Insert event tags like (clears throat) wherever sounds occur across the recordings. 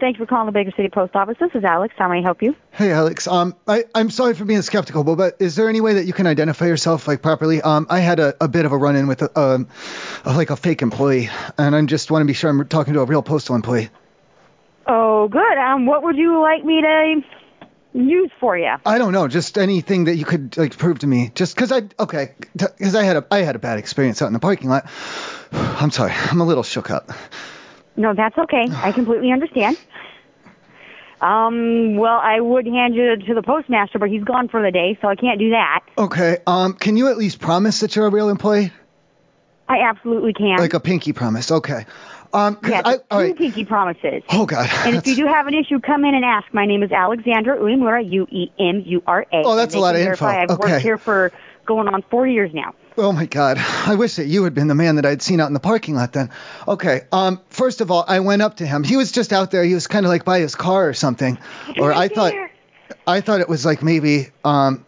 Thank you for calling the Baker City Post Office. This is Alex. How may I help you? Hey, Alex. Um, I, I'm sorry for being skeptical, but, but is there any way that you can identify yourself like properly? Um, I had a, a bit of a run-in with a, um, a, like a fake employee, and I just want to be sure I'm talking to a real postal employee. Oh, good. Um, what would you like me to use for you? I don't know, just anything that you could like prove to me. Just 'cause I okay, t- 'cause I had a I had a bad experience out in the parking lot. (sighs) I'm sorry, I'm a little shook up. No, that's (sighs) okay. I completely understand. Um, well, I would hand you to the postmaster, but he's gone for the day, so I can't do that. Okay, um, can you at least promise that you're a real employee? I absolutely can. Like a pinky promise. Okay. Um, 'cause yeah, I, two all right. pinky promises. Oh God. And if you do have an issue, come in and ask. My name is Alexandra Uemura, E U-E-M-U-R-A. Oh, that's And a they lot can of verify info. I've worked Okay. here for going on four years now. Oh my God. I wish that you had been the man that I'd seen out in the parking lot then. Okay. Um, first of all, I went up to him. He was just out there. He was kind of like by his car or something. Or I thought, I thought it was like maybe, um,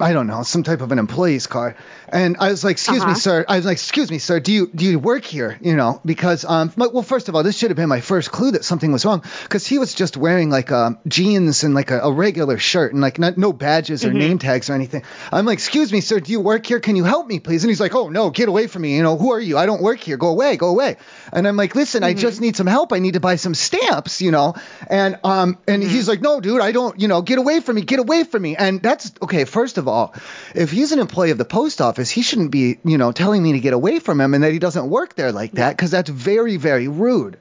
I don't know, some type of an employee's car. And I was like, excuse me, Uh-huh. sir. I was like, excuse me, sir. Do you, do you work here? You know, because, um, my, well, first of all, this should have been my first clue that something was wrong because he was just wearing like, um, jeans and like a, a regular shirt and like not, no badges or Mhm. name tags or anything. I'm like, excuse me, sir. Do you work here? Can you help me, please? And he's like, oh no, get away from me. You know, who are you? I don't work here. Go away, go away. And I'm like, listen, I just need some help. I need to buy some stamps, you know. And um, and he's like, no, dude, I don't. You know, get away from me, get away from me. And that's okay. First of all, if he's an employee of the post office, he shouldn't be, you know, telling me to get away from him and that he doesn't work there like that because that's very, very rude.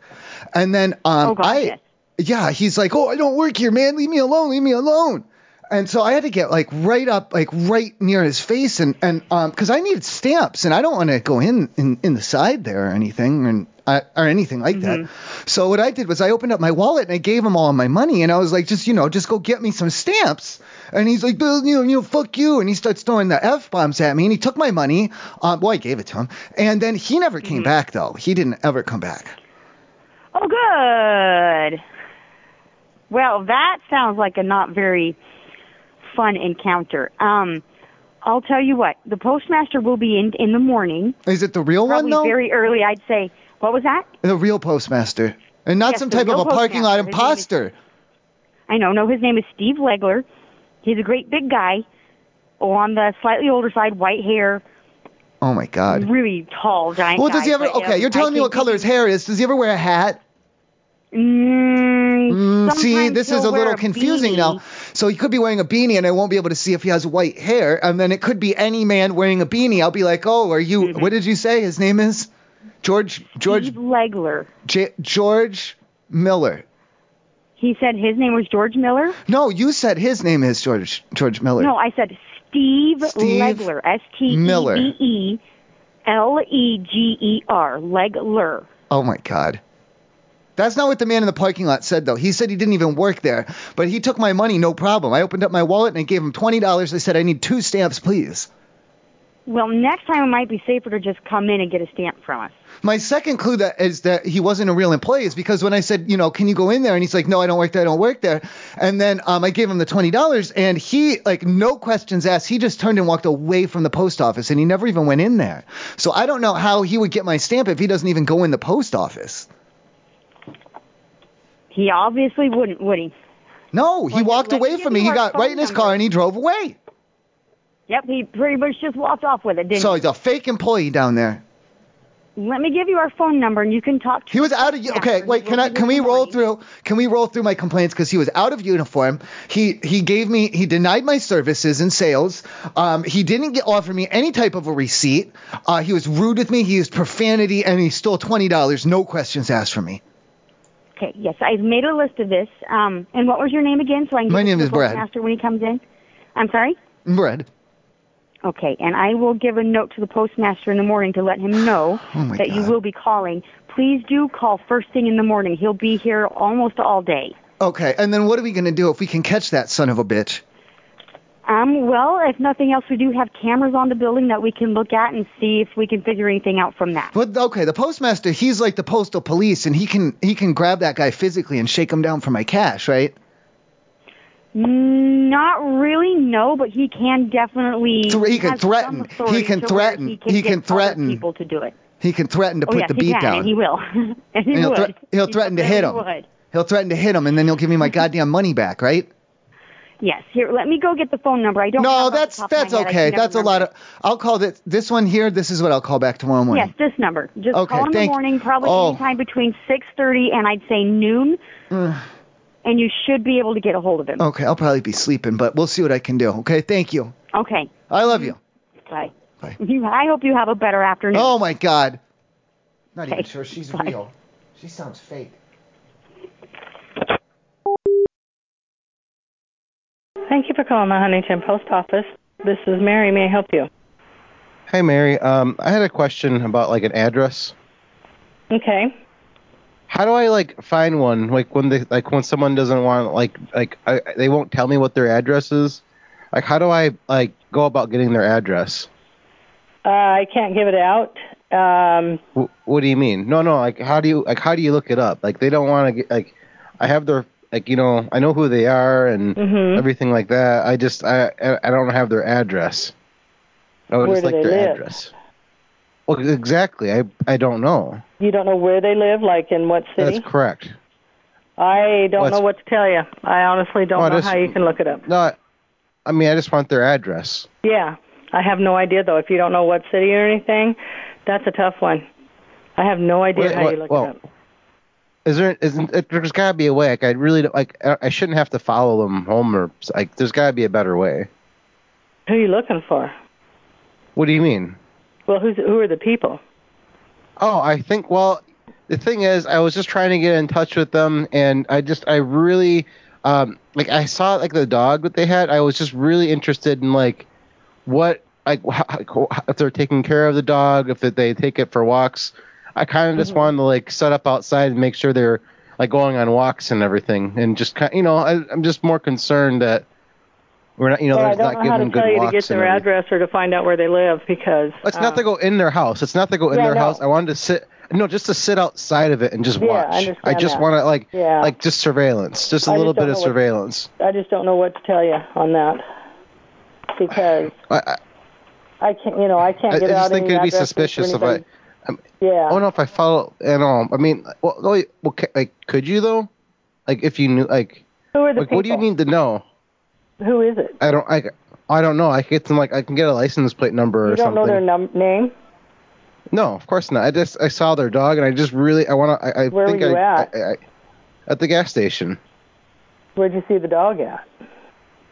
And then um, I, yeah, he's like, oh, I don't work here, man. Leave me alone. Leave me alone. And so I had to get like right up, like right near his face, and and um, because I needed stamps, and I don't want to go in, in in the side there or anything, and I, or anything like that. So what I did was I opened up my wallet and I gave him all my money, and I was like, just you know, just go get me some stamps. And he's like, Bill, you know, you know, fuck you, and he starts throwing the f bombs at me, and he took my money. Um, well, I gave it to him, and then he never came back though. He didn't ever come back. Oh, good. Well, that sounds like a not very fun encounter. Um, I'll tell you what. The postmaster will be in in the morning. Is it the real one Probably though? very early. I'd say. What was that? The real postmaster. And not Yes, some the type of real a parking lot postmaster. His name is- imposter. I know. No, his name is Steve Legler. He's a great big guy, on the slightly older side, white hair, Oh my god. really tall, giant. Well, does he guy, ever? but, Okay, um, you're I telling me what think color his hair is. Does he ever wear a hat? Mm, see, sometimes this is he'll a wear little a confusing beanie. now. So he could be wearing a beanie, and I won't be able to see if he has white hair. And then it could be any man wearing a beanie. I'll be like, oh, are you? Mm-hmm. What did you say? His name is George George Legler. J- George Miller. He said his name was George Miller. No, you said his name is George George Miller. No, I said Steve, Steve Legler. S T E Miller. V E L E G E R. Legler. Oh my God. That's not what the man in the parking lot said, though. He said he didn't even work there, but he took my money, no problem. I opened up my wallet and I gave him $20. I said, I need two stamps, please. Well, next time it might be safer to just come in and get a stamp from us. My second clue that is that he wasn't a real employee is because when I said, you know, can you go in there? And he's like, no, I don't work there. I don't work there. And then um, I gave him the $20 and he, like, no questions asked. He just turned and walked away from the post office and he never even went in there. So I don't know how he would get my stamp if he doesn't even go in the post office. He obviously wouldn't, would he? No, he walked away from me. He got right in his car and he drove away. Yep, he pretty much just walked off with it, didn't So he? he's a fake employee down there. Let me give you our phone number and you can talk to He was out of u- okay. Wait, can I? Can we roll through? Can we roll through my complaints? Because he was out of uniform. He he gave me he denied my services and sales. Um, he didn't get, offer me any type of a receipt. Uh, he was rude with me. He used profanity and he stole twenty dollars. No questions asked from me. Okay, yes, I've made a list of this. Um, and what was your name again? So I can My give it name to is the Brad. Master when he comes in. I'm sorry. Bread. Okay, and I will give a note to the postmaster in the morning to let him know Oh my that you will be calling. Please do call first thing in the morning. He'll be here almost all day. Okay, and then what are we gonna do if we can catch that son of a bitch? Um, well, if nothing else, we do have cameras on the building that we can look at and see if we can figure anything out from that. But okay, the postmaster he's like the postal police and he can he can grab that guy physically and shake him down for my cash, right? Not really, no, but he can definitely. Thre- he can has some threaten. authority He can to where threaten. He can, He get can other threaten. people to do it. He can threaten to oh put yes, the he beat can, down. and he will, (laughs) and he And he'll would. thre- he'll threaten to hit He him. would. He'll threaten to hit him, and then he'll give me my Mm-hmm. goddamn money back, right? Yes. Here, let me go get the phone number. I don't. No, have it off the that's top of my that's head. I okay. can never That's a lot remember. of. I'll call this this one here. This is what I'll call back tomorrow morning. Yes, this number. Just Okay, call in the thank- morning, probably oh. anytime between six thirty and I'd say noon, and you should be able to get a hold of him. Okay, I'll probably be sleeping, but we'll see what I can do. Okay, thank you. Okay. I love you. Bye. Bye. (laughs) I hope you have a better afternoon. Oh my God. Not even Okay, sure she's bye. real. She sounds fake. Thank you for calling the Huntington Post Office. This is Mary. May I help you? Hey, Mary. Um, I had a question about like an address. Okay. How do I like find one? Like when they like when someone doesn't want like like I, they won't tell me what their address is. Like how do I like go about getting their address? Uh, I can't give it out. Um, W- what do you mean? No, no. Like how do you like how do you look it up? Like they don't want to get like I have their like you know I know who they are and mhm. everything like that. I just I I- I don't have their address. I would Where just do like they their live? address. Well, exactly. I I don't know. You don't know where they live, like in what city? That's correct. I don't Well, know it's- what to tell you. I honestly don't Well, know that's- how you can look it up. No, I- I mean I just want their address. Yeah, I have no idea though. If you don't know what city or anything, that's a tough one. I have no idea Wait, how what- you look well, it up. Is there? Isn't it, there's got to be a way? Like I really don't, like I I shouldn't have to follow them home or like there's got to be a better way. Who are you looking for? What do you mean? Well, who's who are the people? Oh, I think well, the thing is, I was just trying to get in touch with them, and I just I really um like I saw like the dog that they had. I was just really interested in like what like wh- how, if they're taking care of the dog, if they take it for walks. I kind of just Mm-hmm. wanted to like set up outside and make sure they're like going on walks and everything, and just kind you know I, I'm just more concerned that we're not you know well, I there's don't not know how giving to them good tell you to walks get and their everything. address or to find out where they live because It's not um, to go in their house. It's not to go in Yeah, their no. house. I wanted to sit. No, just to sit outside of it and just Yeah, I watch. understand just that. want to like, Yeah. like just surveillance, just a I just little don't bit of know what- surveillance. I just don't know what to tell you on that because I, I, I can't, you know, I can't I get just out think any it'd be addresses or suspicious if I. um, anything. Yeah. I don't know if I follow at all. I mean, well, well, well, ca- like, could you though? Like, if you knew, like, Who are the like people? what do you need to know? Who is it? I don't, I, I don't know. I get them like, I can get a license plate number or You don't something. know their num- name? No, of course not. I just, I saw their dog and I just really, I want to. I, I Where were think you I, at? I, I, at the gas station Where'd you see the dog at?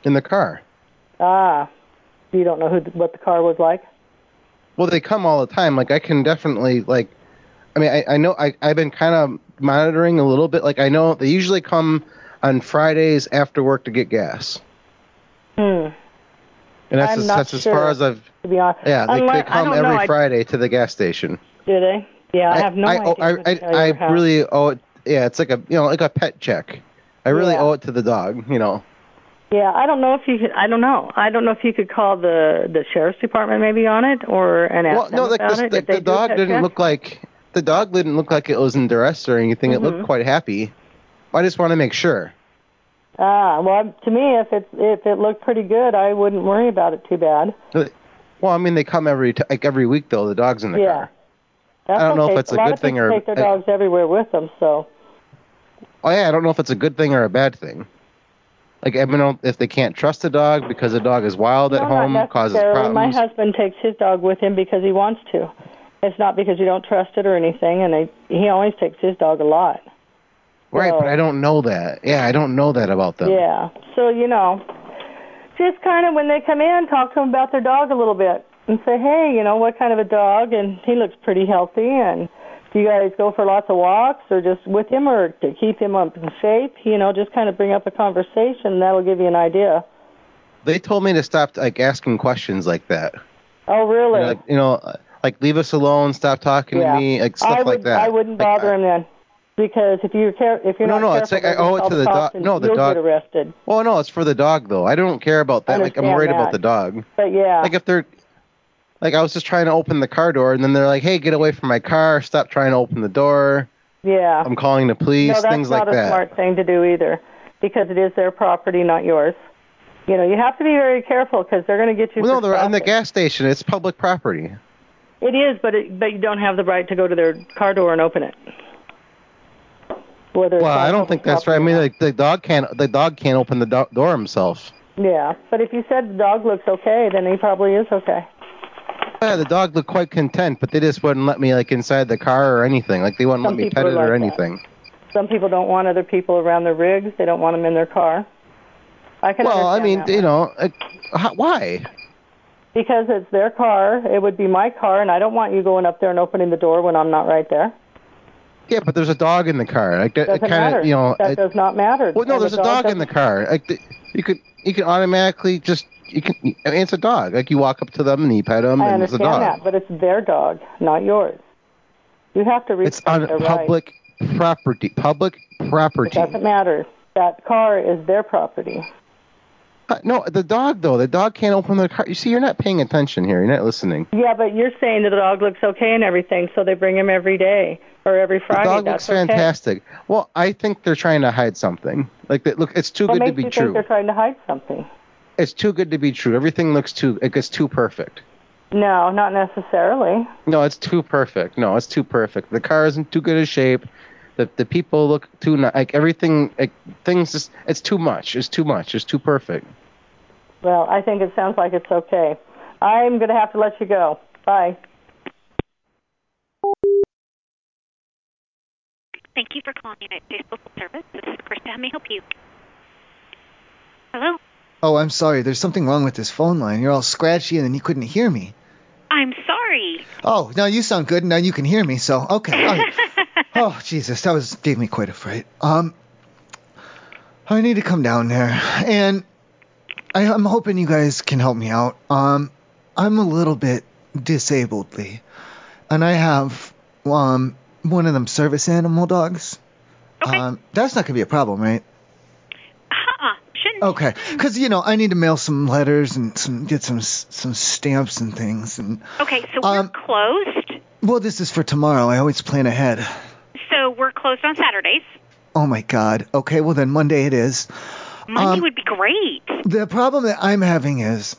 in the car. Ah, you don't know who th- what the car was like. Well, they come all the time. Like I can definitely like, I mean, I, I know I I've been kind of monitoring a little bit. Like I know they usually come on Fridays after work to get gas, Hmm. and that's I'm as, not that's as far sure. as I've To be honest. yeah. They, Unless, they come I don't every know. I- Friday to the gas station. Do they? Yeah, I, have no I, oh, idea. I, what to I, tell you I, or how. really owe it. Yeah, it's like a you know like a pet check. I really Yeah. owe it to the dog. You know. Yeah, I don't know if you could. I don't know. I don't know if you could call the the sheriff's department maybe on it or and ask well, them no, like about this, it. the, if they the do dog that didn't check. look like the dog didn't look like it was in duress or anything. It Mhm. looked quite happy. I just want to make sure. Ah, well, to me, if it if it looked pretty good, I wouldn't worry about it too bad. Uh, Well, I mean, they come every t- like every week though. The dog's in the yeah. car. That's I don't know if okay. it's a lot good of thing people or- take their dogs everywhere with them, so Oh yeah, I don't know if it's a good thing or a bad thing. Like I don't know if they can't trust the dog because the dog is wild at no, home, not causes necessarily. My problems. husband takes his dog with him because he wants to. It's not because you don't trust it or anything, and I, he always takes his dog a lot. Right, but so- I don't know that. Yeah, I don't know that about them. Yeah. So you know, just kind of when they come in, talk to them about their dog a little bit and say, hey, you know, what kind of a dog? And he looks pretty healthy. And do you guys go for lots of walks, or just with him, or to keep him up in shape? You know, just kind of bring up a conversation. That'll give you an idea. They told me to stop like asking questions like that. Oh, really? You know, like you know, uh, like leave us alone, stop talking Yeah. to me, like stuff I would, like that. I wouldn't Like, bother I- him then, because if you're care, if you're No, not no, careful, it's like I they'll just owe it call to the the cops dog- and no, the you'll dog- get arrested. Well, no, it's for the dog though. I don't care about that. Like I'm Understand worried that. about the dog. But yeah, like if they're like I was just trying to open the car door and then they're like, "Hey, get away from my car. Stop trying to open the door. yeah. I'm calling the um, police." Uh-huh. no, that's things not like a that. smart thing to do either, because it is their property, not yours. You know, you have to be very careful because they're going to get you. well, no, for they're in the stopping. gas station. It's public property. It is, but it, but you don't have the right to go to their car door and open it. Whether Well, I don't think that's right. I mean, like the dog can't the dog can't open the do- door himself. yeah, but if you said the dog looks okay, then he probably is okay. Yeah, the dog looked quite content, but they just wouldn't let me like inside the car or anything. Like they wouldn't Some let me people pet it are or like that. anything. Some people don't want other people around their rigs. They don't want them in their car. I can Well, I understand mean, that you know, like, how, why? because it's their car. It would be my car, and I don't want you going up there and opening the door when I'm not right there. Yeah, but there's a dog in the car. Like that, Doesn't kind matter. of, you know. that it- does not matter. well, no, And there's a dog in the doesn't- car. Like the, you could you can automatically just you can. I mean, it's a dog. Like you walk up to them and you pet them, I and it's a dog. understand that, but it's their dog, not yours. You have to It's respect on their rights. public property. Public It property. doesn't matter. That car is their property. Uh, No, the dog though. The dog can't open the car. You see, you're not paying attention here. You're not listening. Yeah, but you're saying that the dog looks okay and everything, so they bring him every day or every The Friday. dog looks That's fantastic. Well, I think they're trying to hide something. Like, they, look, it's too Okay. What good to makes be you true. think they're trying to hide something? It's too good to be true. Everything looks too. It gets too perfect. No, not necessarily. No, it's too perfect. No, it's too perfect. The car isn't too good a shape. The the people look too ni- like everything. Like things just. It's too much. It's too much. It's too perfect. Well, I think it sounds like it's okay. I'm going to have to let you go. Bye. Thank you for calling United States Postal Service. This is Krista. How may I help you? Hello? Oh, I'm sorry. There's something wrong with this phone line. You're all scratchy and then you couldn't hear me. I'm sorry. Oh, now you sound good. Now you can hear me. So okay. (laughs) All right. oh Jesus, that was gave me quite a fright. Um, I need to come down there, and I, I'm hoping you guys can help me out. Um, I'm a little bit disabledly, and I have um one of them service animal dogs. Okay. Um, that's not gonna be a problem, right? Uh-uh. Shouldn't Okay, because you know I need to mail some letters and some get some s- some stamps and things. And Okay, so we're Um, closed. well, this is for tomorrow. I always plan ahead. So we're closed on Saturdays. Oh my God. Okay, well then Monday it is. Monday um, would be great. The problem that I'm having is,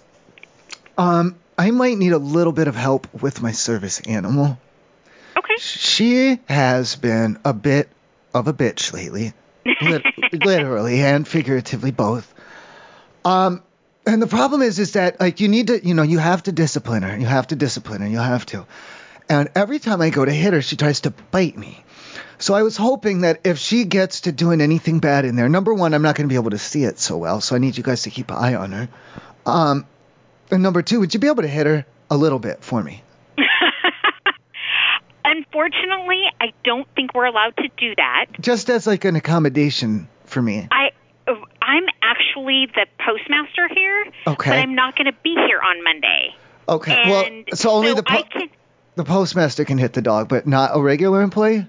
um, I might need a little bit of help with my service animal. Okay. She has been a bit of a bitch lately, Lit- (laughs) literally and figuratively both. Um, and the problem is, is that like you need to, you know, you have to discipline her. You have to discipline her. You have to. And every time I go to hit her, she tries to bite me. So I was hoping that if she gets to doing anything bad in there, number one, I'm not going to be able to see it so well. So I need you guys to keep an eye on her. Um, and number two, would you be able to hit her a little bit for me? Unfortunately, I don't think we're allowed to do that. Just as like an accommodation for me. I I'm actually the postmaster here, Okay. but I'm not going to be here on Monday. Okay. And well, so only the I po- can the postmaster can hit the dog, but not a regular employee.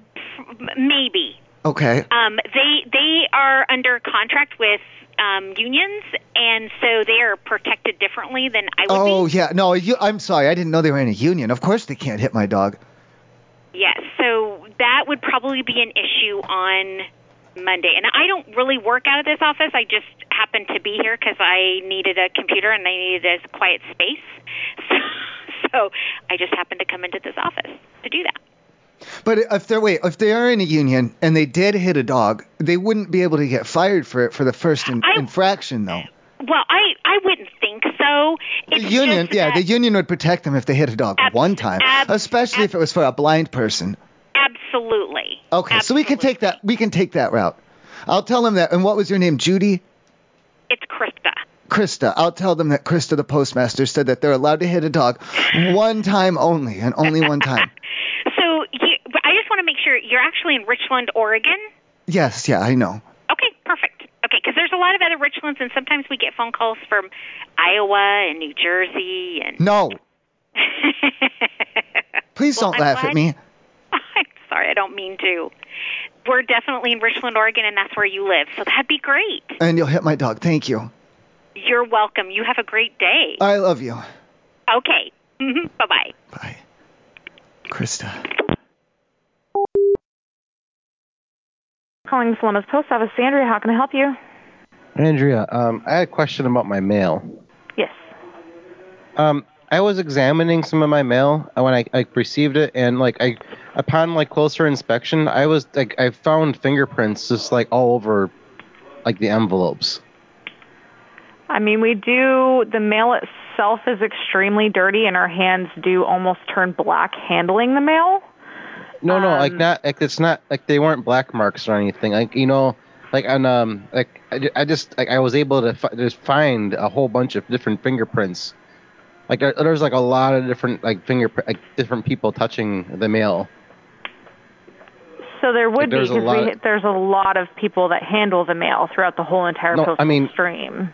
maybe Okay. Um, they they are under contract with um, unions, and so they are protected differently than I would Oh be. yeah. No, you, I'm sorry. I didn't know they were in a union. Of course they can't hit my dog. Yes, so that would probably be an issue on Monday. And I don't really work out of this office. I just happened to be here because I needed a computer and I needed a quiet space. (laughs) So, so I just happened to come into this office to do that. But if they're wait, if they are in a union and they did hit a dog, they wouldn't be able to get fired for it for the first in, I- infraction though. Well, I I wouldn't think so. The It's union, just yeah, the that- union would protect them if they hit a dog Abs- one time, abs- especially if it was for a blind person. absolutely. Okay, so we can Absolutely. take that. We can take that route. I'll tell them that. And what was your name, Judy? It's Krista. Krista, I'll tell them that Krista the postmaster said that they're allowed to hit a dog one time only and only one (laughs) time. So you, I just want to make sure you're actually in Richland, Oregon. Yes, yeah, I know. Okay, perfect. Okay, because there's a lot of other Richlands, and sometimes we get phone calls from Iowa and New Jersey and. No, (laughs) please Well, don't I'm laugh at glad- me. I'm sorry, I don't mean to. We're definitely in Richland, Oregon, and that's where you live, so that'd be great. And you'll hit my dog. Thank you. You're welcome. You have a great day. I love you. okay. hmm Bye bye. Bye. Krista. Calling the Salomas Post Office. Sandra, how can I help you? Andrea, um, I had a question about my mail. Yes. Um, I was examining some of my mail uh, when I, I received it, and like I, upon like closer inspection, I was like I found fingerprints just like all over like the envelopes. I mean, we do, the mail itself is extremely dirty, and our hands do almost turn black handling the mail. No, no, like Um, not like it's not like they weren't black marks or anything. Like you know, like on um like I, ju- I just like I was able to fi- just find a whole bunch of different fingerprints. Like there, there was like a lot of different like fingerprint like different people touching the mail. So there would there's a be, because lot we, of- there's a lot of people that handle the mail throughout the whole entire No, I postal mean- stream.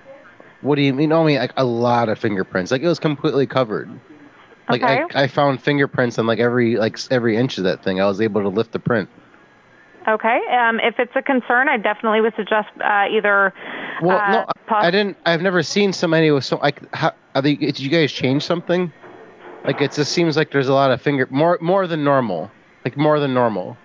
What do you mean? I mean like a lot of fingerprints. Like it was completely covered. Like okay. I, I found fingerprints on like every like s- every inch of that thing. I was able to lift the print. okay. Um, if it's a concern, I definitely would suggest uh, either. Well, uh, no, pos- I didn't. I've never seen so many with so like. How, are they, did you guys change something? Like it just seems like there's a lot of finger more more than normal. Like more than normal.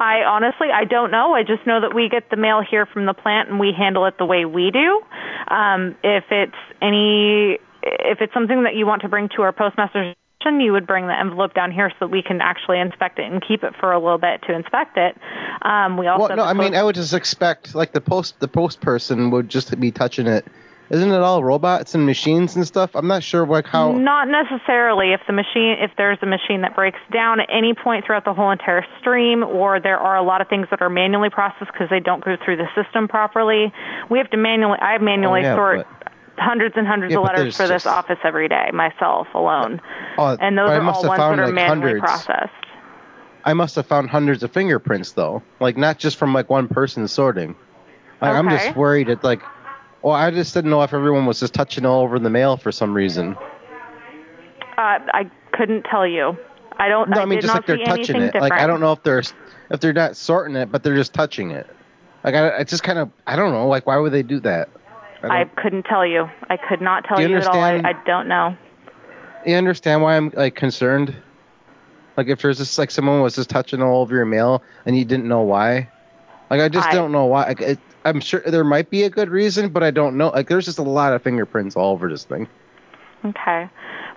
I honestly, I don't know. I just know that we get the mail here from the plant and we handle it the way we do. Um, if it's any, if it's something that you want to bring to our postmaster's, station, you would bring the envelope down here so that we can actually inspect it and keep it for a little bit to inspect it. Um, we also Well, have no, the I mean post- I would just expect like the post the post person would just be touching it. Isn't it all robots and machines and stuff? I'm not sure like how. Not necessarily. If the machine, if there's a machine that breaks down at any point throughout the whole entire stream, or there are a lot of things that are manually processed because they don't go through the system properly, we have to manually. I manually Oh, yeah, sort hundreds and hundreds Yeah, of but letters there's for this just- office every day myself alone, Oh, and those but I are must all have ones found that are like manually hundreds. processed. I must have found hundreds of fingerprints though. Like not just from like one person sorting. Like I'm Okay. just worried that like well, I just didn't know if everyone was just touching all over the mail for some reason. Uh, I couldn't tell you. I don't. No, I mean did just not like they're see touching anything it. different. Like I don't know if they're if they're not sorting it, but they're just touching it. Like I, I just kind of I don't know. Like why would they do that? I I don't, couldn't tell you. I could not tell Do you at all. I, understand- I don't know. you understand why I'm like concerned? Like if there's just like someone was just touching all over your mail and you didn't know why. Like I just I- don't know why. Like, it, I'm sure there might be a good reason, but I don't know. Like there's just a lot of fingerprints all over this thing. Okay.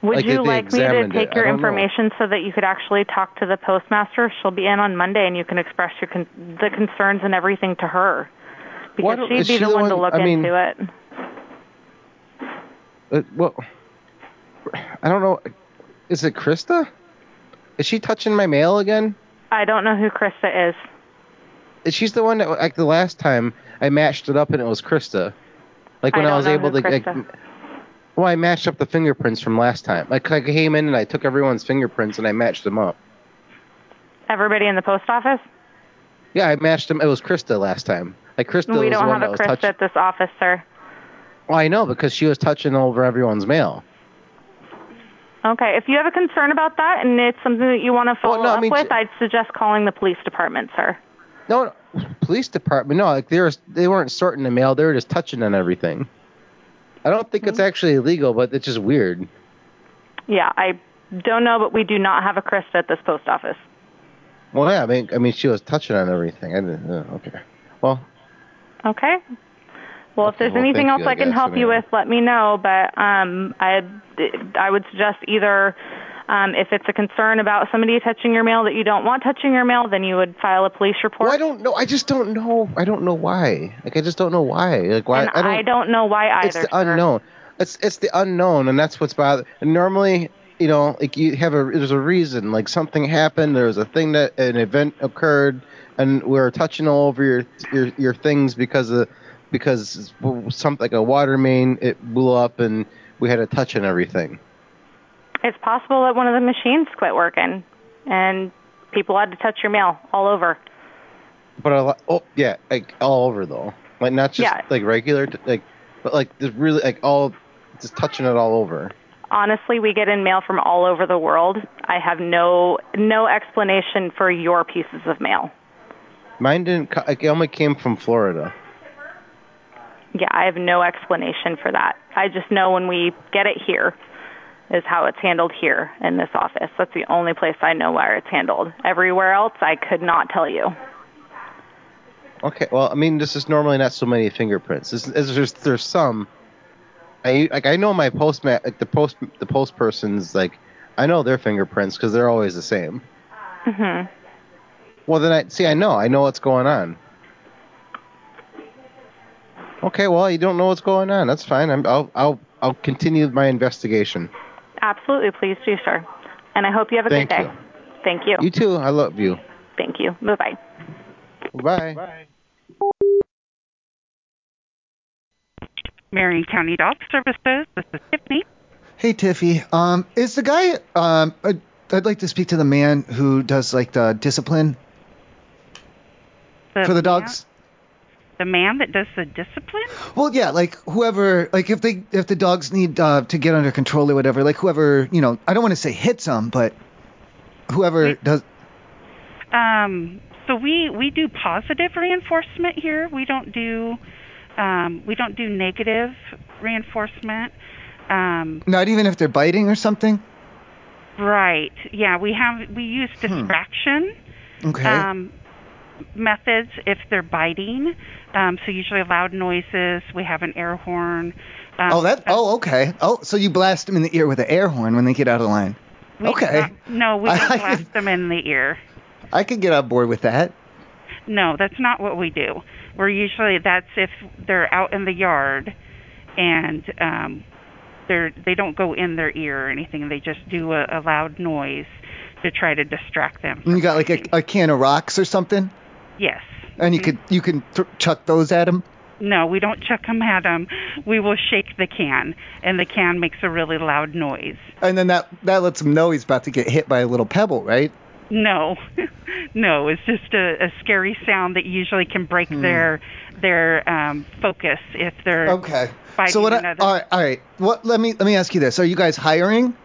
Would Like, if you they like me to examined it, take I your don't know. information so that you could actually talk to the postmaster? She'll be in on Monday, and you can express your con- the concerns and everything to her Why because don't- she'd is be she the the one, to one- look I mean- into it. Uh, well, I don't know. Is it Krista? Is she touching my mail again? I don't know who Krista is. she's the one that like the last time I matched it up and it was Krista. Like when I I, don't was know able who to like, Krista- m- well, I matched up the fingerprints from last time. Like I came in and I took everyone's fingerprints and I matched them up. Everybody in the post office. Yeah, I matched them. It was Krista last time. Like Krista we was the don't one have that a was Krista touching. at this office, sir. Well, I know because she was touching over everyone's mail. Okay. If you have a concern about that and it's something that you want to Well, follow no, I up mean, with, j- I'd suggest calling the police department, sir. No, no, police department. No, like they were they weren't sorting the mail. They were just touching on everything. I don't think Hmm. it's actually illegal, but it's just weird. Yeah, I don't know, but we do not have a Krista at this post office. Well, yeah, I mean, I mean, she was touching on everything. I didn't. Uh, okay. Well, Okay. Well, if Okay, there's well, anything thank else you, I I, can guess. help I you mean- with, let me know. But um, I I would suggest either um, if it's a concern about somebody touching your mail that you don't want touching your mail, then you would file a police report. Well, I don't know. I just don't know. I don't know why. Like I just don't know why. Like why? and know why either. it's the sir. unknown. It's it's the unknown, and that's what's bothering. And normally, you know, like you have a there's a reason. Like something happened. There was a thing that an event occurred, and we are touching all over your your your things because of because something like a water main it blew up, and we had to touch on everything. It's possible that one of the machines quit working, and people had to touch your mail all over. But a lot, oh yeah, like all over though, like not just Yeah. like regular, like but like the really like all just touching it all over. Honestly, we get in mail from all over the world. I have no no explanation for your pieces of mail. Mine didn't. co- Like, it only came from Florida. Yeah, I have no explanation for that. I just know when we get it here is how it's handled here in this office. That's the only place I know where it's handled. Everywhere else, I could not tell you. Okay. Well, I mean, this is normally not so many fingerprints. This, this, there's there's some. I like I know my postman, like the post the post person's like I know their fingerprints because they're always the same. Mhm. Well, then I see. I know. I know what's going on. Okay. Well, you don't know what's going on. That's fine. I'm, I'll I'll I'll continue my investigation. Absolutely, please do, sir. And I hope you have a Thank great day. you. Thank you. You too. I love you. Thank you. Bye bye. Bye. Marion County Dog Services. This is Tiffany. Hey Tiffy, um, is the guy? Um, I'd, I'd like to speak to the man who does like the discipline for the dogs. The man that does the discipline? Well, yeah, like whoever, like if they if the dogs need uh, to get under control or whatever, like whoever, you know, I don't want to say hits them, but whoever does. Um, so we we do positive reinforcement here. We don't do um, we don't do negative reinforcement. Um, Not even if they're biting or something. right. Yeah, we have we use distraction Hmm. Okay. um, methods if they're biting. Um, so usually loud noises. We have an air horn. Um, oh, that. Oh, okay. Oh, so you blast them in the ear with an air horn when they get out of line. we do okay. not- (laughs) no, we don't blast them in the ear. I could get on board with that. No, that's not what we do. We're usually that's if they're out in the yard and um they're they don't go in their ear or anything. They just do a, a loud noise to try to distract them. And you got like a, a can of rocks or something, Yes. and Mm-hmm. you could you can th- chuck those at them. No, we don't chuck them at them. We will shake the can and the can makes a really loud noise. And then that that lets him know he's about to get hit by a little pebble, right? No. (laughs) no, it's just a, a scary sound that usually can break Hmm. their their um focus if they're Okay. Biting so what? I, uh, another- all right, all right. What? Let me let me ask you this: Are you guys hiring?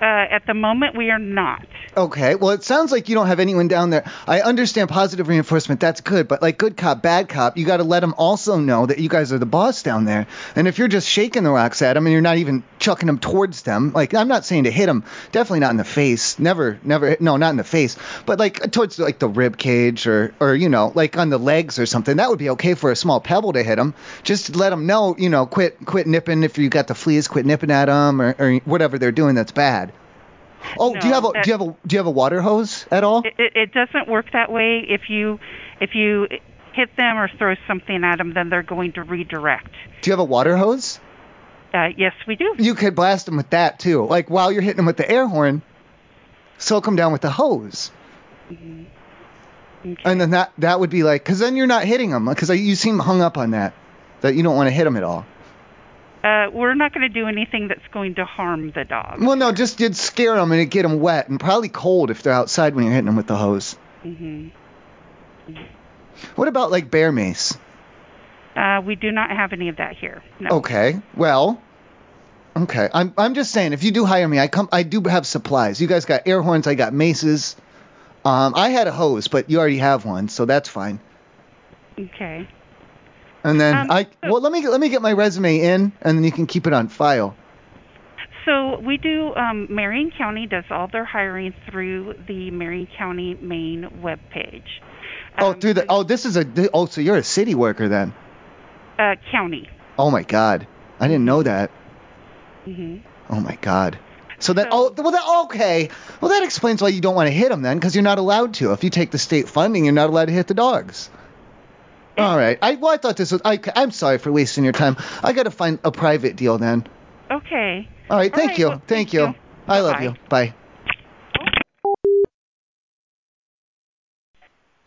uh at the moment we are not. Okay. Well, it sounds like you don't have anyone down there. I understand positive reinforcement. That's good, but like good cop, bad cop, you got to let them also know that you guys are the boss down there. And if you're just shaking the rocks at them and you're not even chucking them towards them, like I'm not saying to hit them, definitely not in the face. Never, never. No, not in the face, but like towards like the rib cage or or you know like on the legs or something. That would be okay for a small pebble to hit them. Just let them know, you know, quit quit nipping if you got the fleas, quit nipping at them or, or whatever they're doing that's bad. Oh, do you No, have a that- do you have a do you have a water hose at all? It- it, it doesn't work that way. If you if you hit them or throw something at them, then they're going to redirect. Do you have a water hose? Uh, yes, we do. You could blast them with that too. Like while you're hitting them with the air horn, soak them down with the hose, Mm, Okay. and then that that would be like, because then you're not hitting them, because you seem hung up on that, that you don't want to hit them at all. Uh, we're not going to do anything that's going to harm the dog. Well, no, just you'd scare them and it'd get them wet and probably cold if they're outside when you're hitting them with the hose. hmm What about like bear mace? Uh, we do not have any of that here. No. Okay. Well. Okay. I'm I'm just saying if you do hire me, I come I do have supplies. You guys got air horns, I got maces. Um I had a hose, but you already have one, so that's fine. Okay. And then Um, I well let me let me get my resume in and then you can keep it on file. So we do. Um, Marion County does all their hiring through the Marion County main webpage. oh, Um, through the Oh, this is a th- Oh, so you're a city worker then. uh, county. Oh my god. I didn't know that. hmm Oh my god. So that oh well that okay. Well that explains why you don't want to hit them then cuz you're not allowed to. If you take the state funding, you're not allowed to hit the dogs. All right. I well I thought this was I I'm sorry for wasting your time. I got to find a private deal then. Okay. All right. All Thank right, you. well, thank thank you. you. I love Bye-bye. you. Bye.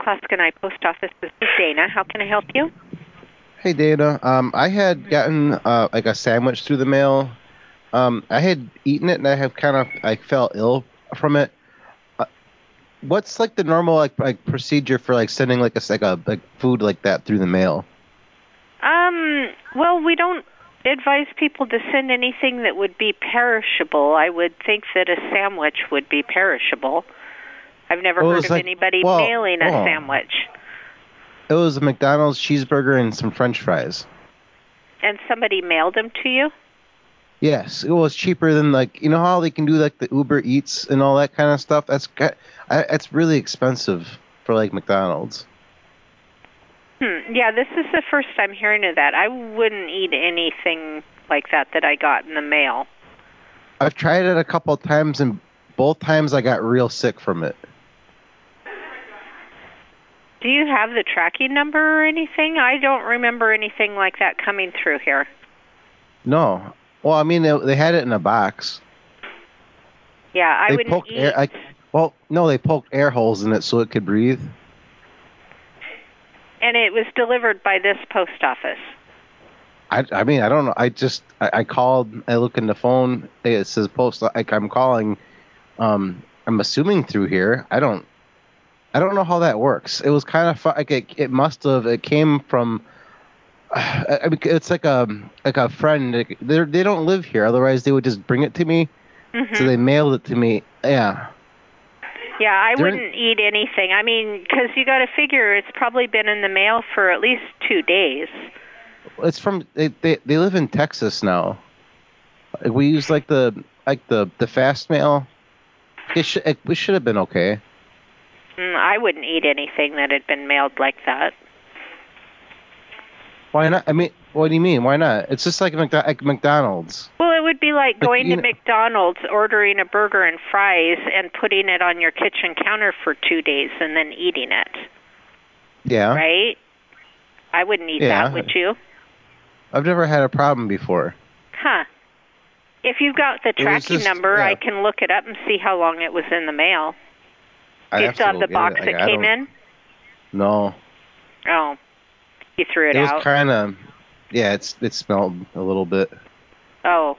Cluskanai Post Office. This is Dana. How can I help you? Hey Dana, um, I had gotten uh, like a sandwich through the mail. Um, I had eaten it and I have kind of I felt ill from it. Uh, what's like the normal like like procedure for like sending like a s- like a like food like that through the mail? Um, well, we don't advise people to send anything that would be perishable. I would think that a sandwich would be perishable. I've never Well, heard it's of like- anybody well, mailing a oh. sandwich. It was a McDonald's cheeseburger and some French fries. And somebody mailed them to you? Yes, it was cheaper than like you know how they can do like the Uber Eats and all that kind of stuff. That's ca- I, it's really expensive for like McDonald's. Hmm. Yeah, this is the first time hearing of that. I wouldn't eat anything like that that I got in the mail. I've tried it a couple of times and both times I got real sick from it. Do you have the tracking number or anything? I don't remember anything like that coming through here. No. Well, I mean, they, they had it in a box. Yeah, I they wouldn't poked eat. air. I, well, no, they poked air holes in it so it could breathe. and it was delivered by this post office. I, I mean, I don't know. I just I, I called. I look in the phone. It says post. Like I'm calling. Um, I'm assuming through here. I don't. I don't know how that works. It was kind of fu- like it, it must have. It came from. (sighs) I I mean, it's like a like a friend. Like, they're- they don't live here. Otherwise, they would just bring it to me. So they mailed it to me. Yeah. Yeah, I There- wouldn't eat anything. I mean, 'cause you got to figure it's probably been in the mail for at least two days. It's from they, they they live in Texas now. Like, We use like the like the the fast mail. It should it, we should have been okay. Mm, I wouldn't eat anything that had been mailed like that. Why not? I mean, what do you mean? Why not? It's just like, Mc, like McDonald's. Well, it would be like But going you to kn- McDonald's, ordering a burger and fries, and putting it on your kitchen counter for two days and then eating it, Yeah. right? I wouldn't eat Yeah. that, would you? I've never had a problem before. Huh. If you've got the was tracking just- number, I yeah. can look it up and see how long it was in the mail. I it's on the box that came in. No. Oh, you threw it, It was out. kind of. Yeah, it's it smelled a little bit. oh,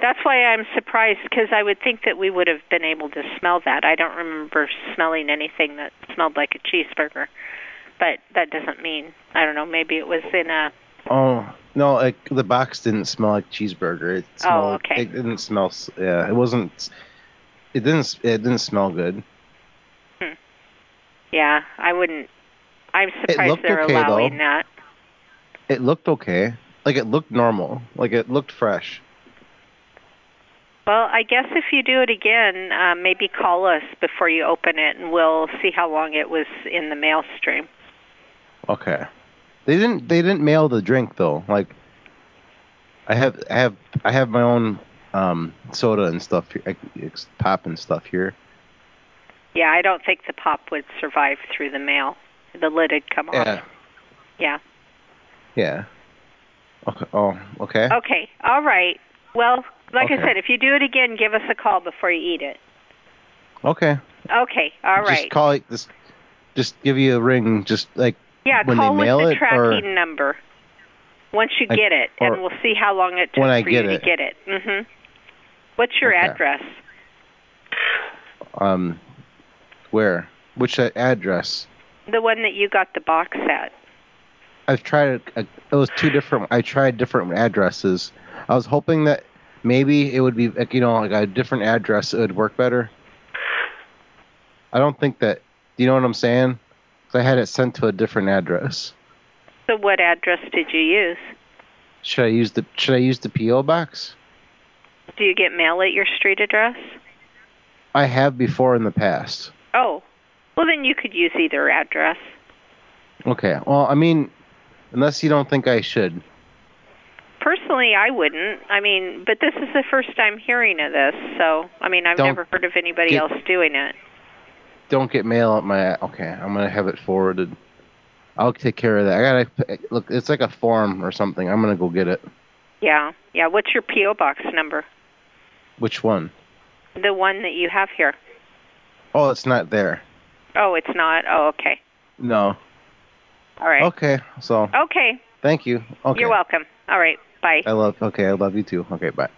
that's why I'm surprised because I would think that we would have been able to smell that. I don't remember smelling anything that smelled like a cheeseburger, but that doesn't mean I don't know. Maybe it was in a Oh no, like the box didn't smell like cheeseburger. It smelled, Oh, okay. It didn't smell. s- Yeah, it wasn't. It didn't. It didn't smell good. yeah. I wouldn't. I'm surprised looked they're okay, though. allowing that. It looked okay. Like it looked normal. Like it looked fresh. Well, I guess if you do it again, uh, maybe call us before you open it, and we'll see how long it was in the mail stream. Okay. They didn't. They didn't mail the drink though. Like, I have. I have. I have my own um soda and stuff. Here, like, it's pop and stuff here. Yeah, I don't think the pop would survive through the mail. The lid had come off. Yeah. Yeah. Yeah. Okay. Oh. Okay. Okay. All right. Well, like Okay. I said, if you do it again, give us a call before you eat it. Okay. Okay. All right. Just call it. Just. Just give you a ring. Just like. yeah, when they call mail with the it, or- tracking number once you I- get it, or- and we'll see how long it took When I for get you it. to get it. Mhm. What's your Okay. address? Um. Where? Which a- address? The one that you got the box at. I've tried uh, it was two different. I tried different addresses. I was hoping that maybe it would be like, you know like a different address it would work better. I don't think that. You know what I'm saying? 'Cause I had it sent to a different address. So what address did you use? Should I use the Should I use the PO box? Do you get mail at your street address? I have before in the past. Oh. Well, then you could use either address. Okay. Well, I mean, unless you don't think I should. Personally, I wouldn't. I mean, but this is the first time hearing of this, so I mean, I've Don't never heard of anybody get- else doing it. don't get mail at my okay i'm gonna have it forwarded i'll take care of that i gotta look it's like a form or something i'm gonna go get it Yeah, yeah. What's your PO box number? which one? The one that you have here. Oh, it's not there Oh, it's not. Oh, okay. no All right. okay so Okay. thank you okay You're welcome. All right. Bye. i love okay i love you too okay bye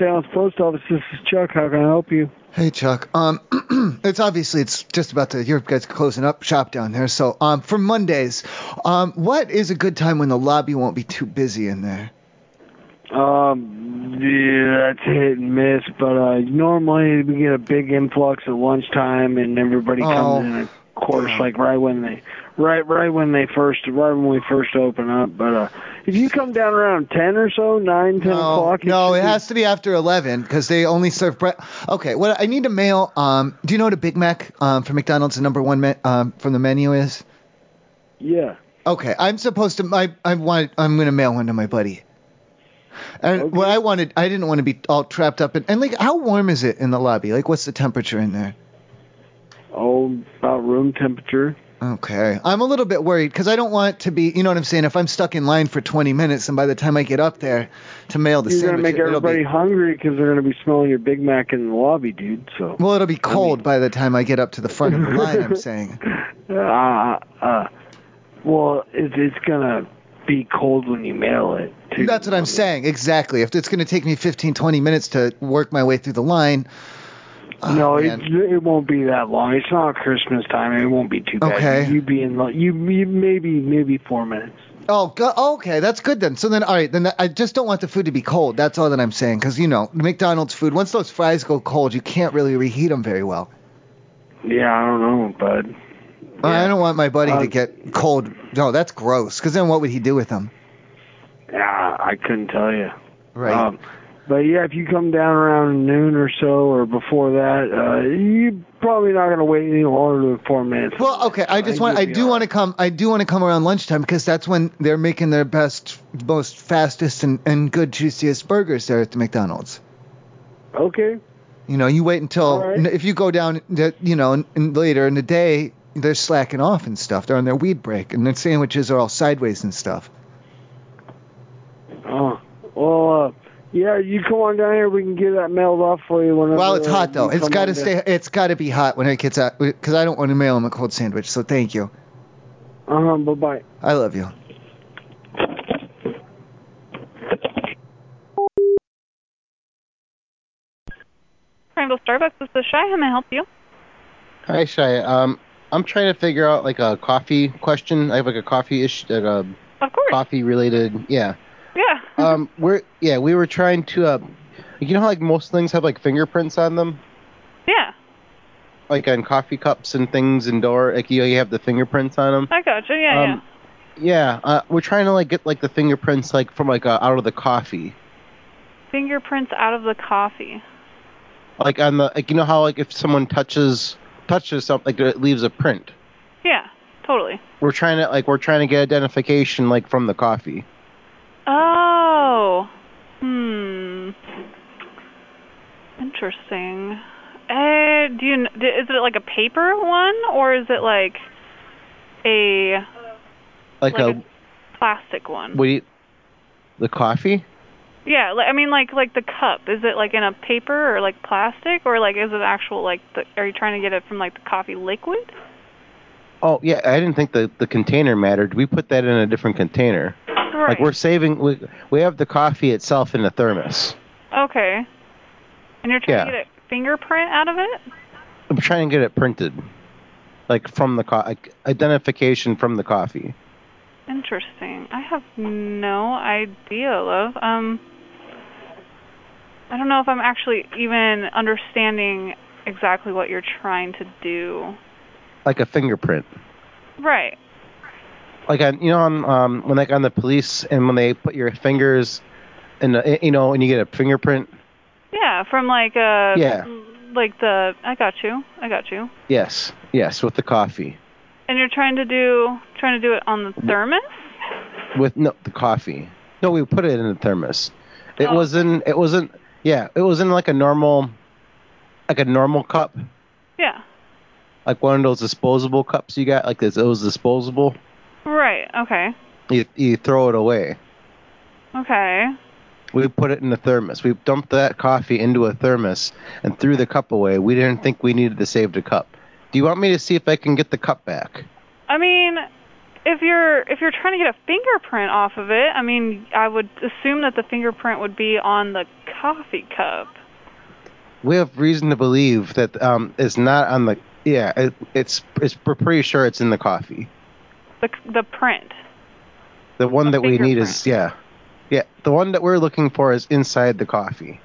South Post Office. This is Chuck. How can I help you? Hey Chuck. Um, (clears throat) it's obviously it's just about to. Your guys closing up shop down there. So um, for Mondays, um, what is a good time when the lobby won't be too busy in there? Um, yeah, that's hit and miss, but uh, normally we get a big influx at lunchtime, and everybody comes in. Of course, like right when they, right, right when they first, right when we first open up. But uh, if you come down around ten or so, nine, ten No, o'clock. no, it has to be after eleven because they only serve bread. Okay, well I need to mail. Um, do you know what a Big Mac um, from McDonald's, the number one me- um, from the menu is? Yeah. Okay, I'm supposed to. I I want. I'm gonna mail one to my buddy. And what I wanted, I didn't want to be all trapped up in. And like, how warm is it in the lobby? Like, what's the temperature in there? Oh, about room temperature. Okay. I'm a little bit worried because I don't want to be, you know what I'm saying? If I'm stuck in line for 20 minutes and by the time I get up there to mail the You're gonna sandwich, make it'll everybody be, hungry because they're gonna be smelling your Big Mac in the lobby, dude. So. well, it'll be cold by the time I get up to the (laughs) front of the line, I'm saying. Uh, uh, well, it, it's gonna be cold when you mail it. That's what I'm saying. Exactly. If it's going to take me 15, 20 minutes to work my way through the line. oh, no, it, man. it won't be that long. It's not Christmas time. It won't be too bad. Okay. You be in lo- you, you maybe maybe four minutes. Oh, go- okay, that's good then. So then, all right, then I just don't want the food to be cold. That's all that I'm saying, because you know, McDonald's food. Once those fries go cold, you can't really reheat them very well. Yeah, I don't know, bud. I don't want my buddy Um, to get cold. No, that's gross. Because then, what would he do with them? Yeah, I couldn't tell you. Right. Um, but yeah, if you come down around noon or so, or before that, uh, you're probably not gonna wait any longer than four minutes. Well, okay. I just want. I do want to come. I do want to come around lunchtime because that's when they're making their best, most fastest, and and good juiciest burgers there at the McDonald's. Okay. You know, you wait until if you go down, the- you know, in, in later in the day, they're slacking off and stuff. They're on their weed break, and their sandwiches are all sideways and stuff. Oh. Well, uh, yeah, you come on down here. We can get that mailed off for you whenever. Well, it's hot though. uh, you It's come got to on down. stay. It's got to be hot when it gets out, because I don't want to mail him a cold sandwich. So thank you. Uh huh. Bye bye. I love you. Crandall Starbucks, this is Shy. How may I help you? Hi, Shy. Um, I'm trying to figure out like a coffee question. I have like a coffee issue, like a coffee related. Yeah. (laughs) Yeah. Um, we're yeah, we were trying to. Uh, you know how like most things have like fingerprints on them, Yeah, like on coffee cups and things, and door like you, you have the fingerprints on them. I gotcha. Yeah, Um, Yeah, uh, we're trying to like get like the fingerprints like from like uh, out of the coffee, yeah. Fingerprints out of the coffee. like on the like you know how like if someone touches touches something, like it leaves a print. Yeah, totally. We're trying to like we're trying to get identification like from the coffee. Oh. Hmm. Interesting. Uh, do you kn- d- is it like a paper one or is it like a Like, Like a, plastic one? what do you, the coffee? Yeah, li- I mean like like the cup. Is it like in a paper or like plastic or like is it actual like the, are you trying to get it from like the coffee liquid? Oh yeah, I didn't think the the container mattered. We put that in a different container. Right. Like we're saving we we have the coffee itself in a thermos. Okay. And you're trying to Yeah. get a fingerprint out of it? I'm trying to get it printed, like from the co- like identification from the coffee. Interesting. I have no idea, love. Um, I don't know if I'm actually even understanding exactly what you're trying to do. like a fingerprint. Right. Like on, you know, on um, when like on the police and when they put your fingers in, the, you know, and you get a fingerprint. Yeah, from like uh Yeah. like the I got you. I got you. Yes, yes, with the coffee, And you're trying to do trying to do it on the thermos? with no the coffee. No, we put it in the thermos. It wasn't. It wasn't. Yeah, it was in like a normal, like a normal cup, Yeah. like one of those disposable cups you got. Like this, it was disposable. Right. Okay. You you throw it away. Okay. We put it in the thermos. We dumped that coffee into a thermos and threw the cup away. We didn't think we needed to save the cup. Do you want me to see if I can get the cup back? I mean, if you're if you're trying to get a fingerprint off of it, I mean, I would assume that the fingerprint would be on the coffee cup. We have reason to believe that um, it's not on the. Yeah, it, it's it's we're pretty sure it's in the coffee. The c- the print. The one that we need is yeah, yeah. The one that we're looking for is inside the coffee.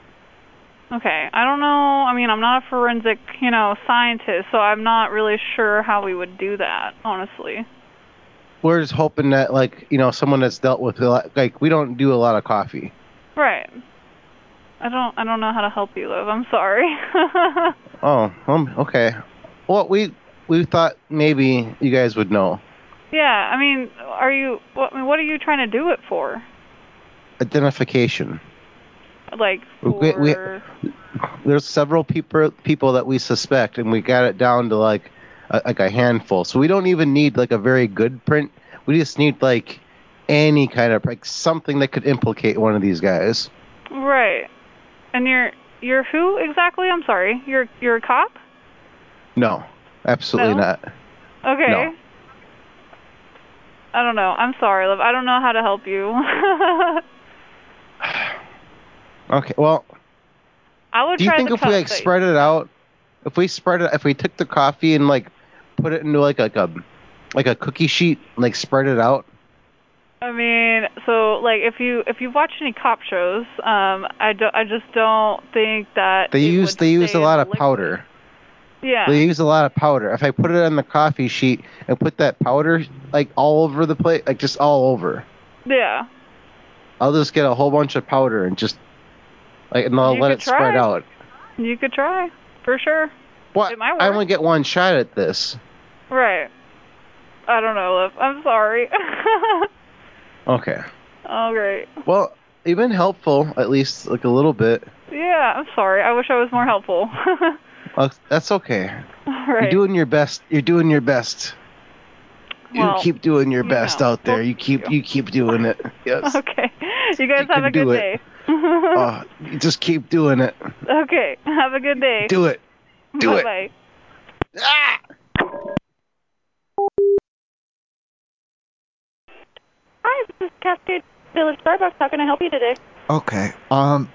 Okay. I don't know. I mean, I'm not a forensic, you know, scientist, so I'm not really sure how we would do that, honestly. We're just hoping that like you know someone that's dealt with a lot, like we don't do a lot of coffee. Right. I don't I don't know how to help you, Liv. I'm sorry. (laughs) Oh, um, okay. Well, we we thought maybe you guys would know. yeah, I mean, are you what I mean, what are you trying to do it for? identification. like We- we- for- there's several people people that we suspect, and we got it down to like a, like a handful. So we don't even need like a very good print. We just need like any kind of like something that could implicate one of these guys. right. And you're you're who exactly? I'm sorry. You're you're a cop? No, absolutely No? not. Okay. No. I don't know. I'm sorry, love. I don't know how to help you. (laughs) I Okay, well, would do you try think the if we cop like that- spread it out, if we spread it, if we took the coffee and like put it into like like a like a cookie sheet, and, like spread it out? I mean, so like if you if you watch any cop shows, um I don't I just don't think that They it use would they use stay a in lot the of liquid. powder. Yeah. They use a lot of powder. If I put it on the coffee sheet and put that powder like all over the plate, like just all over, Yeah. I'll just get a whole bunch of powder and just like and I'll You let could it spread try. out. You could try. For sure. What? It might I work. only get one shot at this. Right. I don't know, love. I'm sorry. (laughs) Okay. oh great. Well, you've been helpful at least like a little bit. Yeah, I'm sorry. I wish I was more helpful. (laughs) Well, Uh, that's okay. All You're right. doing your best. You're doing your best. Well, you keep doing your you best know. out there. You keep you keep doing it. Yes. (laughs) Okay. You guys have can a do good it. day. Oh, you just keep doing it. okay. Have a good day. Do it. do Bye it. Ah! Bye. Hi, this is Cascade Village Starbucks. How can I help you today? Okay. Um.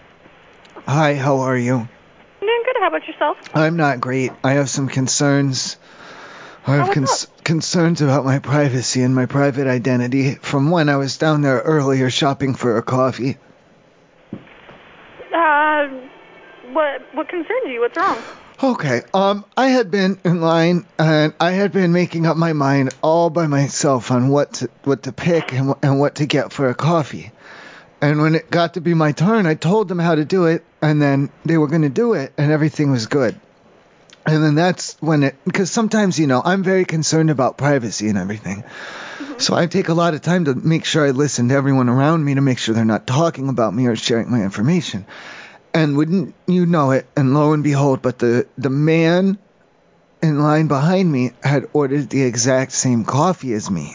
Hi. How are you? I'm doing good. How about yourself? I'm not great. I have some concerns. I have cons- concerns about my privacy and my private identity from when I was down there earlier shopping for a coffee. Uh, what what concerns you? What's wrong? Okay. Um, I had been in line and I had been making up my mind all by myself on what to what to pick and wh- and what to get for a coffee. And when it got to be my turn, I told them how to do it, and then they were going to do it, and everything was good. And then that's when it, because sometimes, you know, I'm very concerned about privacy and everything. So I take a lot of time to make sure I listen to everyone around me to make sure they're not talking about me or sharing my information. And wouldn't you know it? And lo and behold, but the, the man in line behind me had ordered the exact same coffee as me.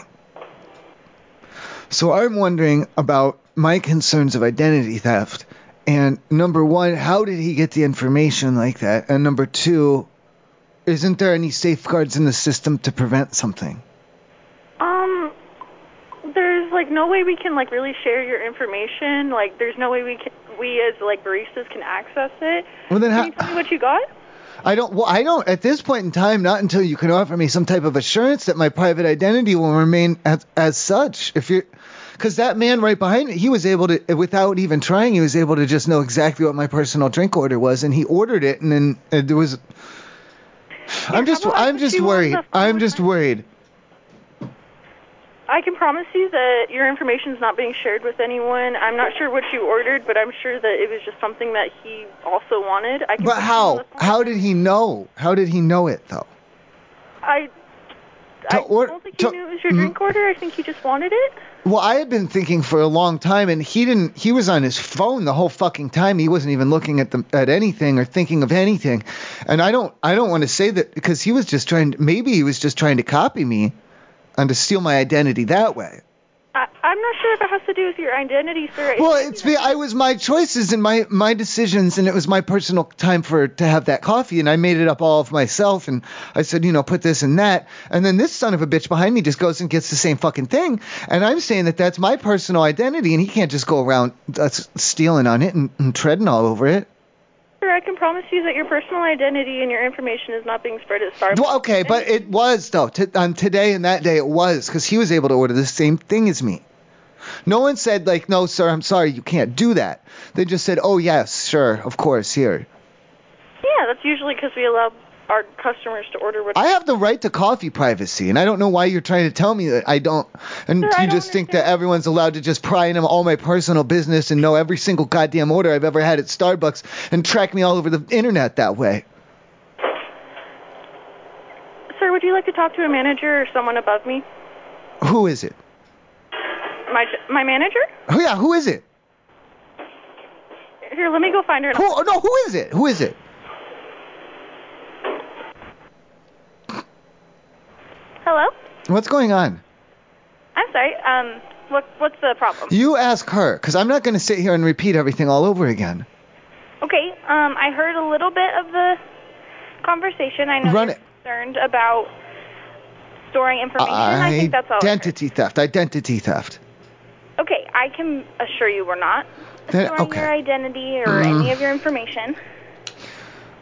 So I'm wondering about my concerns of identity theft. And number one, how did he get the information like that? And number two, isn't there any safeguards in the system to prevent something? Um, there's like no way we can like really share your information. Like, there's no way we can we as like baristas can access it. Well, then can how- you tell me what you got? I don't. Well, I don't at this point in time. Not until you can offer me some type of assurance that my private identity will remain as, as such. If you're, because that man right behind me, he was able to, without even trying, he was able to just know exactly what my personal drink order was, and he ordered it, and then uh, there was. I'm just. I'm just worried. I'm just worried. I can promise you that your information's not being shared with anyone. I'm not sure what you ordered, but I'm sure that it was just something that he also wanted. I can But how? How did he know? How did he know it though? I To order. don't think he knew it was your drink order. I think he just wanted it. Well, I had been thinking for a long time, and he didn't. He was on his phone the whole fucking time. He wasn't even looking at the at anything or thinking of anything. And I don't. I don't want to say that because he was just trying. Maybe he was just trying to copy me, and to steal my identity that way. I, I'm not sure if it has to do with your identity, sir. It- Well, it's me. I was my choices and my my decisions, and it was my personal time for to have that coffee, and I made it up all of myself, and I said, you know, put this and that, and then this son of a bitch behind me just goes and gets the same fucking thing, and I'm saying that that's my personal identity, and he can't just go around uh, s- stealing on it and, and treading all over it. sir, I can promise you that your personal identity and your information is not being spread at Starbucks. Well, okay, but it was though. T- on today and that day, it was because he was able to order the same thing as me. No one said like, "No, sir, I'm sorry, you can't do that." They just said, "Oh yes, sure, of course, here." Yeah, that's usually because we allow our customers to order what. I have the right to coffee privacy, and I don't know why you're trying to tell me that I don't. And you just think that everyone's allowed to just pry into all my personal business and know every single goddamn order I've ever had at Starbucks and track me all over the internet that way. Sir, would you like to talk to a manager or someone above me? Who is it? My my manager? Oh yeah, who is it? Here, let me go find her. Who? oh, No, who is it? Who is it? Hello. What's going on? I'm sorry. Um, what what's the problem? You ask her, because I'm not going to sit here and repeat everything all over again. Okay. Um, I heard a little bit of the conversation. I know Run you're it. concerned about storing information. I, think that's all. identity theft. Identity theft. Okay, I can assure you we're not Then- storing okay. your identity or Mm. any of your information.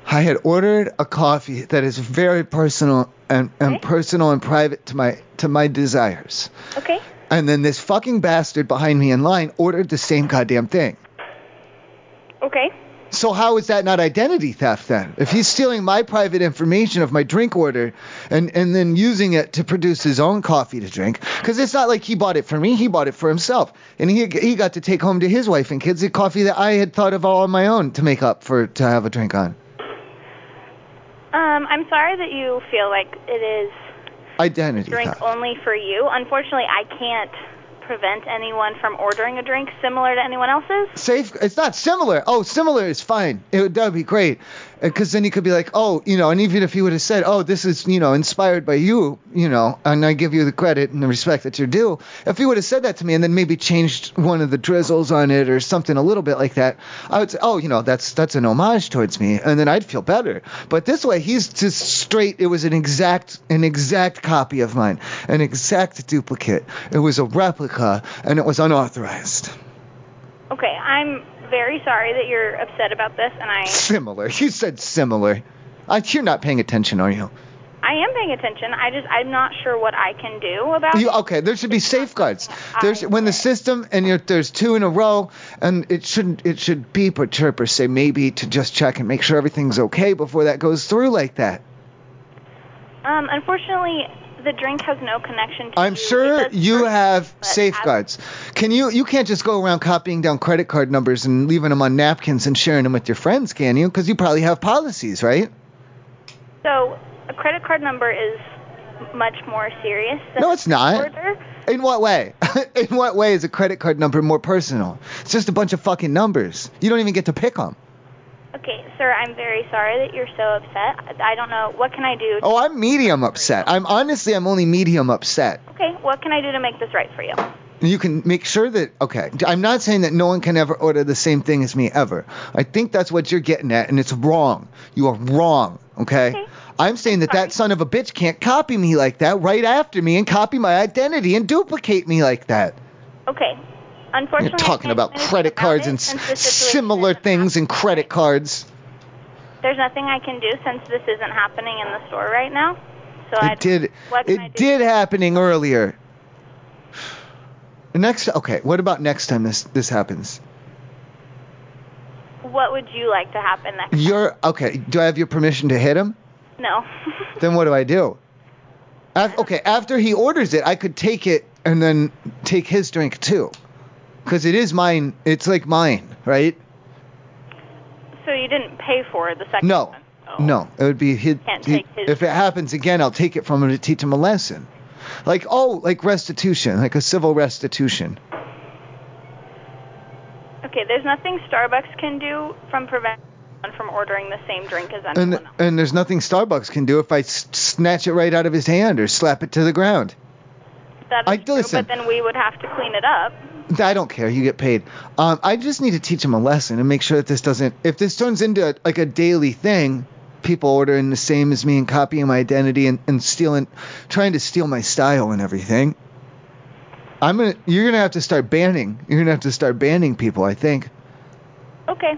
I had ordered a coffee that is very personal and, and personal and private to my to my desires. Okay. And then this fucking bastard behind me in line ordered the same goddamn thing. Okay. So how is that not identity theft then? If he's stealing my private information of my drink order and, and then using it to produce his own coffee to drink, because it's not like he bought it for me, he bought it for himself. And he, he got to take home to his wife and kids the coffee that I had thought of all on my own to make up for to have a drink on. Um, I'm sorry that you feel like it is Identity drink theft. only for you. Unfortunately, I can't prevent anyone from ordering a drink similar to anyone else's. Safe. It's not similar. Oh, similar is fine. It would, that would be great, because then he could be like, oh, you know, and even if he would have said, oh, this is, you know, inspired by you, you know, and I give you the credit and the respect that you're due. If he would have said that to me and then maybe changed one of the drizzles on it or something a little bit like that, I would say, oh, you know, that's that's an homage towards me, and then I'd feel better. But this way, he's just straight. It was an exact an exact copy of mine, an exact duplicate. It was a replica, and it was unauthorized. Okay, I'm very sorry that you're upset about this, and I Similar. (laughs) You said similar. Uh, you're not paying attention, are you? I am paying attention. I just I'm not sure what I can do about You it. okay? There should be safeguards. There's when the system and you're, there's two in a row, and it shouldn't. It should beep or chirp or say maybe to just check and make sure everything's okay before that goes through like that. Um, unfortunately, the drink has no connection to. I'm sure you have safeguards. Can you? You can't just go around copying down credit card numbers and leaving them on napkins and sharing them with your friends, can you? Because you probably have policies, right? So a credit card number is much more serious. Than No, it's not. Order. In what way? (laughs) in what way is a credit card number more personal? It's just a bunch of fucking numbers. You don't even get to pick 'em. Okay, sir, I'm very sorry that you're so upset. I I don't know what can I do. Oh, I'm medium upset. I'm honestly, I'm only medium upset. Okay, what can I do to make this right for you? You can make sure that okay. I'm not saying that no one can ever order the same thing as me ever. I think that's what you're getting at, and it's wrong. You are wrong. Okay. I'm saying that that son of a bitch can't copy me like that right after me and copy my identity and duplicate me like that. Okay. You're Unfortunately, talking about credit cards and s- similar things and credit cards. there's nothing I can do since this isn't happening in the store right now. So I It did. what can I It did happening earlier. Next, okay. What about next time this this happens? what would you like to happen next? You're okay. Do I have your permission to hit him? No. (laughs) Then what do I do? Af- okay, after he orders it, I could take it and then take his drink too, because it is mine. It's like mine, right? so you didn't pay for it the second No, no. It would be his. Oh. Can't he- take his- if it happens again, I'll take it from him to teach him a lesson. Like oh, like restitution, like a civil restitution. Okay, there's nothing Starbucks can do from preventing someone from ordering the same drink as anyone. And and there's nothing Starbucks can do if I s- snatch it right out of his hand or slap it to the ground. That is I- true, listen. but then we would have to clean it up. I don't care. You get paid. Um, I just need to teach him a lesson and make sure that this doesn't. If this turns into like a daily thing, people ordering the same as me and copying my identity and, and stealing, trying to steal my style and everything. I'm gonna. You're gonna have to start banning. You're gonna have to start banning people. I think. Okay.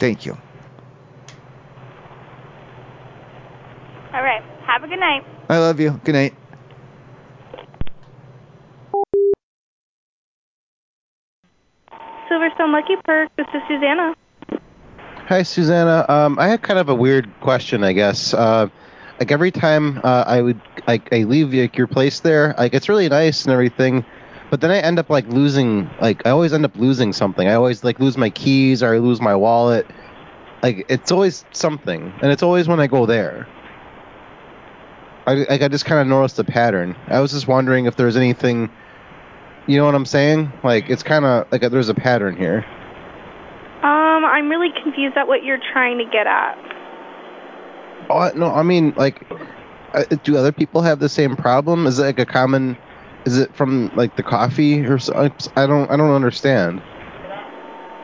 Thank you. All right. Have a good night. I love you. Good night. Silverstone Lucky Perk. This is Susanna. Hi, Susanna. Um, I have kind of a weird question, I guess. Uh, like every time uh, I would, I, I leave like, your place there, like it's really nice and everything, but then I end up like losing, like I always end up losing something. I always like lose my keys or I lose my wallet. Like it's always something, and it's always when I go there. I like I just kind of noticed a pattern. I was just wondering if there's anything, you know what I'm saying? Like it's kind of like there's a pattern here. Um, I'm really confused at what you're trying to get at. Oh, no, I mean, like, uh, do other people have the same problem? Is it like a common? Is it from like the coffee or so? I don't, I don't understand.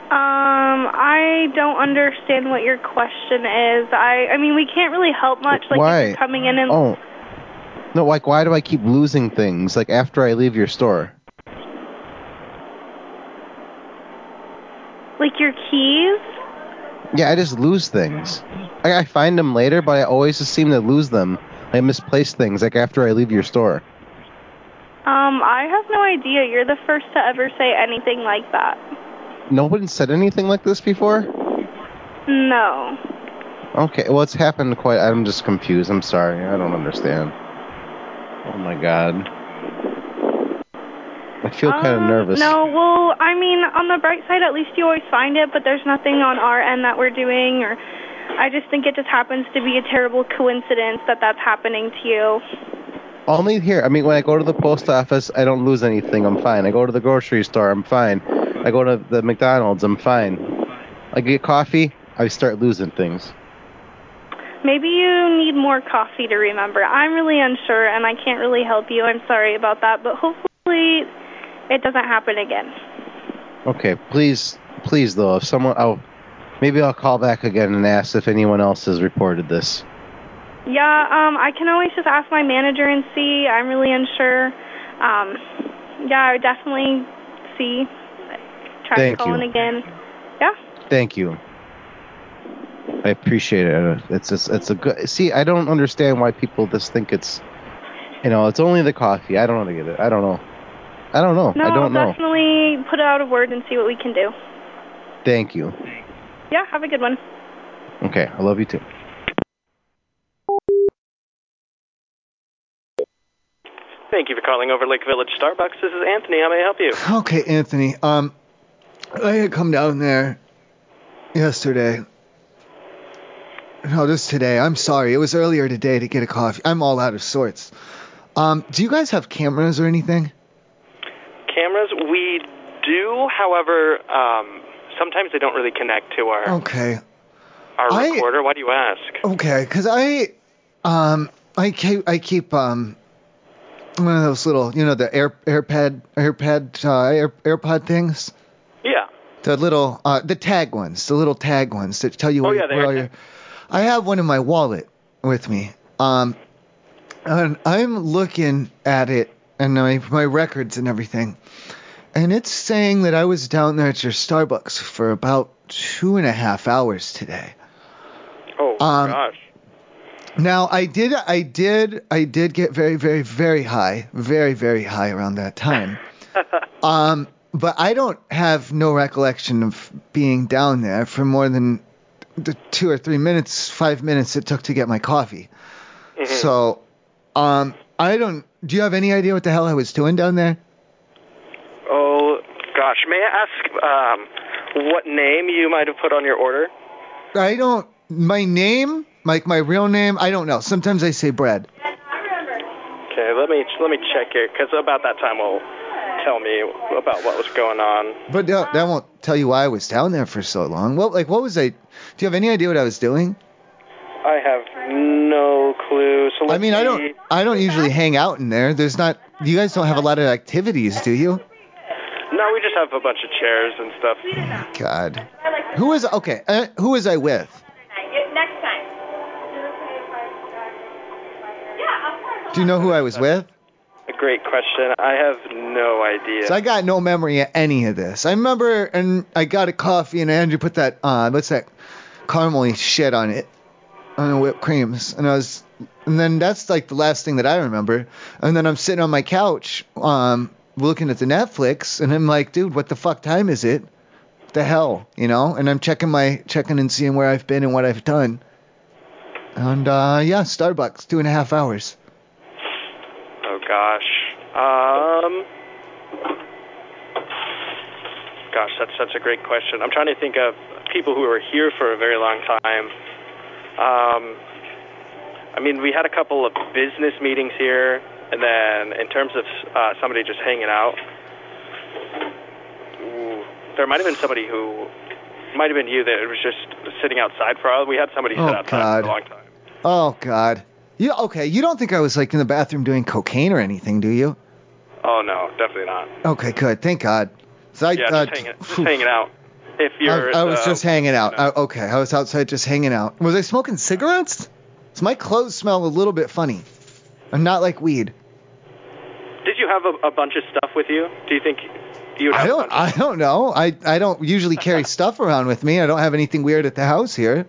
Um, I don't understand what your question is. I, I mean, we can't really help much. Like, Why? if you're coming in and Oh, no, like, why do I keep losing things? Like after I leave your store? like your keys. Yeah, I just lose things. Like I find them later, but I always just seem to lose them. I misplace things like after I leave your store. Um, I have no idea. You're the first to ever say anything like that. No one said anything like this before. No. Okay, well it's happened quite. I'm just confused. I'm sorry. I don't understand. Oh my god. I feel kind of Um, nervous. No, well, I mean, on the bright side, at least you always find it, but there's nothing on our end that we're doing, or I just think it just happens to be a terrible coincidence that that's happening to you. Only here. I mean, when I go to the post office, I don't lose anything. I'm fine. I go to the grocery store. I'm fine. I go to the McDonald's. I'm fine. I get coffee. I start losing things. Maybe you need more coffee to remember. I'm really unsure, and I can't really help you. I'm sorry about that, but hopefully it doesn't happen again. Okay, please, please though, if someone, oh, maybe I'll call back again and ask if anyone else has reported this. Yeah, um, I can always just ask my manager and see. I'm really unsure. Um, yeah, I would definitely see. Try Thank calling you. again. Yeah. Thank you. I appreciate it. Anna. It's just, it's a good. See, I don't understand why people just think it's, you know, it's only the coffee. I don't get it. I don't know. Oh, I don't know. No, I don't know. definitely put out a word and see what we can do. Thank you. Yeah, have a good one. Okay, I love you too. Thank you for calling over Lake Village Starbucks. This is Anthony. How may I help you? Okay, Anthony. Um, I had come down there yesterday. No, just today. I'm sorry. It was earlier today to get a coffee. I'm all out of sorts. Um, do you guys have cameras or anything? Cameras, we do. However, um, sometimes they don't really connect to our Okay. our I- recorder. Why do you ask? Okay, because I, um, I keep I keep um, one of those little you know the air AirPad AirPad uh, air, AirPod things. Yeah. The little uh, the tag ones, the little tag ones that tell you Oh, where, yeah, the where all your. I have one in my wallet with me. Um, and I'm looking at it and my my records and everything, and it's saying that I was down there at your Starbucks for about two and a half hours today. Oh Um, gosh. Now I did I did I did get very very very high, very very high around that time. um but I don't have no recollection of being down there for more than the 2 or 3 minutes, 5 minutes it took to get my coffee. So um I don't do you have any idea what the hell I was doing down there? Oh gosh. May I ask um, what name you might have put on your order? I don't my name, like my real name, I don't know. Sometimes I say bread. Okay, let me let me check here, 'cause about that time will tell me about what was going on. But no, that won't tell you why I was down there for so long. What like what was I? Do you have any idea what I was doing? I have no clue. So I mean, I don't I don't usually hang out in there. There's not you guys don't have a lot of activities, do you? No, we just have a bunch of chairs and stuff. God. Who was okay? Uh, who was I with? Next time. Do you know who I was with? A great question. I have no idea. So I got no memory of any of this. I remember and I got a coffee and Andrew put that uh what's that caramelly shit on it. On the whipped creams. And I was and then that's like the last thing that I remember. And then I'm sitting on my couch, um, looking at the Netflix and I'm like, dude, what the fuck time is it? The hell, you know? And I'm checking my checking and seeing where I've been and what I've done. And uh yeah, Starbucks, two and a half hours. Oh gosh. Um. Gosh, that's such a great question. I'm trying to think of people who were here for a very long time. Um, I mean, we had a couple of business meetings here, and then in terms of uh, somebody just hanging out, ooh, there might have been somebody who might have been you that was just sitting outside for a while. We had somebody Oh, sit outside God. for a long time. Oh God. You okay? You don't think I was like in the bathroom doing cocaine or anything, do you? Oh no, definitely not. Okay, good. Thank God. So I, yeah, uh, just, hanging, just phew. hanging out. If you're, I, I was uh, just hanging out. I, okay, I was outside just hanging out. Was I smoking cigarettes? So my clothes smell a little bit funny. I'm not like weed. Did you have a, a bunch of stuff with you? Do you think you would I have? don't. I don't know. I I don't usually (laughs) carry stuff around with me. I don't have anything weird at the house here.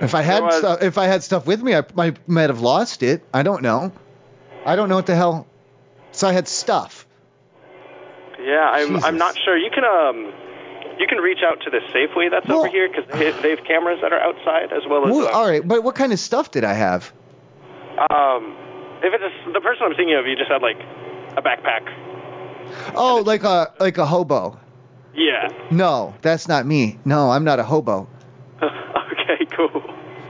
If I had was- stuff, if I had stuff with me, I, I might have lost it. I don't know. I don't know what the hell. So I had stuff. Yeah, I'm. I'm not sure. You can um, you can reach out to the Safeway that's over here because they, they have cameras that are outside as well as. Well, uh, all right, but what kind of stuff did I have? Um, if it's a, the person I'm thinking of, you just had like a backpack. Oh, like a like a hobo. Yeah. No, that's not me. No, I'm not a (laughs) hobo. okay. Cool.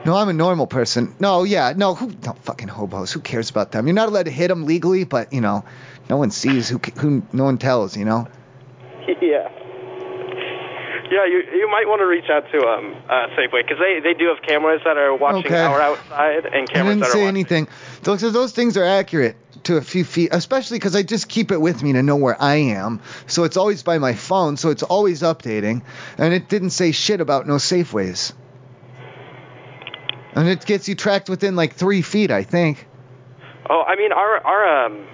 No, I'm a normal person. No, yeah, no, who, no fucking hobos. Who cares about them? You're not allowed to hit them legally, but you know, no one sees who ca- who no one tells. You know. (laughs) yeah. Yeah, you you might want to reach out to um uh, Safeway because they they do have cameras that are watching Okay. our outside and I cameras didn't that are say anything. Those, those things are accurate to a few feet, especially because I just keep it with me to know where I am. So it's always by my phone, so it's always updating. And it didn't say shit about no Safeways. And it gets you tracked within like three feet, I think. Oh, I mean our our um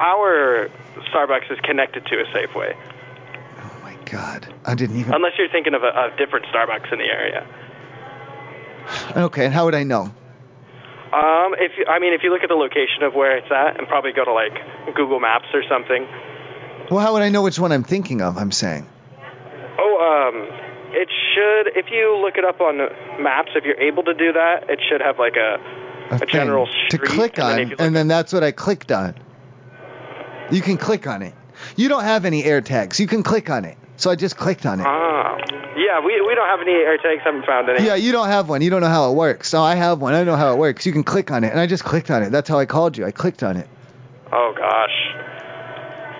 our Starbucks is connected to a Safeway. I didn't even. Unless you're thinking of a, a different Starbucks in the area. (laughs) Okay, and how would I know? Um, if you, I mean if you look at the location of where it's at and probably go to like Google Maps or something. Well, how would I know which one I'm thinking of? I'm saying. Oh, um, it should if you look it up on Maps if you're able to do that, it should have like a A, thing general to street, click and on, then and if then, that's what I clicked on. You can click on it. You don't have any air tags. You can click on it. So I just clicked on it. Ah. Yeah, we we don't have any air tags. Haven't found any. Yeah, you don't have one. You don't know how it works. So I have one. I know how it works. You can click on it. And I just clicked on it. That's how I called you. I clicked on it. Oh gosh.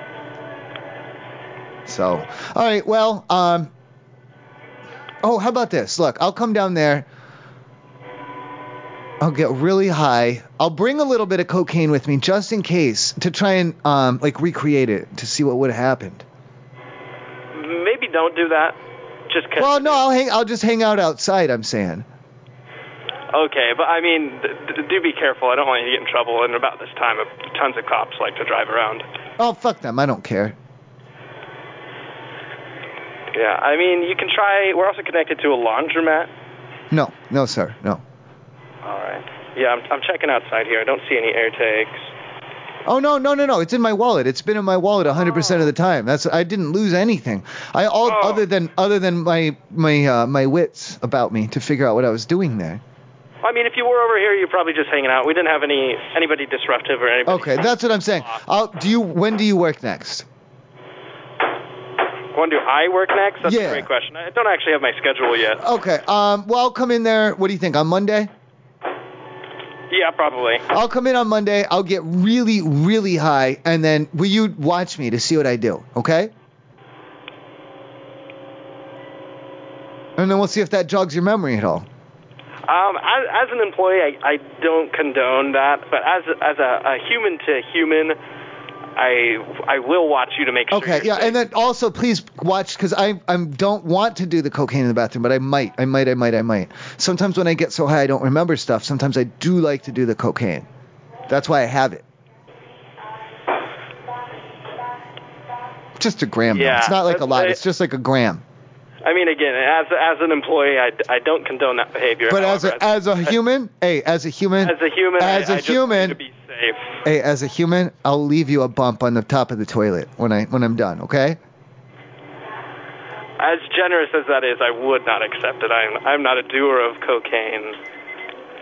So, all right. Well, um, oh, how about this? Look, I'll come down there. I'll get really high. I'll bring a little bit of cocaine with me just in case to try and um, like recreate it to see what would have happened. Maybe don't do that. Just 'cause- Well, no, I'll hang. I'll just hang out outside. I'm saying. Okay, but I mean, d- d- do be careful. I don't want you to get in trouble. And about this time, uh, tons of cops like to drive around. Oh, fuck them. I don't care. Yeah, I mean, you can try. We're also connected to a laundromat. No, no, sir, no. All right. Yeah, I'm, I'm checking outside here. I don't see any air tags. Oh no, no, no, no! It's in my wallet. It's been in my wallet 100% of the time. That's I didn't lose anything. I all other than other than my my uh, my wits about me to figure out what I was doing there. I mean, if you were over here, you're probably just hanging out. We didn't have any anybody disruptive or anybody. Okay, that's what I'm saying. I'll, do you? When do you work next? When do I work next? That's Yeah. a great question. I don't actually have my schedule yet. Okay. Um. Well, I'll come in there. What do you think? On Monday? Yeah, probably. I'll come in on Monday. I'll get really, really high, and then will you watch me to see what I do? Okay. And then we'll see if that jogs your memory at all. Um, as, as an employee, I, I don't condone that, but as as a, a human to human, I I will watch you to make sure. Okay, yeah, and then also please watch because I I don't want to do the cocaine in the bathroom, but I might, I might, I might, I might. Sometimes when I get so high, I don't remember stuff. Sometimes I do like to do the cocaine. That's why I have it. Just a gram. though. Yeah, it's not like a that's- lot. I- It's just like a gram. I mean, again, as as an employee, I, I don't condone that behavior. But as However, a as a human, hey, as a human, as a human, as I- a I just human, need to be safe. hey, as a human, I'll leave you a bump on the top of the toilet when I when I'm done. Okay. As generous as that is, I would not accept it. I'm I'm not a doer of cocaine.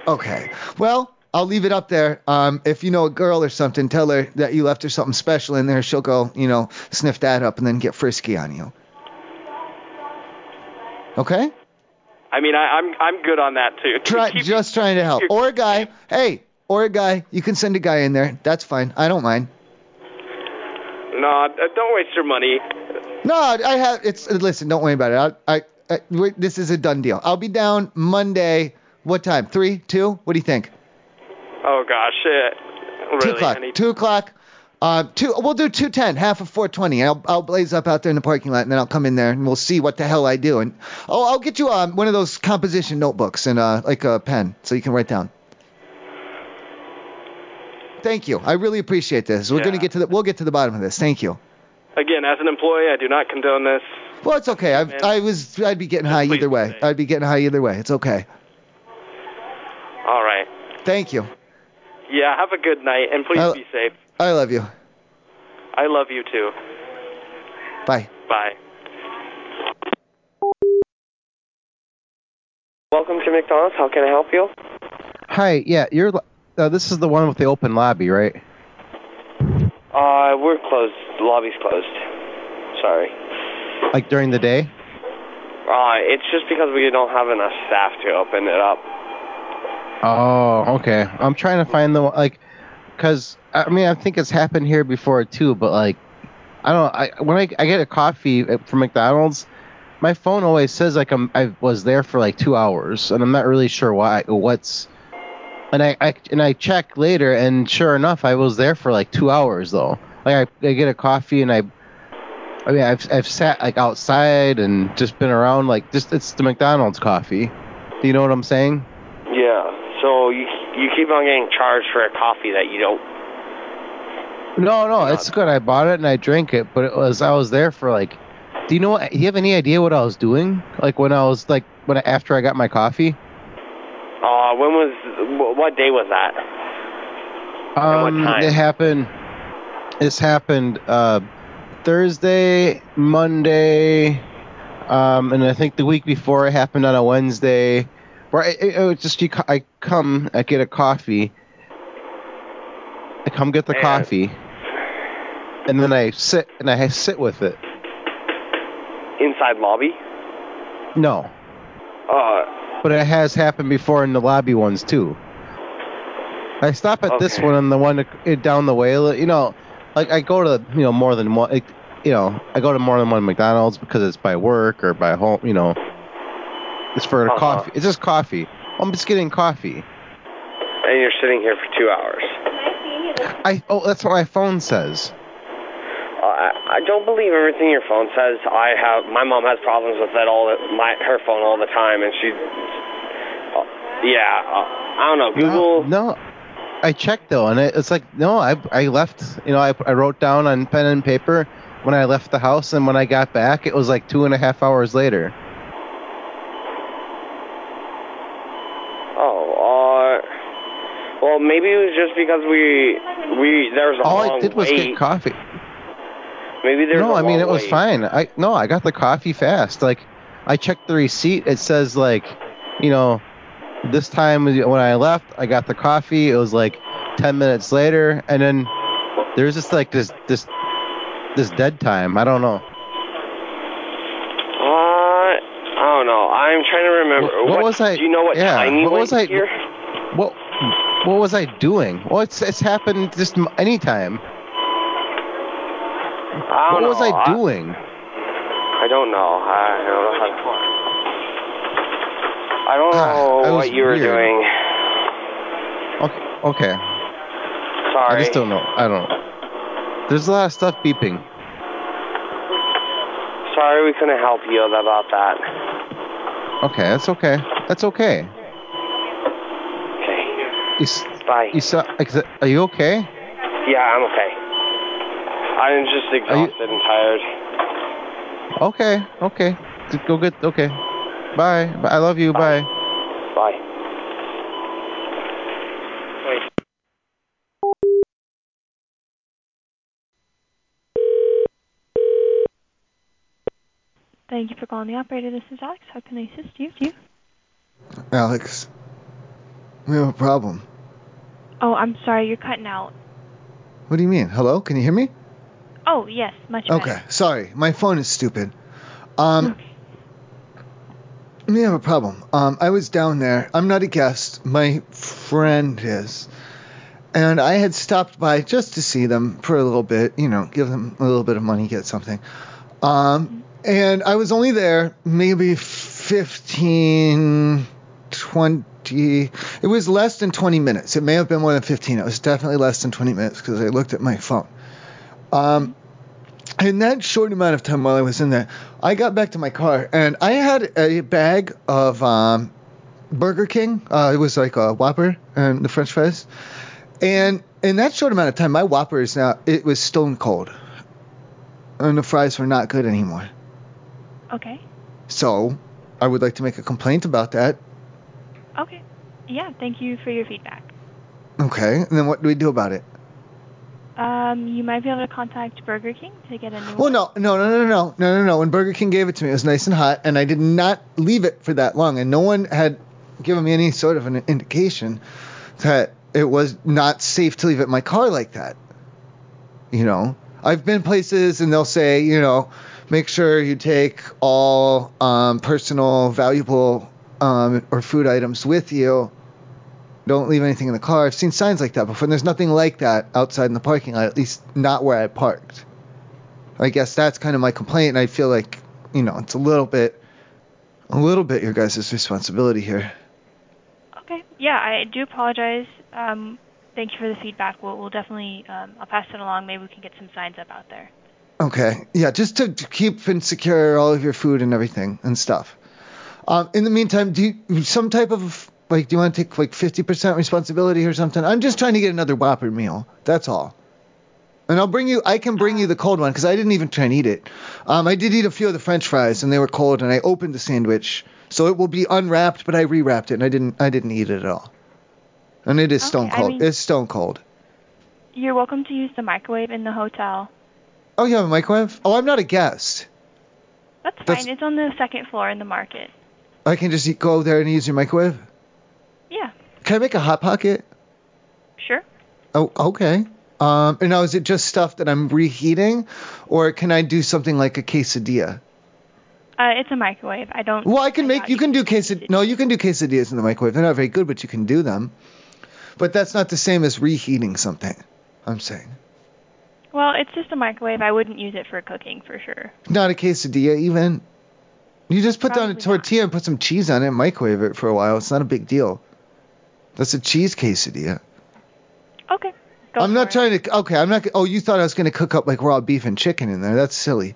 Okay. Well, I'll leave it up there. Um, if you know a girl or something, tell her that you left her something special in there. She'll go, you know, sniff that up and then get frisky on you. Okay? I mean, I, I'm I'm good on that too. Try, just trying to help. Or a guy. Hey, or a guy. You can send a guy in there. That's fine. I don't mind. (laughs) No, uh, don't waste your money. No, I have. It's listen. Don't worry about it. I, I uh, wait, this is a done deal. I'll be down Monday. What time? Three, two? What do you think? Oh gosh, shit. Really? two o'clock. Any, Two o'clock. Uh, two. We'll do two ten, half of four twenty. I'll I'll blaze up out there in the parking lot, and then I'll come in there, and we'll see what the hell I do. And oh, I'll get you um, one of those composition notebooks and uh, like a pen, so you can write down. Thank you. I really appreciate this. We're gonna Yeah. get to the we'll get to the bottom of this. Thank you. again, as an employee, I do not condone this. Well, it's okay. I I was I'd be getting high either way. I'd be getting high either way. It's okay. All right. Thank you. Yeah, have a good night, and please I'll- be safe. I love you. I love you too. Bye. Bye. Welcome to McDonald's. How can I help you? Hi, yeah, you're. li- Uh, this is the one with the open lobby, right? Uh, we're closed. The lobby's closed. Sorry. Like during the day. Uh, it's just because we don't have enough staff to open it up. Oh, okay. I'm trying to find the one- like, cause I mean I think it's happened here before too, but like, I don't. I when I, I get a coffee at- from McDonald's, my phone always says like I'm I was there for like two hours, and I'm not really sure why what's. And I, I and I check later, and sure enough, I was there for like two hours though. Like I, I get a coffee and I. I mean, I've, I've sat like outside and just been around like just it's the McDonald's coffee. Do you know what I'm saying? Yeah. So you you keep on getting charged for a coffee that you don't. No, no, it's good. I bought it and I drank it, but it was I was there for like. Do you know? what- Do you have any idea what I was doing? Like when I was like when I, after I got my coffee. Uh, when was wh- what day was that? Um, time? it happened. This happened uh, Thursday, Monday, um, and I think the week before it happened on a Wednesday. Where I, it, it was just you, co- I come, I get a coffee. I come get the coffee, and then I sit and I sit with it. Inside lobby. No. Uh, But it has happened before in the lobby ones too. I stop at this Okay. one and the one uh, down the way. You know, like I go to you know more than one. Like, you know, I go to more than one McDonald's because it's by work or by home. You know, it's for Uh-huh. coffee. It's just coffee. Oh, I'm just getting coffee. and you're sitting here for two hours. I oh, that's what my phone says. Uh, I I don't believe everything your phone says. I have my mom has problems with that all the- my her phone all the time, and she. Uh, yeah, uh, I don't know. Google. No, I checked though, and it, it's like no, I I left. You know, I I wrote down on pen and paper when I left the house, and when I got back, it was like two and a half hours later. Oh, uh, well, maybe it was just because we we there was a All long I did was wait. get coffee. maybe there No, was a I mean long it was wait. fine. I no, I got the coffee fast. Like I checked the receipt. It says like, you know, this time when I left, I got the coffee. It was like 10 minutes later, and then there's just like this this this dead time. I don't know. Uh, I don't know. I'm trying to remember. What- what was I- Do you know what yeah, time you what went was I- here? What what was I doing? Well, it's it's happened just m- anytime. I What don't was know. I doing? I don't know. I don't know. How to, I don't know Ah, I was what you were weird. doing. Okay, okay. Sorry. I just don't know. I don't. There's a lot of stuff beeping. Sorry, we couldn't help you about that. Okay, that's okay. That's okay. Okay. You, s- Bye. you saw, uh, exa- are you okay? Yeah, I'm okay. I'm just exhausted and tired. Okay, okay. G- Go get, okay. Bye. B- I love you. Bye. Bye. Thank you for calling the operator. This is Alex. How can I assist you? Alex, we have a problem. Oh, I'm sorry. You're cutting out. What do you mean? Hello? Can you hear me? Oh, yes. Much better. Okay, sorry. My phone is stupid. Um, we have a problem. Um, I was down there. I'm not a guest. My friend is. And I had stopped by just to see them for a little bit, you know, give them a little bit of money, get something. Um, and I was only there maybe f- 15, 20. It was less than 20 minutes. It may have been more than 15. It was definitely less than 20 minutes because I looked at my phone. Um, in that short amount of time while I was in there, I got back to my car and I had a bag of um, Burger King. Uh, it was like a Whopper and the French fries. And in that short amount of time, my Whopper is now, it was stone cold. And the fries were not good anymore. Okay. So I would like to make a complaint about that. Okay. Yeah, thank you for your feedback. Okay. And then what do we do about it? Um, you might be able to contact Burger King to get a new Well, no, no, no, no, no, no, no, no. When Burger King gave it to me, it was nice and hot, and I did not leave it for that long, and no one had given me any sort of an indication that it was not safe to leave it in my car like that. You know, I've been places, and they'll say, you know, make sure you take all um, personal, valuable, um, or food items with you. Don't leave anything in the car. I've seen signs like that before, and there's nothing like that outside in the parking lot, at least not where I parked. I guess that's kind of my complaint, and I feel like, you know, it's a little bit, a little bit your guys' responsibility here. Okay. Yeah, I do apologize. Um, thank you for the feedback. We'll, we'll definitely, um, I'll pass it along. Maybe we can get some signs up out there. Okay. Yeah, just to, to keep and secure all of your food and everything and stuff. Um, in the meantime, do you some type of like do you want to take like 50% responsibility or something? I'm just trying to get another Whopper meal. That's all. And I'll bring you. I can bring you the cold one because I didn't even try and eat it. Um, I did eat a few of the French fries and they were cold, and I opened the sandwich, so it will be unwrapped, but I rewrapped it and I didn't. I didn't eat it at all. And it is stone Okay, I cold. mean- it's stone cold. You're welcome to use the microwave in the hotel. Oh, you have a microwave? Oh, I'm not a guest. That's fine. That's- It's on the second floor in the market. I can just eat, go there and use your microwave. Yeah. Can I make a hot pocket? Sure. Oh, okay. Um, and now is it just stuff that I'm reheating, or can I do something like a quesadilla? Uh, it's a microwave. I don't. Well, I can make you can do quesad no, you can do quesadillas in the microwave. They're not very good, but you can do them. But that's not the same as reheating something. I'm saying Well, it's just a microwave. I wouldn't use it for cooking for sure. not a quesadilla even. You just put down a tortilla and put some cheese on it and microwave it for a while. It's not a big deal. That's a cheese quesadilla. Okay. I'm not trying to. Okay, I'm not. Oh, you thought I was going to cook up like raw beef and chicken in there? That's silly.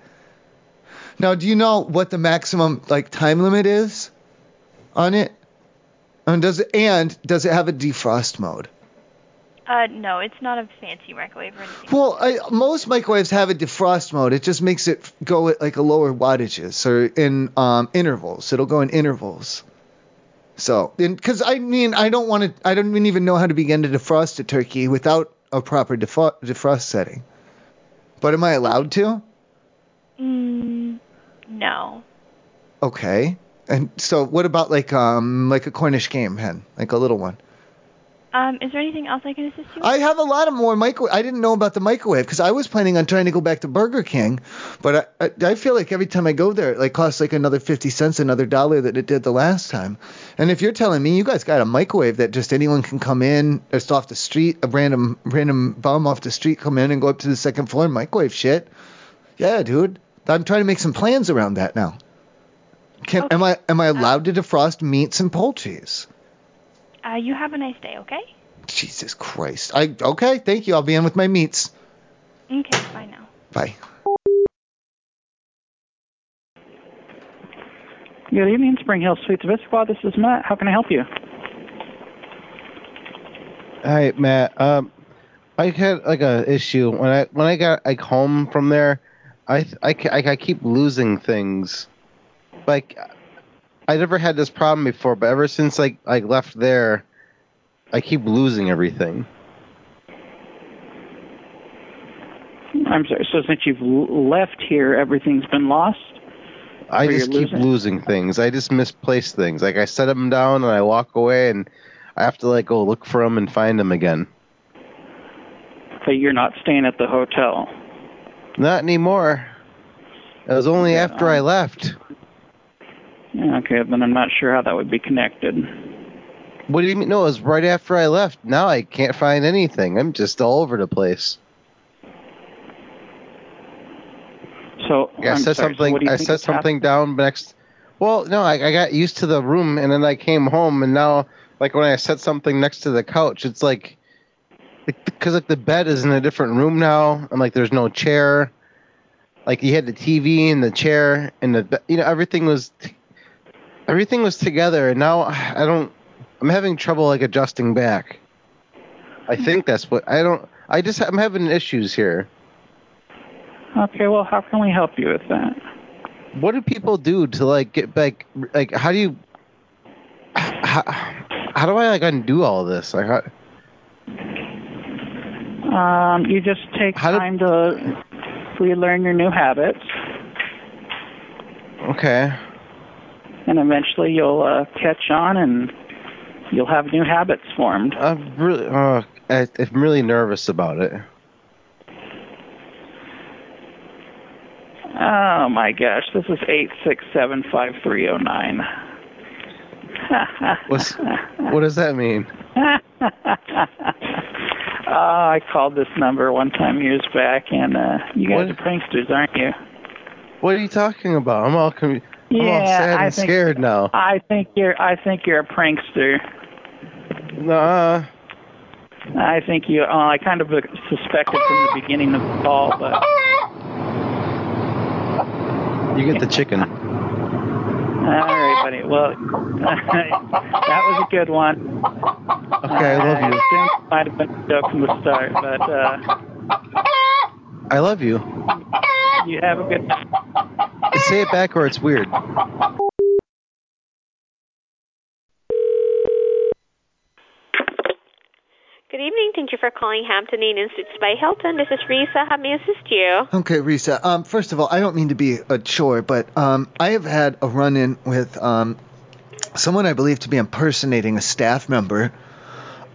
Now, do you know what the maximum like time limit is on it? And does it and does it have a defrost mode? Uh, no, it's not a fancy microwave or anything. Well, I, most microwaves have a defrost mode. It just makes it go at like a lower wattages or in um, intervals. It'll go in intervals. So, because I mean, I don't want to. I don't even know how to begin to defrost a turkey without a proper defo- defrost setting. But am I allowed to? Mm, no. Okay. And so, what about like um like a Cornish game hen, like a little one? Um, is there anything else I can assist you? I have a lot of more microwave. I didn't know about the microwave because I was planning on trying to go back to Burger King, but I, I, I feel like every time I go there, it like costs like another fifty cents, another dollar that it did the last time. And if you're telling me you guys got a microwave that just anyone can come in, just off the street, a random random bum off the street come in and go up to the second floor and microwave shit, yeah, dude. I'm trying to make some plans around that now. Can am I am I allowed to defrost meats and poultries? Uh, you have a nice day, okay? Jesus Christ. I okay, thank you. I'll be in with my meats. Okay, bye now. Bye. Good evening, Spring Hill Suites of Issaquah. This is Matt. How can I help you? Hi, Matt. Um, I had like a issue when I when I got like home from there. I th- I, ca- I, I keep losing things. Like I never had this problem before, but ever since like I left there, I keep losing everything. I'm sorry. So since you've l- left here, everything's been lost. I Or you're just keep losing? losing things. I just misplace things. Like I set them down and I walk away, and I have to like go look for them and find them again. But you're not staying at the hotel. Not anymore. It was only um, after I left. Yeah, okay, then I'm not sure how that would be connected. What do you mean? No, it was right after I left. Now I can't find anything. I'm just all over the place. So I I'm sorry, set so something. what do you I think set is hap- something down next Well, no, I, I got used to the room, and then I came home, and now, like when I set something next to the couch, it's like, because like the bed is in a different room now, and like there's no chair, like you had the TV and the chair and the be- you know everything was, everything was together, and now I don't, I'm having trouble like adjusting back. I think that's what I don't. I just I'm having issues here. Okay, well, how can we help you with that? What do people do to like get back? Like, how do you? How, how do I like undo all this? Like, how, Um, you just take time to relearn your new habits, okay. and eventually you'll uh, catch on and you'll have new habits formed. I'm really, uh, I, I'm really nervous (laughs) about it. Oh my gosh, this is eight six seven five three zero nine. What's, what does (laughs) that mean? Oh, I called this number one time years back, and uh, you guys What? are pranksters, aren't you? What are you talking about? I'm all, com- I'm all Yeah, sad and I think- scared now. I think you're. I think you're a prankster. Nah. I think you. Uh, I kind of suspected from the beginning of the call, but You get the chicken. all right, buddy. Well, (laughs) that was a good one. (laughs) (laughs) Okay, I love you. assumed Uh, it might have been a joke from the start, but uh, I love you. you have a good night. Say it back or it's weird. Good evening. Thank you for calling Hampton Inn and Suites by Hilton. This is Risa. How may I assist you? Okay, Risa. Um, first of all, I don't mean to be a chore, but um, I have had a run-in with um, someone I believe to be impersonating a staff member.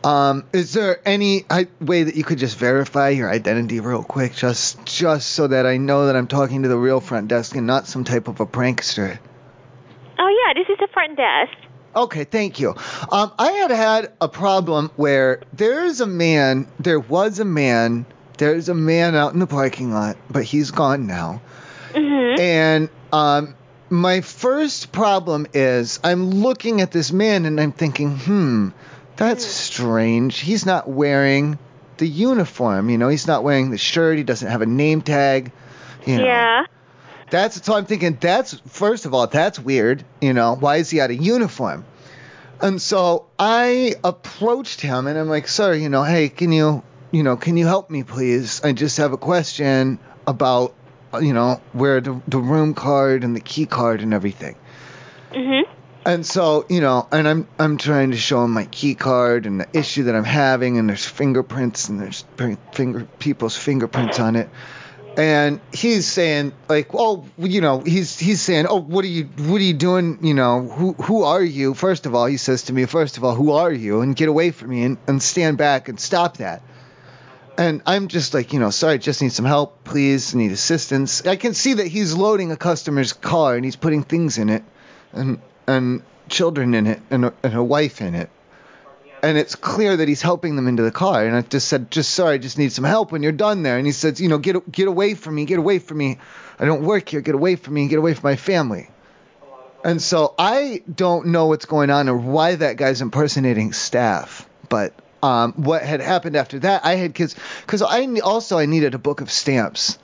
Um, is there any I, way that you could just verify your identity real quick, just just so that I know that I'm talking to the real front desk and not some type of a prankster? Oh, yeah. This is the front desk. Okay, thank you. Um, I had had a problem where there's a man, there was a man, there's a man out in the parking lot, but he's gone now. And um, my first problem is I'm looking at this man and I'm thinking, hmm, that's strange. He's not wearing the uniform, you know, he's not wearing the shirt, he doesn't have a name tag, you know. Yeah. That's so I'm thinking that's first of all, that's weird, you know, why is he out of uniform? And so I approached him and I'm like, sir, you know, hey, can you you know, can you help me please? I just have a question about uh, you know, where the, the room card and the key card and everything. Mm-hmm. And so, you know, and I'm I'm trying to show him my key card and the issue that I'm having, and there's fingerprints and there's pr- finger people's fingerprints on it, and he's saying like, oh, you know, he's he's saying, oh, what are you what are you doing? You know, who who are you? First of all, he says to me, first of all, who are you? And get away from me and, and stand back and stop that. And I'm just like, you know, sorry, just need some help, please, need assistance. I can see that he's loading a customer's car and he's putting things in it and and children in it and a, and a wife in it. And it's clear that he's helping them into the car. And I just said, just sorry, just need some help when you're done there. And he says, you know, get get away from me, get away from me. I don't work here. Get away from me, get away from my family. And so I don't know what's going on or why that guy's impersonating staff. But um, what had happened after that, I had kids because I ne- also I needed a book of stamps,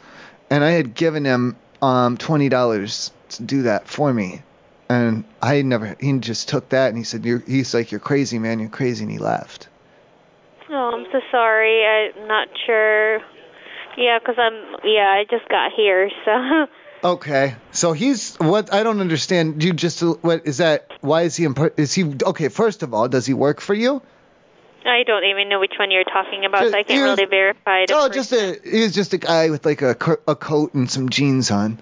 and I had given him um, twenty dollars to do that for me, and I had never he just took that and he said you're, he's like you're crazy man you're crazy and he left. Oh, I'm so sorry. I'm not sure. Yeah, 'cause I'm. Yeah, I just got here, so. (laughs) Okay, so he's what I don't understand. You just what is that? Why is he imper- is he okay? First of all, does he work for you? I don't even know which one you're talking about, so I can't Just- really verify the Oh, person. just a he's just a guy with like a, co- a coat and some jeans on.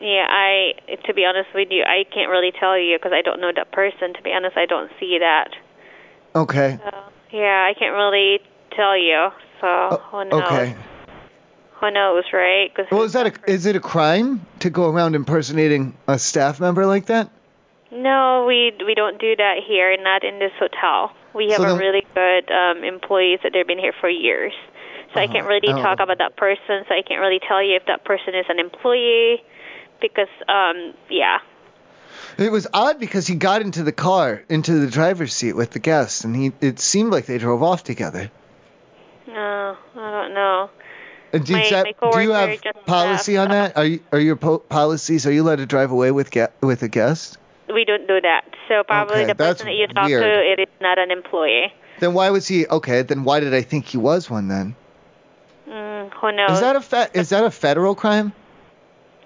Yeah, I to be honest with you, I can't really tell you 'cause I don't know that person. To be honest, I don't see that. Okay. Yeah, I can't really tell you. So who knows? Oh, Okay. Who knows, right? 'Cause Well, is that a, is it a crime to go around impersonating a staff member like that? no, we we don't do that here. Not in this hotel. We have So a then- really good um employees that they've been here for years. So I can't really oh. talk about that person. So I can't really tell you if that person is an employee because um yeah. It was odd because he got into the car, into the driver's seat with the guest, and he it seemed like they drove off together. No, I don't know. And Uh, do, My- you have- my do you coworker have just policy on that? Are you, are your po- policies? Are you allowed to drive away with ge- with a guest? We don't do that. So probably Okay, the that's person that you talk weird. to, it is not an employee. Then why was he okay? Then why did I think he was one? Then Mm, who knows? is that a fe- is that a federal crime?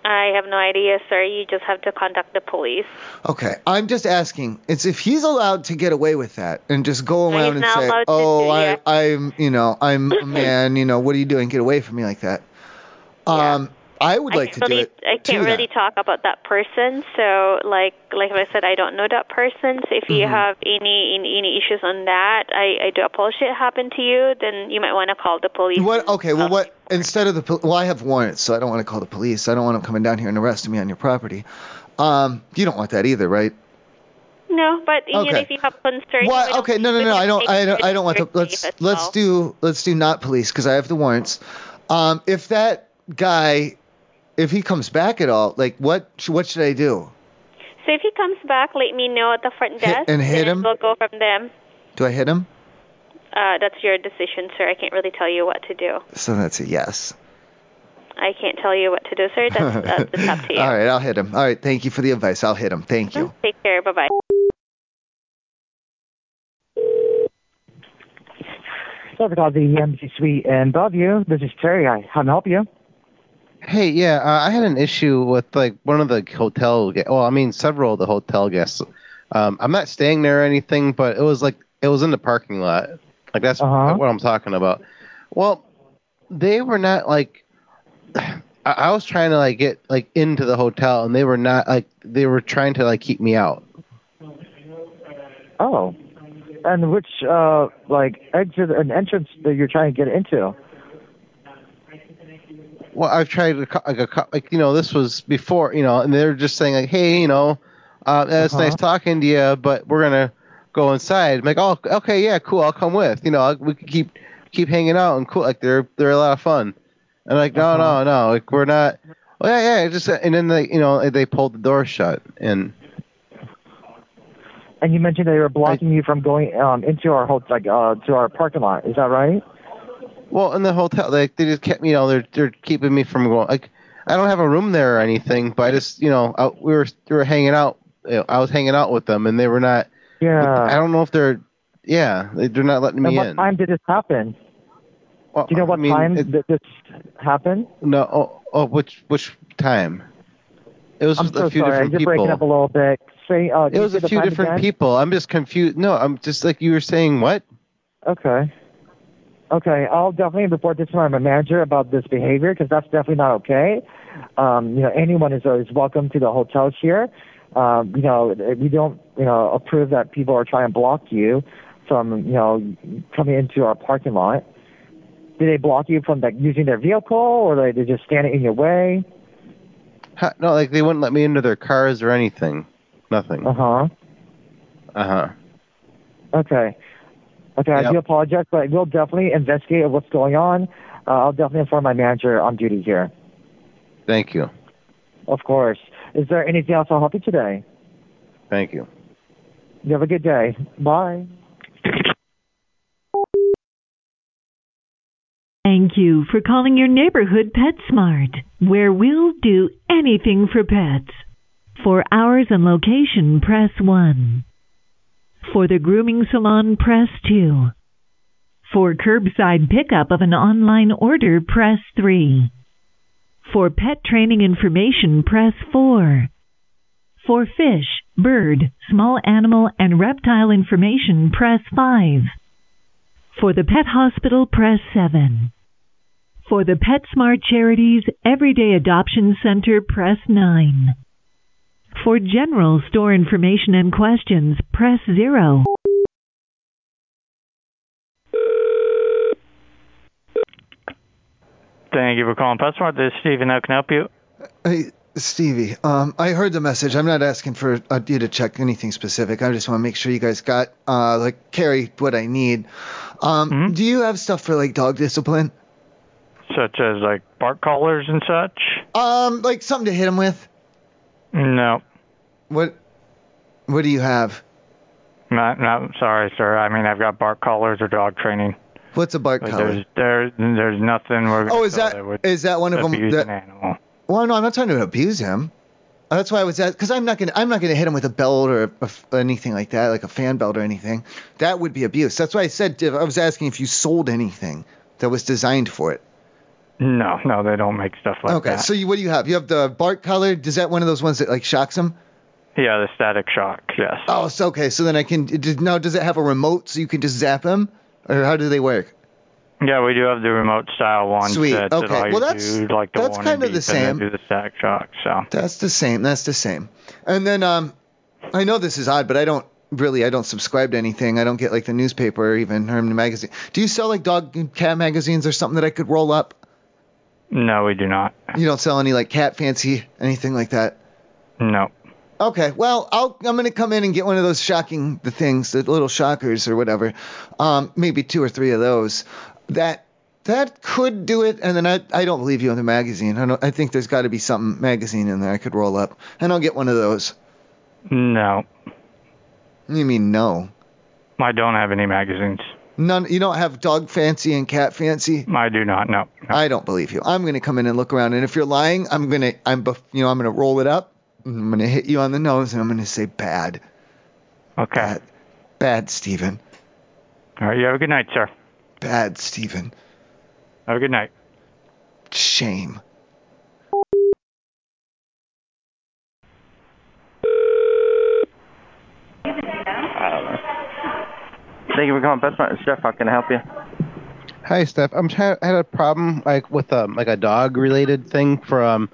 I have no idea, sir. You just have to contact the police. Okay, I'm just asking. It's if he's allowed to get away with that and just go No, he's around and not say, allowed to "Oh, I, I'm, you know, I'm (clears throat) a man. You know, what are you doing? Get away from me like that." Um, I would like I to can't really, do it. I do can't that. really talk about that person. So, like, like I said, I don't know that person. So, if you Mhm. have any, any any issues on that, I I do apologize. It happened to you. Then you might want to call the police. What? Okay. Well, what? Instead of the pol- well, I have warrants, so I don't want to call the police. I don't want them coming down here and arresting me on your property. Um, you don't want that either, right? No, but you know, Okay. if you have concerns, What? we Okay. No, no, no. I don't. I don't. I don't want the. Let's let's do let's do not police because I have the warrants. Um, if that guy, if he comes back at all, like what? sh- What should I do? don't- so if he comes back, let me know at the front desk, and hit then him? We'll go from them. Do I hit him? Uh, that's your decision, sir. I can't really tell you what to do. So that's a yes. I can't tell you what to do, sir. (laughs) That's, uh, that's it's up to you. All right, I'll hit him. All right, thank you for the advice. I'll hit him. Thank you. Take care. Bye bye. Sorry about the embassy suite in Bellevue. This is Terry. I how can I help you? Hey, yeah, uh, I had an issue with like one of the hotel. Ge- well, I mean, several of the hotel guests. Um, I'm not staying there or anything, but it was like it was in the parking lot. Like that's what I'm talking about. Well, they were not like. (sighs) I, I was trying to like get like into the hotel, and they were not like they were trying to like keep me out. Oh, and which uh like exit and entrance that you're trying to get into? Well, I've tried a, cou- like a cou- like you know this was before you know, and they're just saying like, hey, you know, uh, it's nice talking to you, but we're gonna go inside. I'm like, oh, okay, yeah, cool, I'll come with. You know, like, we could keep keep hanging out and cool. Like they're they're a lot of fun. And like, no, no, no, like we're not. Well, yeah, yeah, it's just and then they you know they pulled the door shut and And you mentioned they were blocking you from going um into our whole like uh to our parking lot. Is that right? well in the hotel like they just kept you know they're they're keeping me from going like I don't have a room there or anything, but I just you know I, we were we were hanging out. You know, I was hanging out with them and they were not. I Yeah. don't know if they're. Yeah, they- they're not letting and me what in. time did this happen? Well, Do you know what I mean, time it- did this happen? No. Oh, oh, which which time? It was I'm with so a few sorry. different You're breaking people. up a little bit. Say, uh, it was a few different people. I'm just confused. No, I'm just like you were saying. What? Okay. Okay, I'll definitely report this to my manager about this behavior because that's definitely not okay. Um, you know, anyone is, is welcome to the hotels here. Um, you know, we don't, you know, approve that people are trying to block you from, you know, coming into our parking lot. Did they block you from like using their vehicle, or they they just standing in your way? Ha- No, like they wouldn't let me into their cars or anything. Nothing. Uh huh. Uh huh. Uh-huh. Okay. Okay, I Yep. do apologize, but we'll definitely investigate what's going on. Uh, I'll definitely inform my manager on duty here. Thank you. Of course. Is there anything else I'll help you today? Thank you. You have a good day. Bye. Thank you for calling your neighborhood PetSmart, where we'll do anything for pets. For hours and location, press 1. For the grooming salon, press 2. For curbside pickup of an online order, press 3. For pet training information, press 4. For fish, bird, small animal, and reptile information, press 5. For the pet hospital, press 7. For the PetSmart Charities Everyday Adoption Center, press 9. For general store information and questions, press 0. Thank you for calling PetSmart. This is Steven. How can I help you? Hey, Stevie. Um, I heard the message. I'm not asking for uh, you to check anything specific. I just want to make sure you guys got uh like carry what I need. Um, Mm-hmm. do you have stuff for like dog discipline? Such as like bark collars and such? Um, like something to hit him with? No. What? What do you have? No, no, sorry, sir. I mean, I've got bark collars or dog training. What's a bark collar? There's there, there's nothing we're gonna Oh, is sell that- would is that one of 'em abuse that- an animal. Well, no, I'm not trying to abuse him. Uh, That's why I was at because I'm not gonna I'm not gonna hit him with a belt or a- a f- anything like that, like a fan belt or anything. That would be abuse. That's why I said I was asking if you sold anything that was designed for it. No, no, they don't make stuff like okay, that. so you, what do you have? You have the bark collar. Is that one of those ones that like shocks him? yeah, the static shock. Yes. Oh, so okay. So then I can it did- now does it have a remote so you can just zap him, or how do they work? Yeah, we do have the remote style ones. Sweet, That, that okay. allow you Well, to that's- do, like the that's one kinda and the beats and then same. Do the static shock. So That's the same. That's the same. And then um, I know this is odd, but I don't really I don't subscribe to anything. I don't get like the newspaper or even Herman magazine. Do you sell like dog and cat magazines or something that I could roll up? no, we do not. You don't sell any like cat fancy anything like that. No. Okay, well, I'll, I'm gonna come in and get one of those shocking the things, the little shockers or whatever. Um, maybe two or three of those. That that could do it. And then I, I don't believe you on the magazine. I don't, I think there's got to be something magazine in there I could roll up, and I'll get one of those. No. You mean no? I don't have any magazines. None. You don't have dog fancy and cat fancy. I do not. No. I don't believe you. I'm gonna come in and look around, and if you're lying, I'm gonna I'm bef- you know I'm gonna roll it up. and I'm gonna hit you on the nose, and I'm gonna say bad. Okay. Bad, bad Stephen. All right. You have a good night, sir. Bad Stephen. Have a good night. Shame. Thank you for calling PetSmart. It's Jeff. How can I help you? Hi, Steph. I'm trying. I had a problem like with um like a dog related thing from,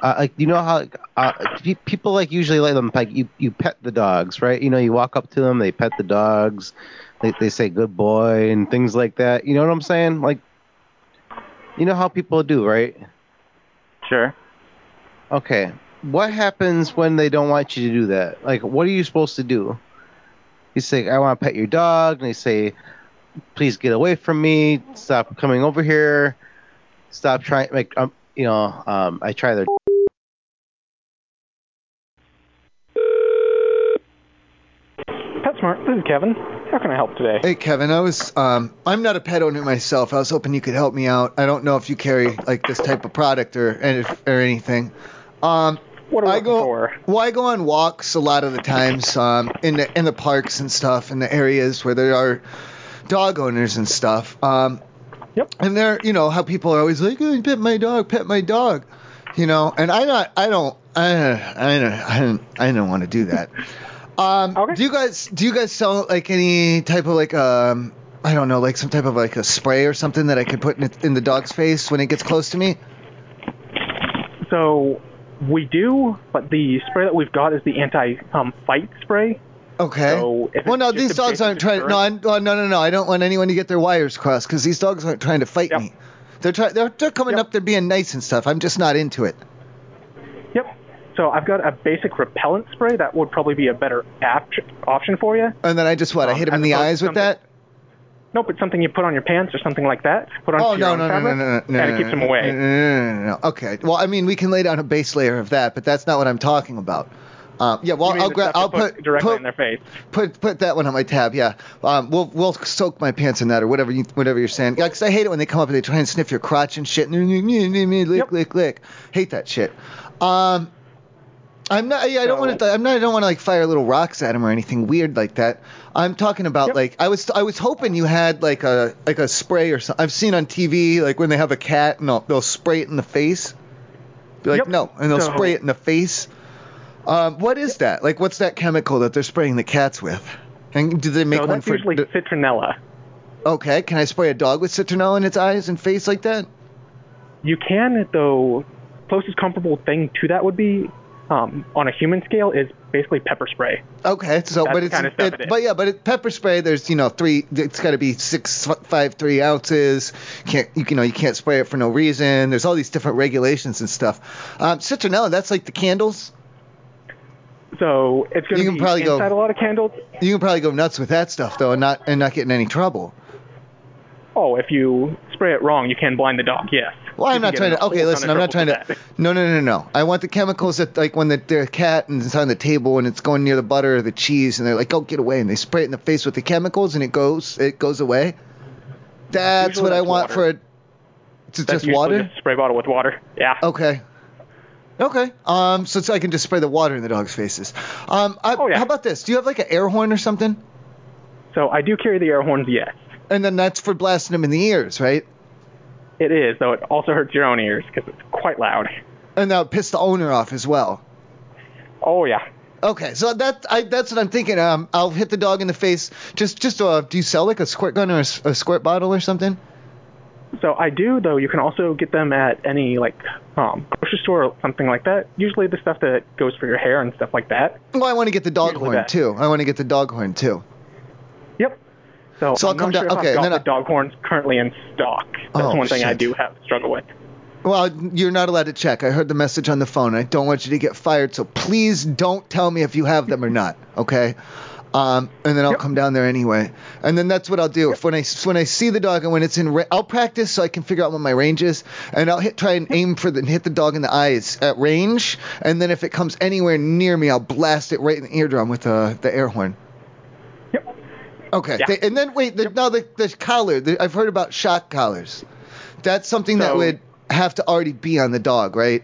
uh, like you know how like, uh, pe- people like usually let them like you you pet the dogs right? You know you walk up to them, they pet the dogs, they they say good boy and things like that. You know what I'm saying? Like, you know how people do, right? Sure. Okay. What happens when they don't want you to do that? Like, what are you supposed to do? You say, I want to pet your dog, and they say, please get away from me. Stop coming over here. Stop trying. Like, um, you know, um, I try their. (laughs) PetSmart, this is Kevin. How can I help today? Hey Kevin, I was um I'm not a pet owner myself. I was hoping you could help me out. I don't know if you carry like this type of product or and if- or anything. Um what I go well, I go on walks a lot of the times um in the in the parks and stuff in the areas where there are dog owners and stuff. Um Yep. And they're you know how people are always like, oh, pet my dog, pet my dog, you know. And I not I don't I I don't I don't, I don't want to do that. Um, Do you guys do you guys sell like any type of like um I don't know like some type of like a spray or something that I could put in, it, in the dog's face when it gets close to me? So we do, but the spray that we've got is the anti-fight spray. Okay. So if well, it's no, just these a dogs basic aren't trying. No, I, no, no, no, no. I don't want anyone to get their wires crossed because these dogs aren't trying to fight me. They're trying. They're, they're coming up. They're being nice and stuff. I'm just not into it. Yep. So I've got a basic repellent spray that would probably be a better apt option for you. Um, And then I just what? I hit him in the eyes with that. Nope, it's something you put on your pants or something like that. Put on oh your no own no, no no fabric, no no and no, it keeps no, them away. No no, no no no no. Okay. Well, I mean, we can lay down a base layer of that, but that's not what I'm talking about. Um, yeah. Well, You mean I'll the grab. stuff you I'll put put directly put, in their face. Put put that one on my tab. Yeah. Um, we'll we'll soak my pants in that or whatever you whatever you're saying. Yeah, 'cause I hate it when they come up and they try and sniff your crotch and shit. Lick lick lick. Hate that shit. Um. I'm not. Yeah, I don't want to. I'm not. I don't want to like fire little rocks at him or anything weird like that. I'm talking about like I was. I was hoping you had like a like a spray or something. I've seen on TV like when they have a cat and they'll, they'll spray it in the face. Be like no, and they'll So- spray it in the face. Um, what is that? Like what's that chemical that they're spraying the cats with? And do they make so one that's for? usually citronella. Okay, can I spray a dog with citronella in its eyes and face like that? You can, though. Closest comparable thing to that would be, um, on a human scale, is basically pepper spray. Okay, so but That's the it's kind of stuff it- it is. but yeah, but it, pepper spray. There's you know three. It's got to be six, five, three ounces. Can't you, you know you can't spray it for no reason. There's all these different regulations and stuff. Um, citronella, that's like the candles. So it's gonna you can be probably go, inside a lot of candles. You can probably go nuts with that stuff though, and not and not get in any trouble. Oh, if you spray it wrong, you can blind the dog. Yes. Well, You I'm can not get trying in to. a Okay, whole listen, ton I'm of not trying trouble to. No, no, no, no. I want the chemicals that, like, when the, they're a cat and it's on the table and it's going near the butter or the cheese and they're like, "Oh, get away!" and they spray it in the face with the chemicals and it goes, it goes away. That's Usually what I that's want water. for a. It's That's just usually water. just spray bottle with water. Yeah. Okay. Okay. Um. So, it's I can just spray the water in the dog's faces. Um. I, Oh, How about this? Do you have like an air horn or something? So I do carry the air horns, yes. And then that's for blasting them in the ears, right? It is, though it also hurts your own ears because it's quite loud. And that would piss the owner off as well. Oh yeah. Okay, so that I, that's what I'm thinking. Um, I'll hit the dog in the face. Just just uh, do you sell like a squirt gun or a, s- a squirt bottle or something? So I do, though. You can also get them at any like um, grocery store or something like that. Usually the stuff that goes for your hair and stuff like that. Well, I want to get the dog Usually horn that. too. I want to get the dog horn too. So, So I'll I'm come not down- sure if okay, I've and got then the I- dog horns currently in stock. That's Oh, one thing I shit. do have struggle with. Well, you're not allowed to check. I heard the message on the phone. I don't want you to get fired, so please don't tell me if you have them or not. Okay. Um, and then I'll come down there anyway. And then that's what I'll do. If when I when I see the dog and when it's in, ra- I'll practice so I can figure out what my range is, and I'll hit try and aim for the hit the dog in the eyes at range. And then if it comes anywhere near me, I'll blast it right in the eardrum with the the air horn. Okay. Yeah. They, and then wait, the, now the, the collar. The, I've heard about shock collars. That's something that So- would have to already be on the dog, right?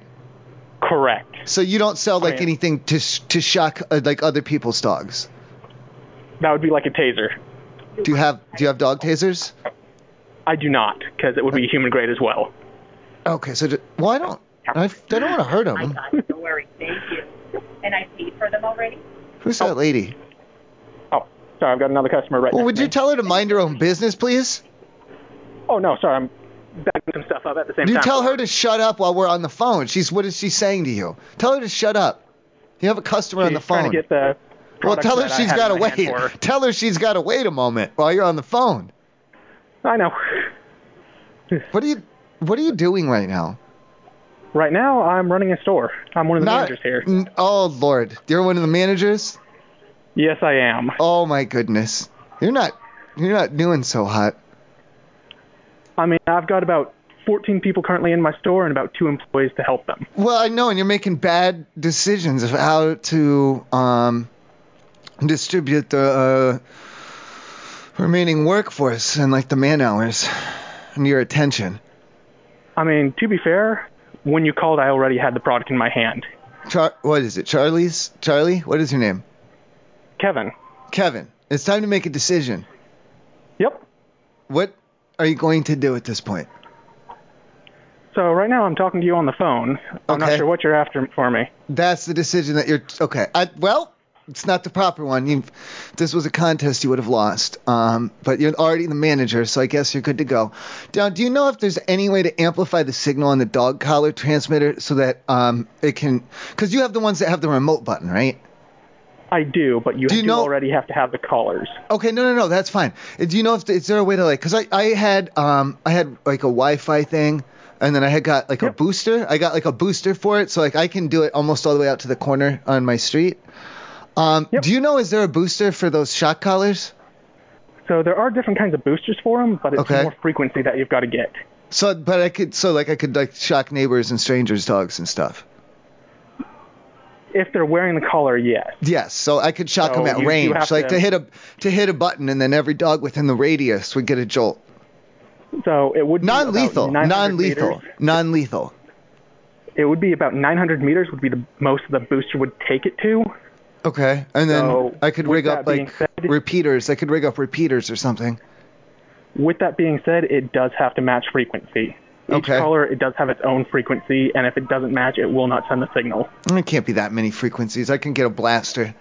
Correct. So you don't sell like yeah. anything to sh- to shock uh, like other people's dogs. That would be like a taser. Do you have do you have dog tasers? I do not because it would be human grade as well. Okay, so d well I don't I, I don't want to hurt them. Don't worry. Thank you. And I paid for them already. Who's that lady? Oh, sorry, I've got another customer right Well, now. would you tell her to mind her own business, please? Oh no, sorry, I'm backing some stuff up at the same you time. tell her to shut up while we're on the phone. She's what is she saying to you? Tell her to shut up. You have a customer on the trying phone. to get the well, product tell her that I she's had got to in my hand wait. for her. Tell her she's got to wait a moment while you're on the phone. I know. What are you What are you doing right now? Right now, I'm running a store. I'm one of the Not- managers here. n- Oh Lord, you're one of the managers. Yes, I am. Oh my goodness, you're not you're not doing so hot. I mean, I've got about 14 people currently in my store and about two employees to help them. Well, I know, and you're making bad decisions of how to um, distribute the uh, remaining workforce and like the man hours and your attention. I mean, to be fair, when you called, I already had the product in my hand. Char- what is it, Charlie's? Charlie? What is your name? Kevin. Kevin, it's time to make a decision. Yep. What are you going to do at this point? So right now, I'm talking to you on the phone. I'm not Okay. sure what you're after for me. That's the decision that you're okay. I, well, it's not the proper one. You've, this was a contest you would have lost. Um, but you're already the manager, so I guess you're good to go. Now, do you know if there's any way to amplify the signal on the dog collar transmitter so that um, it can? Because you have the ones that have the remote button, right? I do, but you Do you do know- already have to have the callers. Okay, no, no, no, that's fine. Uh, Do you know if is there a way to like? Cause I, I had um I had like a Wi-Fi thing, and then I had got like a booster. I got like a booster for it, so like I can do it almost all the way out to the corner on my street. Um, do you know is there a booster for those shock collars? So there are different kinds of boosters for them, but it's Okay. more frequency that you've got to get. So, but I could so like I could like shock neighbors and strangers' dogs and stuff. If they're wearing the collar, yes. Yes, so I could shock So them at you- you range, have like to, to- hit a to hit a button, and then every dog within the radius would get a jolt. So it would non-lethal, non-lethal, non-lethal. It would be about 900 meters would be the most the booster would take it to. Okay, and then So, I could with rig that up being like repeaters. I could rig up repeaters or something. With that being said, it does have to match frequency. Each Okay. collar it does have its own frequency, and if it doesn't match, it will not send the signal. It can't be that many frequencies. I can get a blaster.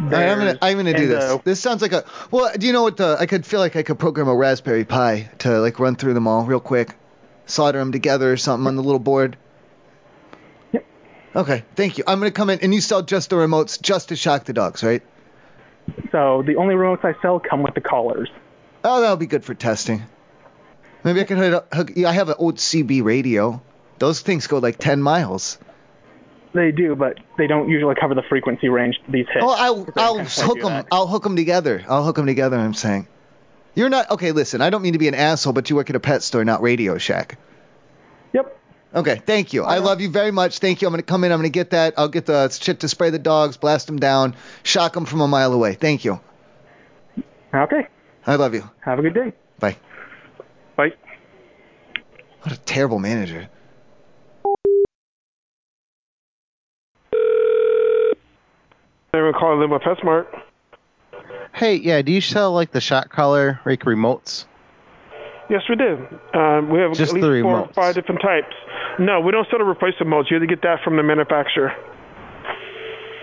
All right, I'm gonna I'm gonna do and, this. uh, this sounds like a well. Do you know what the? I could feel like I could program a Raspberry Pi to like run through them all real quick, solder them together or something on the little board. Yep. Okay, thank you. I'm gonna come in and you sell just the remotes just to shock the dogs, right? So the only remotes I sell come with the collars. Oh, that'll be good for testing. Maybe I can hook. hook yeah, I have an old CB radio. Those things go like 10 miles. They do, but they don't usually cover the frequency range these hits. Oh, I'll So I'll that's why I hook do them. that. I'll hook them together. I'll hook them together. I'm saying. You're not okay. Listen, I don't mean to be an asshole, but you work at a pet store, not Radio Shack. Yep. Okay, thank you. I love you very much. Thank you. I'm going to come in. I'm going to get that. I'll get the shit to spray the dogs, blast them down, shock them from a mile away. Thank you. Okay. I love you. Have a good day. Bye. Bye. What a terrible manager. They were calling Limbo Pet Mart. Hey, yeah, do you sell like the shot collar like remotes? Yes, we do. Um, we have Just at least the four or remotes. five different types. No, we don't sell the replacement molds. You have to get that from the manufacturer.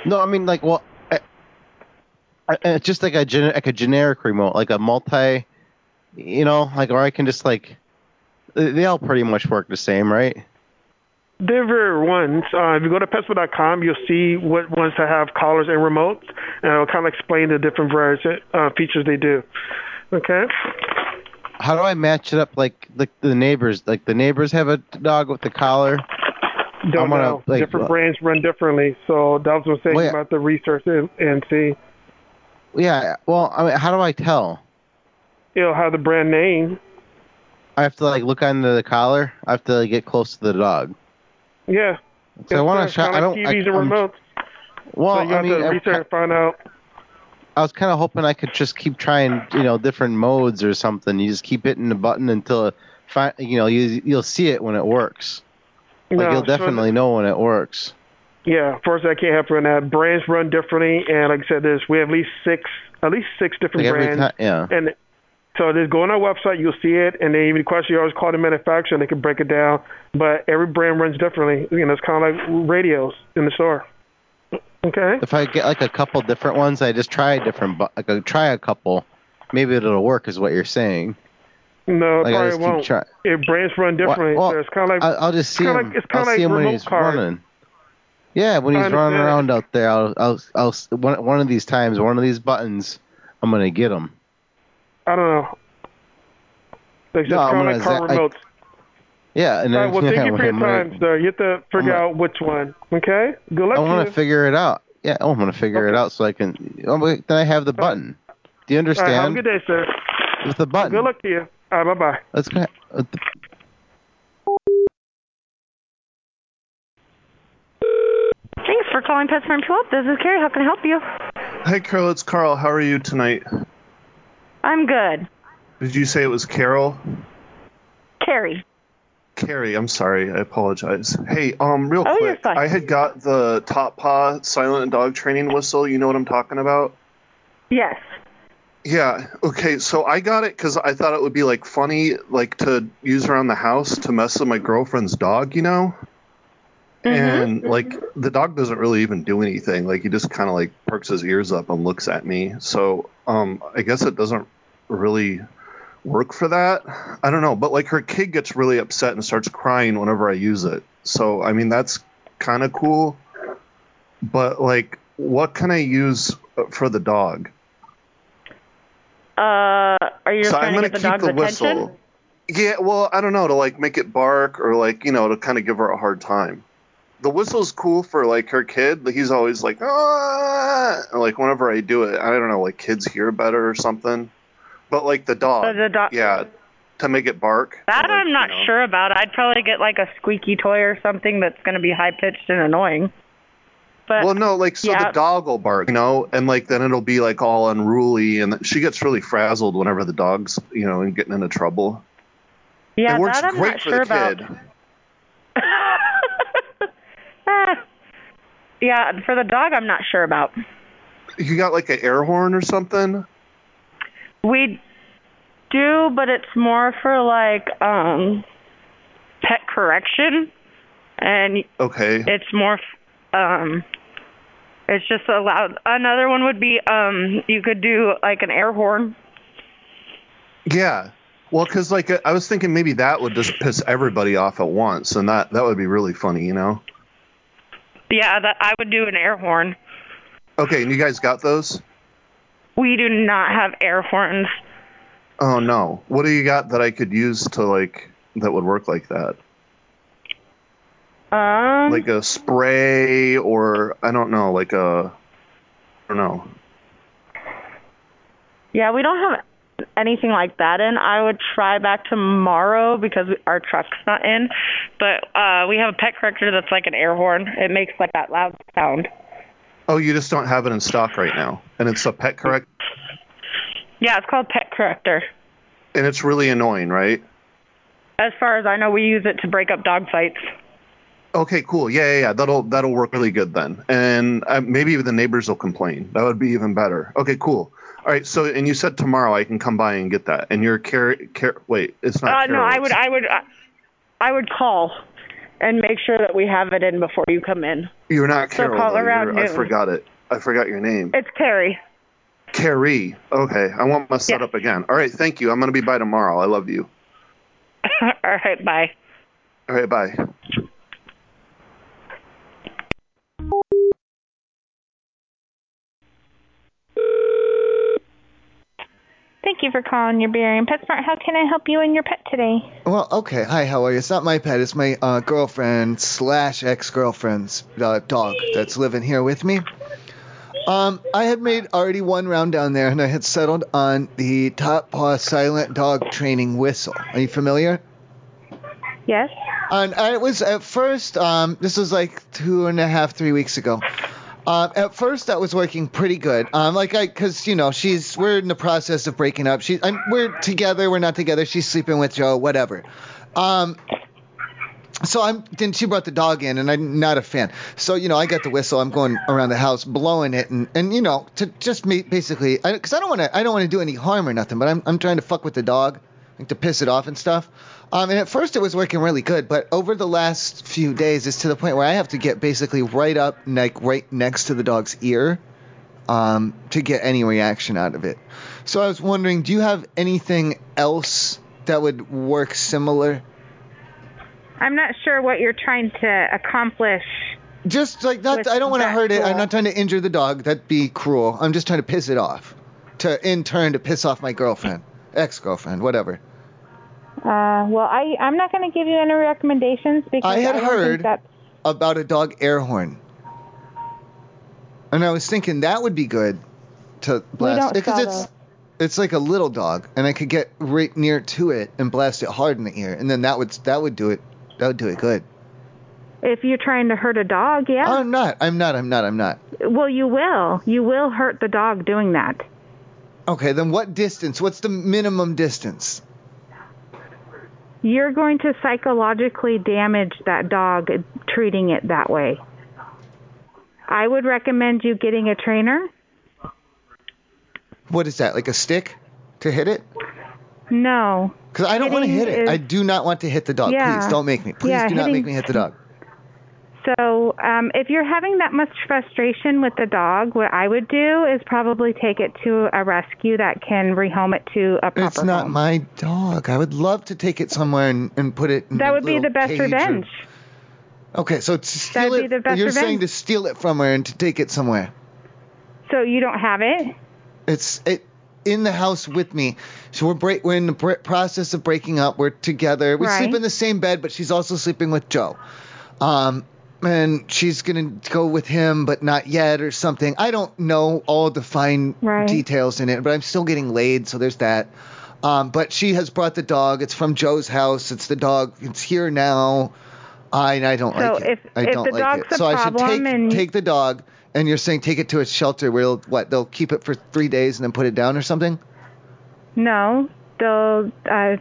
No, I mean like well, I, I, it's just like a gen- like a generic remote, like a multi, you know, like or I can just like they they all pretty much work the same, right? They're very ones. Uh, if you go to Petsmart.com, you'll see what ones that have collars and remotes, and it'll kind of explain the different various uh, features they do. Okay. How do I match it up like like the neighbors? Like the neighbors have a dog with the collar. Don't I'm gonna, know. like, different uh, brands run differently, so that was what I'm saying Well, yeah. about the research and, and see. Yeah, well, I mean, how do I tell? It'll have the brand name. I have to like look under the collar. I have to like, get close to the dog. Yeah. So I want Yes, to shot. kinda I don't. like I, TVs I'm- and remotes. well, so you I have mean, to I'm research and find out. I was kind of hoping I could just keep trying, you know, different modes or something. You just keep hitting the button until, it fi- you know, you you'll see it when it works. Like No, you'll so the- definitely know when it works. Yeah, unfortunately, I can't help you on that. Brands run differently, and like I said, there's we have at least six, at least six different Like every brands. time, yeah. And so just go on our website, you'll see it, and then even question you always call the manufacturer, and they can break it down. But every brand runs differently. You know, it's kind of like radios in the store. Okay. If I get like a couple different ones, I just try a different, bu- like I try a couple. Maybe it'll work, is what you're saying. No, it Like, I probably just keep won't. try- It brands run differently. so it's kind of like I- I'll just see kinda him. Like, it's I'll kind of see like him when remote he's cars. running. Yeah, when I he's running understand. around out there, I'll, I'll, I'll, s- one, one of these times, one of these buttons, I'm gonna get him. I don't know. Like, No, just I'm kind gonna of like car za- I- remotes. Yeah, and All then right, (laughs) well, yeah, thank you for your I'm gonna- time, sir. You have to figure out which one. Okay? Good luck I to want you. to figure it out. Yeah, oh, I'm gonna figure it out so I can. oh, wait, Then I have the button. Do you All right, have a understand? good day, sir. With the button. Good luck to you. All right, bye-bye. Let's go. uh, with the- Thanks for calling PetSmart Pull Up. This is Carrie. How can I help you? Hi, Carol. It's Carl. How are you tonight? I'm good. Did you say it was Carol? Carrie. Carrie, I'm sorry. I apologize. Hey, um, real Oh, you're quick, fine. I had got the Top Paw silent dog training whistle. You know what I'm talking about? Yes. Yeah. Okay. So I got it because I thought it would be like funny, like to use around the house to mess with my girlfriend's dog. You know. And like the dog doesn't really even do anything. Like he just kind of like perks his ears up and looks at me. So um, I guess it doesn't really work for that. I don't know, but like her kid gets really upset and starts crying whenever I use it. So I mean that's kind of cool. But like what can I use for the dog? Uh, are you So trying I'm gonna to get the keep dog's the whistle. attention? Yeah, well, I don't know, to like make it bark or like, you know, to kind of give her a hard time. The whistle's cool for like her kid, but he's always like ah and, like whenever I do it, I don't know, like kids hear better or something. But like the dog, the dog- yeah, to make it bark. That I'm not know. sure about. I'd probably get like a squeaky toy or something that's going to be high pitched and annoying. But well, no, like so yeah. the dog will bark, you know, and like then it'll be like all unruly, and she gets really frazzled whenever the dog's, you know, and getting into trouble. Yeah, it works that I'm great not for sure the about. kid. (laughs) Ah. yeah, and for the dog, I'm not sure about. You got like an air horn or something? We do, but it's more for like um pet correction, and Okay. it's more f- um it's just allowed. Another one would be um you could do like an air horn. Yeah. Well, because like I was thinking maybe that would just piss everybody off at once, and that that would be really funny, you know. Yeah, that I would do an air horn. Okay, and you guys got those? We do not have air horns. Oh no. What do you got that I could use to like that would work like that? Um, like a spray or I don't know, like a I don't know. yeah, we don't have anything like that in. I would try back tomorrow because we, our truck's not in. But uh we have a pet corrector that's like an air horn. It makes like that loud sound. Oh, you just don't have it in stock right now, and it's a pet correct, Yeah, it's called pet corrector. and it's really annoying, right? As far as I know, we use it to break up dog fights. Okay, cool. Yeah, yeah, yeah. That'll that'll work really good then, and uh, maybe even the neighbors will complain. That would be even better. Okay, cool. All right. So, and you said tomorrow I can come by and get that, and you're care care. Wait, it's not. Uh, no, Carol, I would, I would, I, I would call and make sure that we have it in before you come in. You're not So Carol. call though. around You're- I noon. forgot it. I forgot your name. It's Carrie. Carrie. Okay, I want my setup again. All right, thank you. I'm gonna be by tomorrow. I love you. All right, bye. All right, bye. Thank you for calling your beer and PetSmart. How can I help you and your pet today? Well, okay. Hi, how are you? It's not my pet. It's my uh, girlfriend slash ex girlfriend's uh, dog that's living here with me. Um, I had made already one round down there, and I had settled on the top paw silent dog training whistle. Are you familiar? Yes. And I was at first. Um, this was like two and a half, three weeks ago. Um, at first, that was working pretty good. Um, like I, cause you know, she's we're in the process of breaking up. She, I'm, we're together. We're not together. She's sleeping with Joe. Whatever. Um, so I'm then she brought the dog in and I'm not a fan. So you know I got the whistle. I'm going around the house blowing it and and you know to just me basically because I, don't want to I don't want to do any harm or nothing. But I'm I'm trying to fuck with the dog, like to piss it off and stuff. Um, and at first it was working really good, but over the last few days it's to the point where I have to get basically right up like right next to the dog's ear, um, to get any reaction out of it. So I was wondering, do you have anything else that would work similar? I'm not sure what you're trying to accomplish. Just like with not, I don't want to that hurt it. I'm tool. not trying to injure the dog. That'd be cruel. I'm just trying to piss it off. To in turn to piss off my girlfriend, (laughs) ex-girlfriend, whatever. Uh, well, I I'm not going to give you any recommendations because I had don't heard think that about a dog air horn, and I was thinking that would be good to blast don't because sell it's those. it's like a little dog, and I could get right near to it and blast it hard in the ear, and then that would that would do it. That would do it good. if you're trying to hurt a dog, yeah. I'm not. I'm not. I'm not. I'm not. Well, you will. You will hurt the dog doing that. Okay, then what distance? What's the minimum distance? You're going to psychologically damage that dog treating it that way. I would recommend you getting a trainer. What is that? Like a stick to hit it? No. Because I don't want to hit Hitting it. I is- do not want to hit the dog. Yeah. Please don't make me. Please Yeah, do not make hitting- me hit the dog. So, um, if you're having that much frustration with the dog, what I would do is probably take it to a rescue that can rehome it to a proper It's not home. my dog. I would love to take it somewhere and, and put it. In That a would be little the best cage or- revenge. Okay, so to steal That'd be it. the best you're saying revenge. to steal it from her and to take it somewhere. So you don't have it? It's it in the house with me. So we're break, we're in the br- process of breaking up. We're together. We Right. sleep in the same bed, but she's also sleeping with Joe. Um, and she's gonna go with him, but not yet, or something. I don't know all the fine Right. details in it, but I'm still getting laid, so there's that. Um, but she has brought the dog. It's from Joe's house. It's the dog. It's here now. I and I don't So like it. if- I if don't the like dog's it. a so I should problem take and- take the dog, and you're saying take it to a shelter where they'll, what they'll keep it for three days and then put it down or something. No. They'll uh,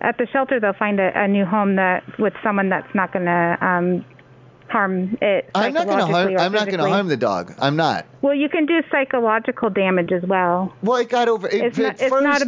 at the shelter they'll find a, a new home that with someone that's not going to um, harm it. I'm not gonna harm. psychologically or I'm not gonna physically. harm the dog. I'm not. Well, you can do psychological damage as well. Well, it got over. It, It's at not- it's first, not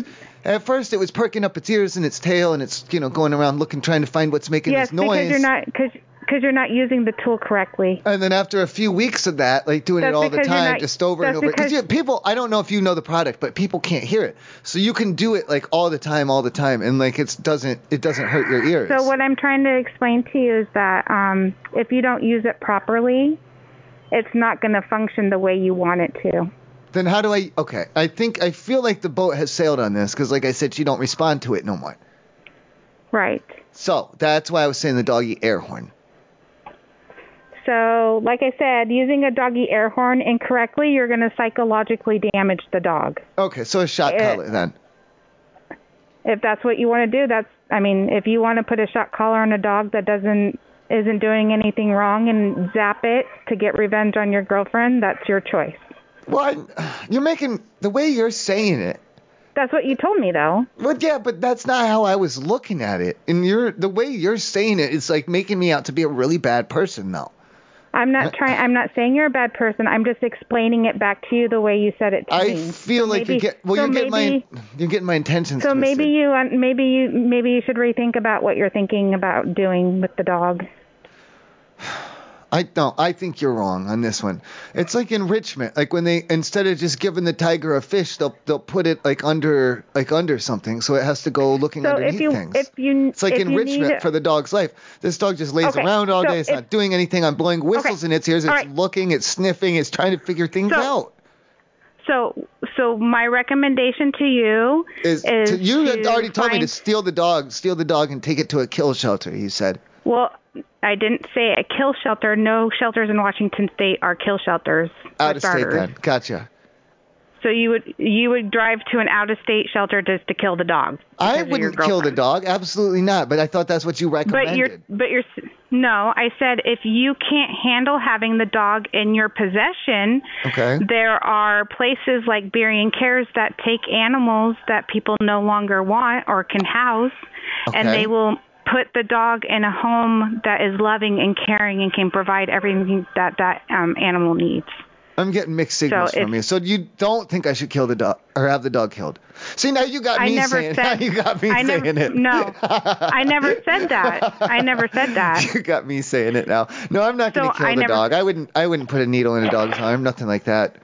at first it was perking up its ears and its tail and it's you know going around looking trying to find what's making yes, this noise. because you're not because because you're not using the tool correctly. And then after a few weeks of that, like doing it That's all the because you're time, not- just over and that's over. Because because- people, I don't know if you know the product, but people can't hear it, so you can do it like all the time, all the time, and like it's doesn't it doesn't hurt your ears. So what I'm trying to explain to you is that um, if you don't use it properly, it's not going to function the way you want it to. then how do I? Okay, I think I feel like the boat has sailed on this because, like I said, she don't respond to it no more. Right. So that's why I was saying the doggy air horn. So, like I said, using a doggy air horn incorrectly, you're going to psychologically damage the dog. Okay, so a shot collar then. if that's what you want to do, that's I mean, if you want to put a shock collar on a dog that doesn't isn't doing anything wrong and zap it to get revenge on your girlfriend, that's your choice. Well, I, (sighs) you're making the way you're saying it. That's what you told me, though. Well, yeah, but that's not how I was looking at it. And you're the way you're saying it, it's like making me out to be a really bad person, though. I'm not trying. I'm not saying you're a bad person. I'm just explaining it back to you the way you said it to I me. feel like Maybe- you get well, so you're getting maybe- my you're getting my intentions. So twisted. maybe you un- maybe you maybe you should rethink about what you're thinking about doing with the dog. I no, I think you're wrong on this one. It's like enrichment. Like when they instead of just giving the tiger a fish, they'll they'll put it like under like under something, so it has to go looking So underneath if you things. if you it's like if you enrichment need, for the dog's life. This dog just lays Okay, around all so day. It's if- not doing anything. I'm blowing whistles in its ears. It's all right. looking. It's sniffing. It's trying to figure things out. so so my recommendation to you Is, is, to- you had to already told me to find- steal the dog, steal the dog, and take it to a kill shelter. You said. Well, I didn't say a kill shelter. No shelters in Washington State are kill shelters. for Out of state starters. then. Gotcha. So you would you would drive to an out of state shelter just to kill the dog. I wouldn't kill the dog. Absolutely not. But I thought that's what you recommended. But you're but you're s- no. I said if you can't handle having the dog in your possession, Okay. there are places like Berry and Cares that take animals that people no longer want or can house, and Okay. they will put the dog in a home that is loving and caring and can provide everything that that um, animal needs. I'm getting mixed signals So from if- you. So you don't think I should kill the dog or have the dog killed? See, now you got I me never saying. (laughs) said- now you got me I saying never- it. no. I (laughs) never said that. I never said that. You got me saying it now. No, I'm not going to So kill I the never- dog. I wouldn't. I wouldn't put a needle in a dog's arm. Nothing like that.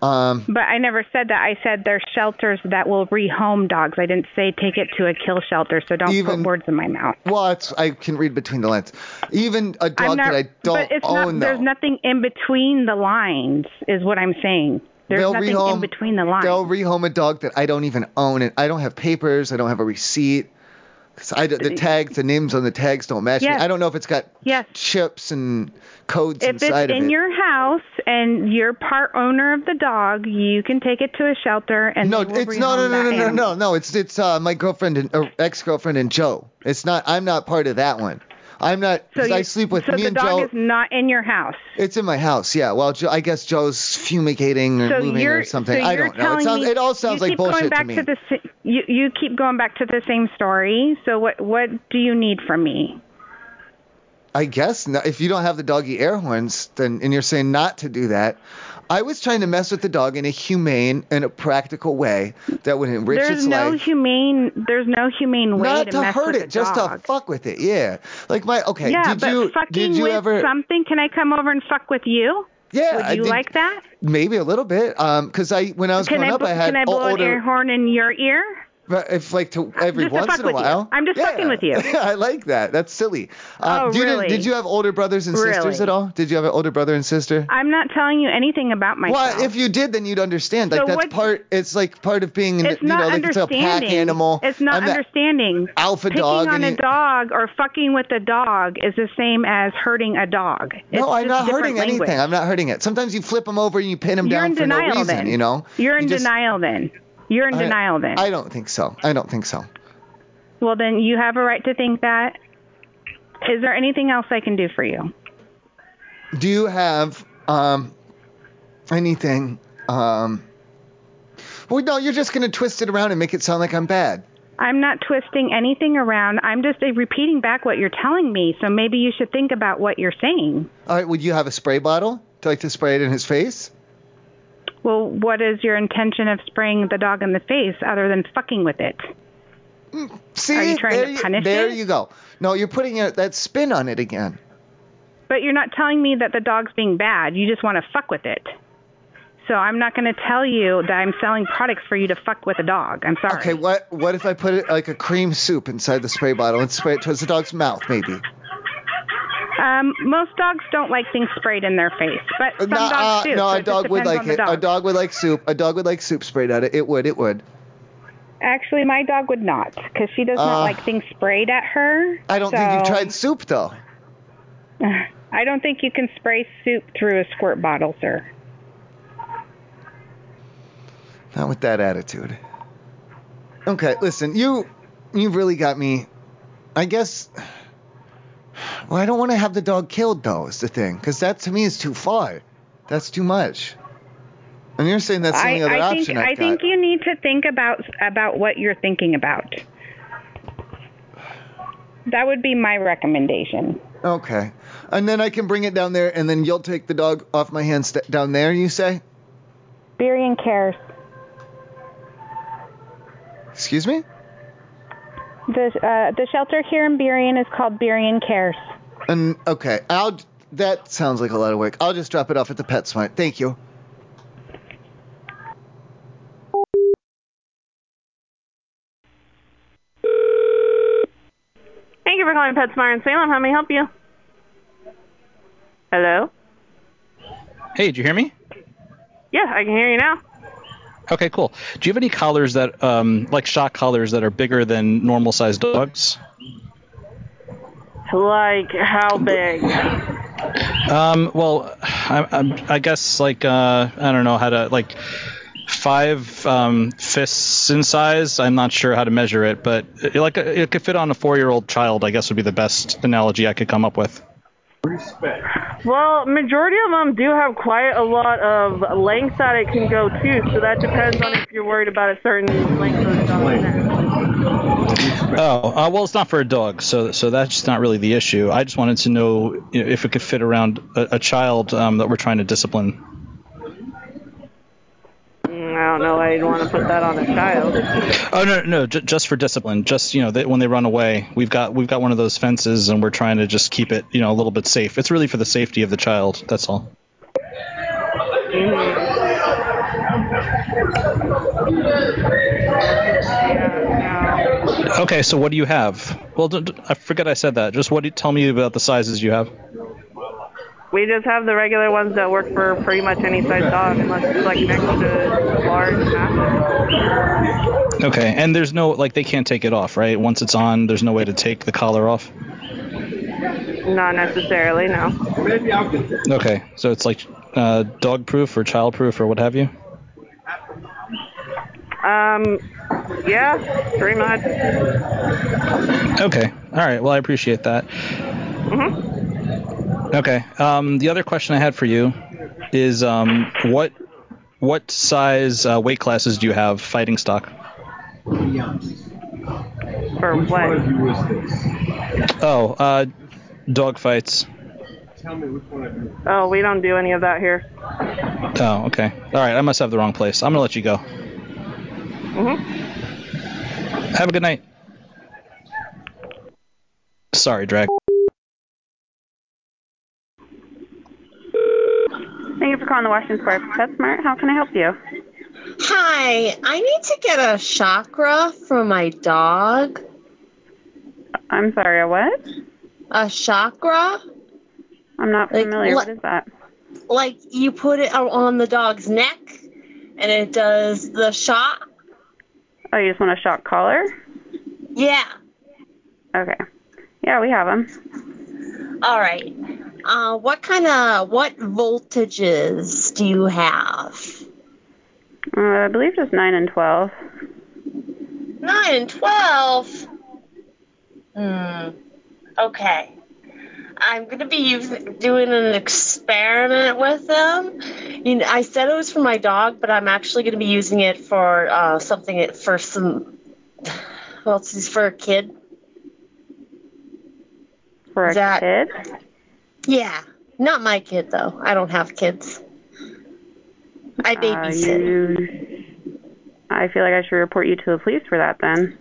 Um. But I never said that. I said there's shelters that will rehome dogs. I didn't say take it to a kill shelter. So don't put words in my mouth. Well, it's, I can read between the lines. Even a I'm dog not- that I don't but it's own, not, though. There's nothing in between the lines, is what I'm saying. There's They'll nothing rehome- in between the lines. They'll rehome a dog that I don't even own, and I don't have papers. I don't have a receipt. 'Cause I don't- the tags, the names on the tags don't match. me. Yes. I don't know if it's got Yes. chips and codes If it's inside in of it. your house and you're part owner of the dog, you can take it to a shelter and no, they will it's no, no, no, rehome no, that no, animal. no, no. It's it's uh, my girlfriend and or ex-girlfriend and Joe. It's not. I'm not part of that one. I'm not. So Because I you- sleep with so me the and dog Joe. is not in your house. It's in my house, yeah. Well, Joe, I guess Joe's fumigating or so moving you're or something. So I you're don't know. It, telling sounds, me, it all sounds you like keep bullshit going back to me. To the, sa- you you keep going back to the same story. So what what do you need from me? I guess not. if you don't have the doggy air horns, then and you're saying not to do that. I was trying to mess with the dog in a humane and a practical way that would enrich there's its no life. humane. There's no humane way Not to, to mess hurt with it, a just dog. to fuck with it. Yeah. Like my okay. yeah, did but you fucking did you with ever? something, can I come over and fuck with you? Yeah, Would I you did- like that? Maybe a little bit. Um, because I when I was Can growing I, up, bl- I had can I blow older. an air horn in your ear? But if like to every Just to once fuck in a with you. while. I'm just Yeah. fucking with (laughs) you. I like that. That's silly. Um, Oh, you didn't- really? Did you have older brothers and sisters Really? at all? Did you have an older brother and sister? I'm not telling you anything about myself. Well, if you did, then you'd understand. Like So that's what- part. It's like part of being. it's you not know, like it's a understanding. pack animal. It's not I'm that understanding. alpha Picking dog. on and a you- dog or fucking with a dog is the same as hurting a dog. It's No, I'm just not different hurting language. anything. I'm not hurting it. Sometimes you flip them over and you pin them You're down in for denial no reason. then. You know. You're in You just- denial then. You're in I- denial then. I don't think so. I don't think so. Well, then you have a right to think that. Is there anything else I can do for you? Do you have um anything um? Well, no, you're just gonna twist it around and make it sound like I'm bad. I'm not twisting anything around. I'm just uh, repeating back what you're telling me. So maybe you should think about what you're saying. All right. Would you have a spray bottle to like to spray it in his face? Well, what is your intention of spraying the dog in the face other than fucking with it? Mm, See, Are you trying there to you, punish there it? you go. No, you're putting uh, that spin on it again. But you're not telling me that the dog's being bad. You just want to fuck with it. So I'm not going to tell you that I'm selling products for you to fuck with a dog. I'm sorry. Okay, what what if I put it like a cream soup inside the spray bottle and spray it towards the dog's mouth, maybe? Um, most dogs don't like things sprayed in their face, but some no, dogs do. no, so uh, a it just dog would depends like on the it. Uh, dog. A dog would like soup. A dog would like soup sprayed at it. It would. It would. Actually, my dog would not, because she does Uh, not like things sprayed at her. I don't think you've so- tried soup though. (laughs) I don't think you can spray soup through a squirt bottle, sir. Not with that attitude. Okay, listen, you you really got me. I guess. Well, I don't want to have the dog killed though. Is the thing because that to me is too far. That's too much. And you're saying that's the only I, other I think option I I've got. think you need to think about about what you're thinking about. That would be my recommendation. Okay. And then I can bring it down there, and then you'll take the dog off my hands st- down there, you say? Berian cares. Excuse me? The uh, the shelter here in Berian is called Berian Cares. And okay, I'll. That sounds like a lot of work. I'll just drop it off at the PetSmart. Thank you. Thank you for calling PetSmart in Salem. How may I help you? Hello? Hey, did you hear me? Yeah, I can hear you now. Okay, cool. Do you have any collars that, um, like shock collars that are bigger than normal sized dogs? Like, how big? Um, well, I, I, I guess like uh, I don't know how to like five um, fists in size. I'm not sure how to measure it, but it, like uh, it could fit on a four year old child. I guess would be the best analogy I could come up with. Well, majority of them do have quite a lot of length that it can go to, so that depends on if you're worried about a certain length of Oh, uh, well, it's not for a dog, so so that's not really the issue. I just wanted to know you know, if it could fit around a, a child um, that we're trying to discipline. Mm, I don't know why you'd want to put that on a child. Oh no, no, j- just for discipline. Just you know, they, when they run away, we've got we've got one of those fences, and we're trying to just keep it you know a little bit safe. It's really for the safety of the child. That's all. Okay, so what do you have? Well, d- d- I forget I said that. Just what? Do you, tell me about the sizes you have. We just have the regular ones that work for pretty much any size dog, unless it's like next to large. massive. Okay, and there's no like they can't take it off, right? Once it's on, there's no way to take the collar off. Not necessarily, no. Okay, so it's like uh, dog proof or child proof or what have you. Um, yeah, pretty much. Okay. All right. Well, I appreciate that. Mm-hmm. Okay. Um, the other question I had for you is um, what what size uh, weight classes do you have fighting stock? For what? Oh, uh, dog fights. Oh, we don't do any of that here. Oh, okay. All right. I must have the wrong place. I'm gonna let you go. hmm Have a good night. Sorry, drag. Thank you for calling the Washington Square PetSmart. How can I help you? Hi, I need to get a chakra for my dog. I'm sorry, a what? A chakra? I'm not Like, familiar. what- What is that? Like you put it o- on the dog's neck and it does the shot? Oh, you just want a shock collar? Yeah. Okay. Yeah, we have them. All right. Uh, what kind of what voltages do you have? Uh, I believe just 9 and 12. Nine and twelve. Hmm. Okay. I'm gonna be using, doing an experiment with them. You know, I said it was for my dog, but I'm actually gonna be using it for uh, something it- for some. (sighs) Well, it's for a kid. For a kid? Yeah. Not my kid though. I don't have kids. I babysit. you... I feel like I should report you to the police for that then.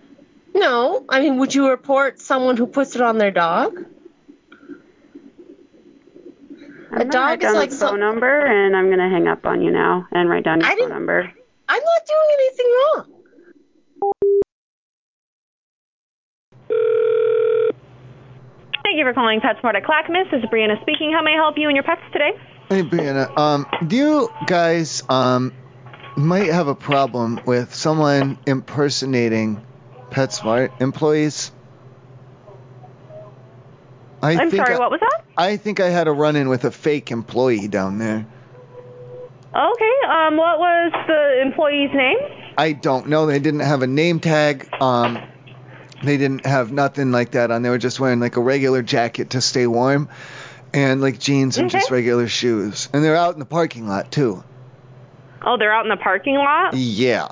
No, I mean, would you report someone who puts it on their dog? I'm gonna dog write is down like the some- phone number, and I'm gonna hang up on you now and write down your phone number. I'm not doing anything wrong. Thank you for calling PetSmart at Clackamas. This is Brianna speaking. How may I help you and your pets today? Hey, Brianna, um, do you guys um, might have a problem with someone impersonating PetSmart employees? I am think sorry, I, what was that? I think I had a run-in with a fake employee down there. Okay. Um, what was the employee's name? I don't know. They didn't have a name tag. Um, they didn't have nothing like that on. They were just wearing like a regular jacket to stay warm, and like jeans and Mm-hmm. just regular shoes. And they're out in the parking lot too. Oh, they're out in the parking lot. Yeah.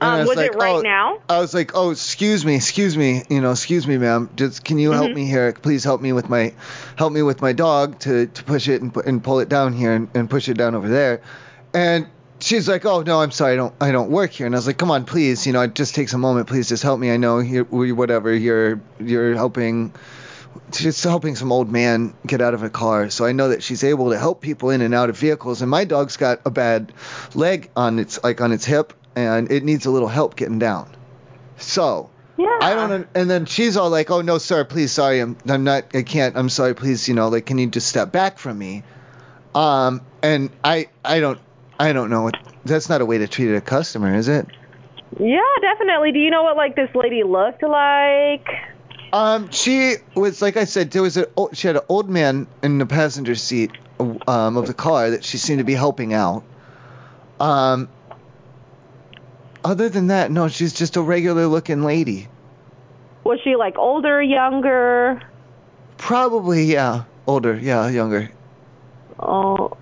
And I Um, was like, it right "Oh," now? I was like, "Oh, excuse me, excuse me, you know, excuse me, ma'am. Just can you help Mhm. me here? Please help me with my, help me with my dog to, to push it and, pu- and pull it down here and, and push it down over there." And she's like, "Oh no, I'm sorry, I don't I don't work here." And I was like, "Come on, please, you know, it just takes a moment. Please just help me. I know you we- whatever you're you're helping." She's helping some old man get out of a car, so I know that she's able to help people in and out of vehicles. And my dog's got a bad leg on its like on its hip, and it needs a little help getting down. So I don't. And then she's all like, "Oh no, sir, please, sorry, I'm, I'm not, I can't, I'm sorry, please, you know, like, can you just step back from me?" Um, and I, I don't, I don't know. What, that's not a way to treat a customer, is it? Yeah, definitely. Do you know what like this lady looked like? Um, she was like I said, there was a she had an old man in the passenger seat um, of the car that she seemed to be helping out. Um, other than that, no, she's just a regular looking lady. Was she like older, younger? Probably, yeah, older, yeah, younger. Oh.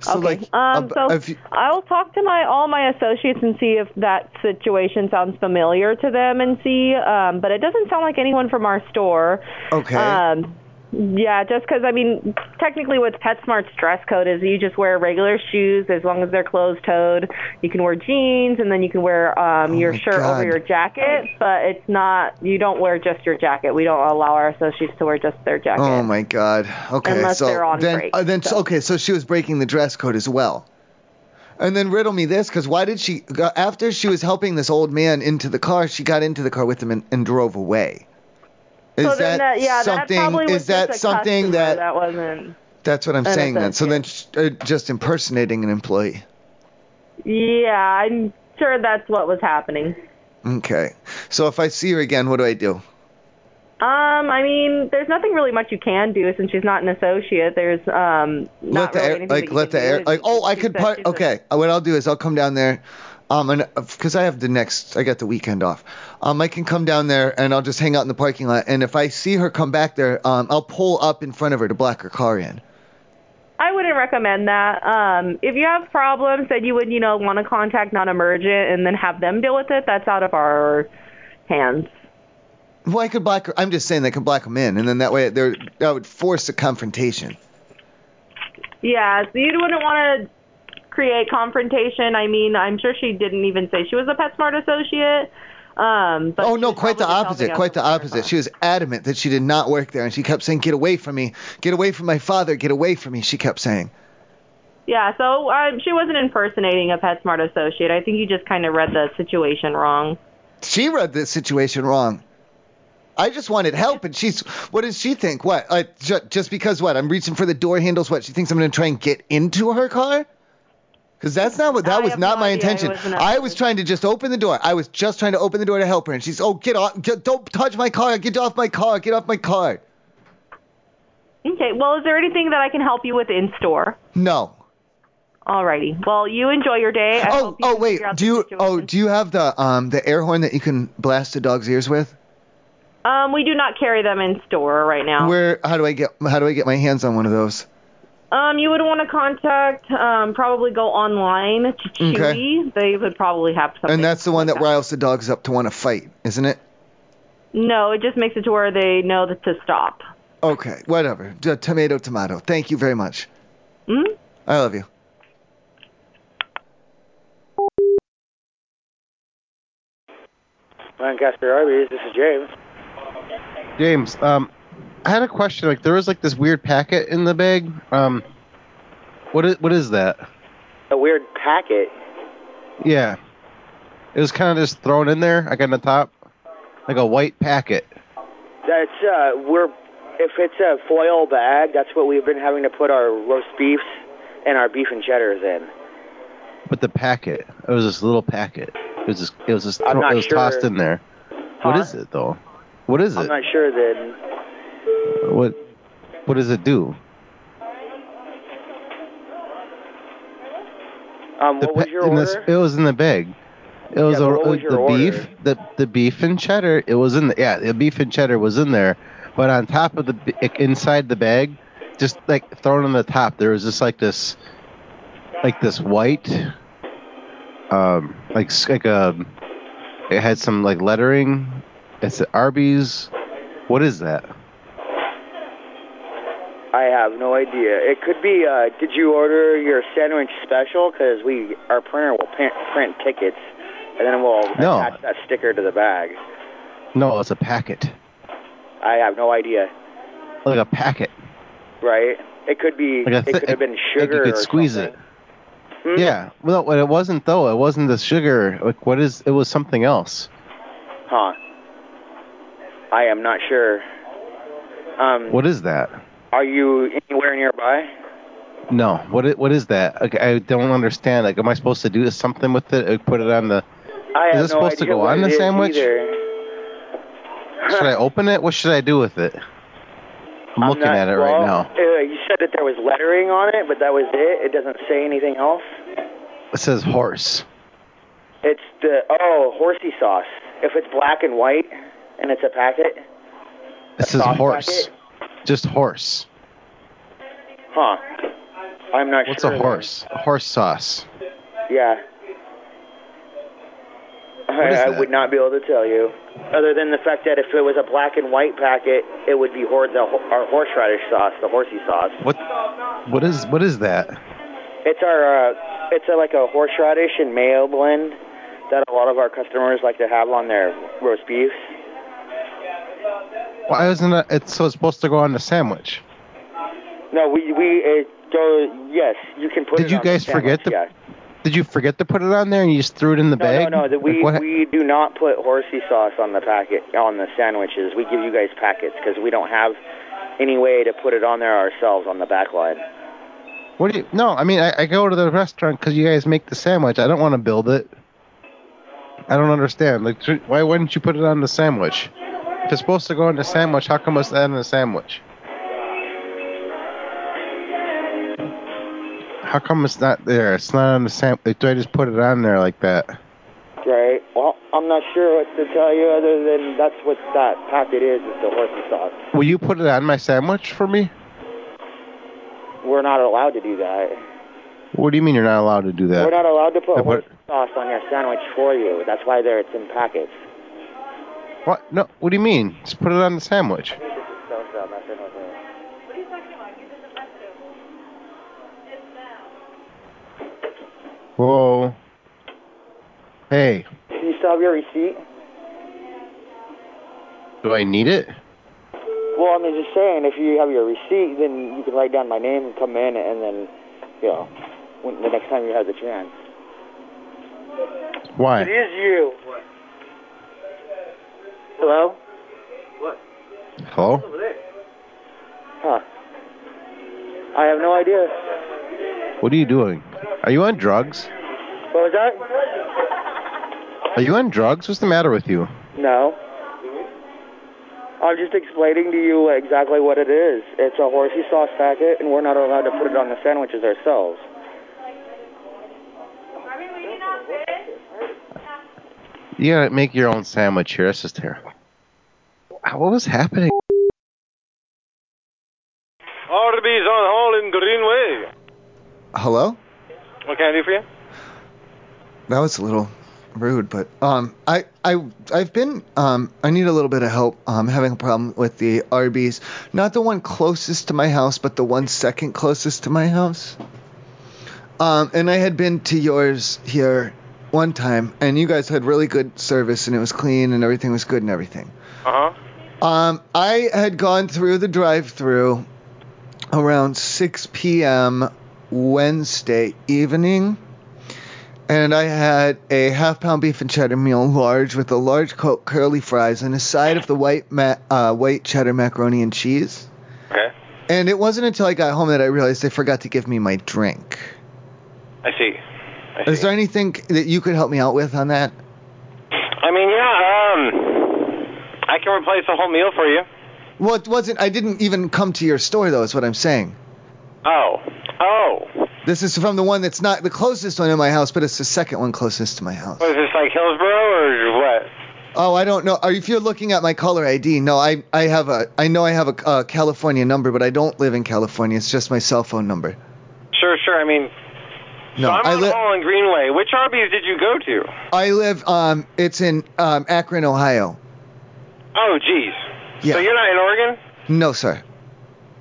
So okay. like, um, ab- so if you- I will talk to my all my associates and see if that situation sounds familiar to them and see. Um, but it doesn't sound like anyone from our store. Okay. Um, yeah, just 'cause I mean, technically, with PetSmart's dress code is you just wear regular shoes as long as they're closed-toed. You can wear jeans and then you can wear um, your Oh my shirt over God. your jacket, but it's not. You don't wear just your jacket. We don't allow our associates to wear just their jacket. oh my God. Okay, Unless so they're on then, break, uh, then okay, so she was breaking the dress code as well. And then riddle me this, because why did she? uh, After she was helping this old man into the car, she got into the car with him and, and drove away. Is so then that, yeah, something? that probably was is that just a something customer that? that wasn't That's what I'm an saying. Then, so then, sh- uh, just impersonating an employee. yeah i'm sure that's what was happening Okay. So if I see her again, what do I do? um i mean there's nothing really much you can do since she's not an associate there's um let not the really air, anything like that you let the can do. air, It's like oh, I she could said part. she's a- Okay, Uh, what I'll do is I'll come down there, um, and because I have the next, I got the weekend off. Um, I can come down there and I'll just hang out in the parking lot. And if I see her come back there, um, I'll pull up in front of her to block her car in. I wouldn't recommend that. Um, if you have problems that you would, you know, want to contact non-emergent and then have them deal with it, that's out of our hands. Well, I could block her. I'm just saying they could block them in, and then that way there, that would force a confrontation. Yeah, so you wouldn't want to create confrontation. I mean, I'm sure she didn't even say she was a PetSmart associate. Um, but oh no, quite the opposite. Quite the opposite. She was adamant that she did not work there, and she kept saying, "Get away from me! Get away from my father! Get away from me!" She kept saying. yeah, so um, she wasn't impersonating a PetSmart associate. I think you just kind of read the situation wrong. She read the situation wrong. I just wanted help, and she's. What does she think? What? I, ju- just because what? I'm reaching for the door handles. What? She thinks I'm going to try and get into her car? Because that's not what. That was not my intention. wasn't I was trying to just open the door. I was just trying to open the door to help her, and she's. Oh, get off! Get, don't touch my car! Get off my car! Get off my car! Okay, well, is there anything that I can help you with in store? No. Alrighty. Well, you enjoy your day. I oh, hope you oh can wait. figure out Do the you? Oh, do you have the um the air horn that you can blast a dog's ears with? situ- Um, we do not carry them in store right now. Where? How do I get? How do I get my hands on one of those? Um, you would want to contact, um, probably go online to Chewy. Okay. They would probably have something. and that's the one that riles the dogs up to want to fight, isn't it? No, it just makes it to where they know that to stop. Okay, whatever. J- Tomato, tomato. Thank you very much. Hmm? I love you. Lancaster Arby's. This is James. James, um, I had a question. Like, there was like this weird packet in the bag. Um, what is what is that? A weird packet. Yeah, it was kind of just thrown in there, like on the top, like a white packet. That's uh, we're if it's a foil bag, that's what we've been having to put our roast beefs and our beef and cheddars in. But the packet, it was this little packet. It was just, it was just, I'm thro- not it was tossed sure. in there. What is it though? What is I'm it? not sure then. What, what does it do? Um, what was your in order? this- it was in the bag. It was, Yeah, a, uh, but what was your the order? beef, the the beef and cheddar. It was in the yeah, the beef and cheddar was in there, but on top of the b- inside the bag, just like thrown on the top, there was just like this, like this white, um, like s- like a, it had some like lettering. It's the Arby's. What is that? I have no idea. It could be. Uh, did you order your sandwich special? Because we, our printer will print, print tickets, and then we'll No. attach that sticker to the bag. No, it's a packet, I have no idea. like a packet. Right? It could be. Like a it thi- could have been Like sugar. you could or squeeze something. Hmm? it. Yeah. Well, no, it wasn't though. It wasn't the sugar. Like, what is? It was something else. Huh. I am not sure. Um, What is that? are you anywhere nearby? No. What? i- What is that? Like, I don't understand. Like, am I supposed to do something with it? Like, put it on the? I Is have this no supposed to idea go what on it the is sandwich? Either. Should (laughs) I open it? What should I do with it? I'm, looking not- at it well, right now. Uh, you said that there was lettering on it, but that was it. It doesn't say anything else. It says horse. It's the oh horsey sauce. If it's black and white and it's a packet, It says sauce horse. Just horse. huh? I'm not What's sure. a then. horse? Horse sauce. Yeah. is I, I that? would not be able to tell you, other than the fact that if it was a black and white packet, it would be hor- the, ho- our horseradish sauce, the horsey sauce. What? What is? What is that? It's our, uh, it's a, like a horseradish and mayo blend that a lot of our customers like to have on their roast beefs. Why isn't it? It's so it's supposed to go on the sandwich. No, we we it go yes, you can put. Did it you on the guys sandwich, forget the? yeah. Did you forget to put it on there and you just threw it in the no, bag? No, no, that we Like, what- we do not put horsey sauce on the packet on the sandwiches. We give you guys packets because we don't have any way to put it on there ourselves on the back line. What do you? No, I mean I, I go to the restaurant because you guys make the sandwich. I don't want to build it. I don't understand. Like, tr- why wouldn't you put it on the sandwich? If it's supposed to go in the sandwich, how come it's not in the sandwich? How come it's not there? It's not on the sandwich. Do I just put it on there like that? Right. Well, I'm not sure what to tell you other than that's what that packet is. It's the horsey sauce. Will you put it on my sandwich for me? We're not allowed to do that. What do you mean you're not allowed to do that? We're not allowed to put Yeah, but- horsey sauce on your sandwich for you. That's why there it's in packets. What? No. What do you mean? Just put it on the sandwich. Whoa. Hey, Do you still have your receipt? do I need it? Well, I'm just saying, if you have your receipt, then you can write down my name and come in, and then, you know, when, the next time you have the chance. Why? is you. Hello? Hello? Huh. I have no idea. What are you doing? Are you on drugs? What was that? Are you on drugs? What's the matter with you? No. I'm just explaining to you exactly what it is. It's a horsey sauce packet, and we're not allowed to put it on the sandwiches ourselves. You gotta make your own sandwich here. That's just terrible. Wow, What was happening? Arby's on Hall in Greenway. Hello? What can I do for you? That was a little rude, but um, I I I've been um, I need a little bit of help. Um, having a problem with the Arby's, not the one closest to my house, but the one second closest to my house. Um, and I had been to yours here one time, and you guys had really good service, and it was clean, and everything was good, and everything. Uh-huh. Uh huh. Um, I had gone through the drive-through around 6 p.m. Wednesday evening, and I had a half-pound beef and cheddar meal, large, with a large Coke, curly fries, and a side of the white ma- uh, white cheddar macaroni and cheese. Okay. And it wasn't until I got home that I realized they forgot to give me my drink. I see. Is there anything that you could help me out with on that? I mean, yeah. Um, I can replace the whole meal for you. Well, it wasn't. I didn't even come to your store, though. Is what I'm saying. Oh. Oh. This is from the one that's not the closest one in my house, but it's the second one closest to my house. What is this like Hillsboro or what? Oh, I don't know. Are if you're looking at my caller ID? No, I I have a I know I have a uh, California number, but I don't live in California. It's just my cell phone number. Sure, sure. I mean, No, so I'm I on live Hall and Greenway. Which Arby's did you go to? I live um it's in um Akron, Ohio. Oh, geez. Yeah. So you're not in Oregon? No, sir.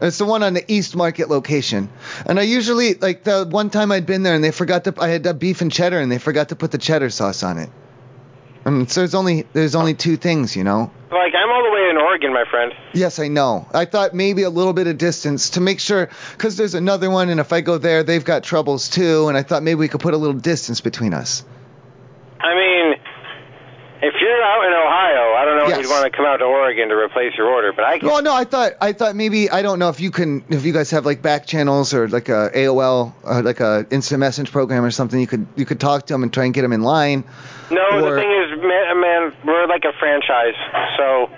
It's the one on the East Market location. And I usually like the one time I'd been there and they forgot to I had that beef and cheddar and they forgot to put the cheddar sauce on it. And so there's only there's only two things, you know. Like I'm all the way in Oregon, my friend. Yes, I know. I thought maybe a little bit of distance to make sure, because there's another one, and if I go there, they've got troubles too. And I thought maybe we could put a little distance between us. I mean, if you're out in Ohio, I don't know if you'd want to come out to Oregon to replace your order, but I can. No, no, I thought I thought maybe I don't know if you can if you guys have like back channels or like a AOL or like a instant message program or something. You could you could talk to them and try and get them in line. No, Or- the thing is, man, man, we're like a franchise, so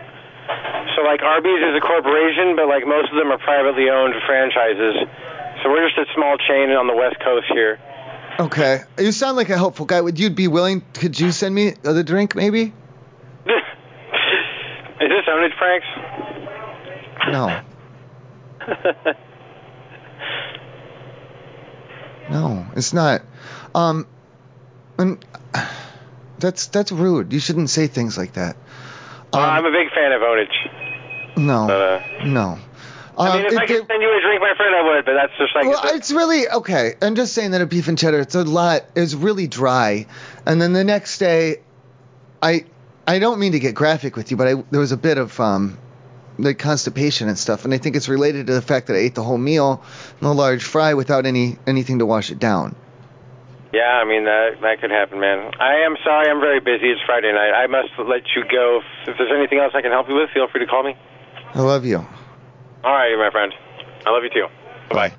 so like Arby's is a corporation, but like most of them are privately owned franchises. So we're just a small chain on the West Coast here. Okay, you sound like a helpful guy. Would you be willing? Could you send me the drink maybe? Is this ownage pranks? No, Uh, no, it's not. Um, and (sighs) that's that's rude. You shouldn't say things like that. Uh, I'm a big fan of ownage. No, no. I mean, if I could send you a drink, my friend, I would, but that's just like well, it's really okay. I'm just saying that a beef and cheddar, it's a lot. It's really dry, and then the next day, I I don't mean to get graphic with you, but I there was a bit of um like constipation and stuff, and I think it's related to the fact that I ate the whole meal, and a large fry without any anything to wash it down. Yeah, I mean that that could happen, man. I am sorry, I'm very busy. It's Friday night. I must let you go. If there's anything else I can help you with, feel free to call me. I love you. All right, my friend. I love you too. Bye.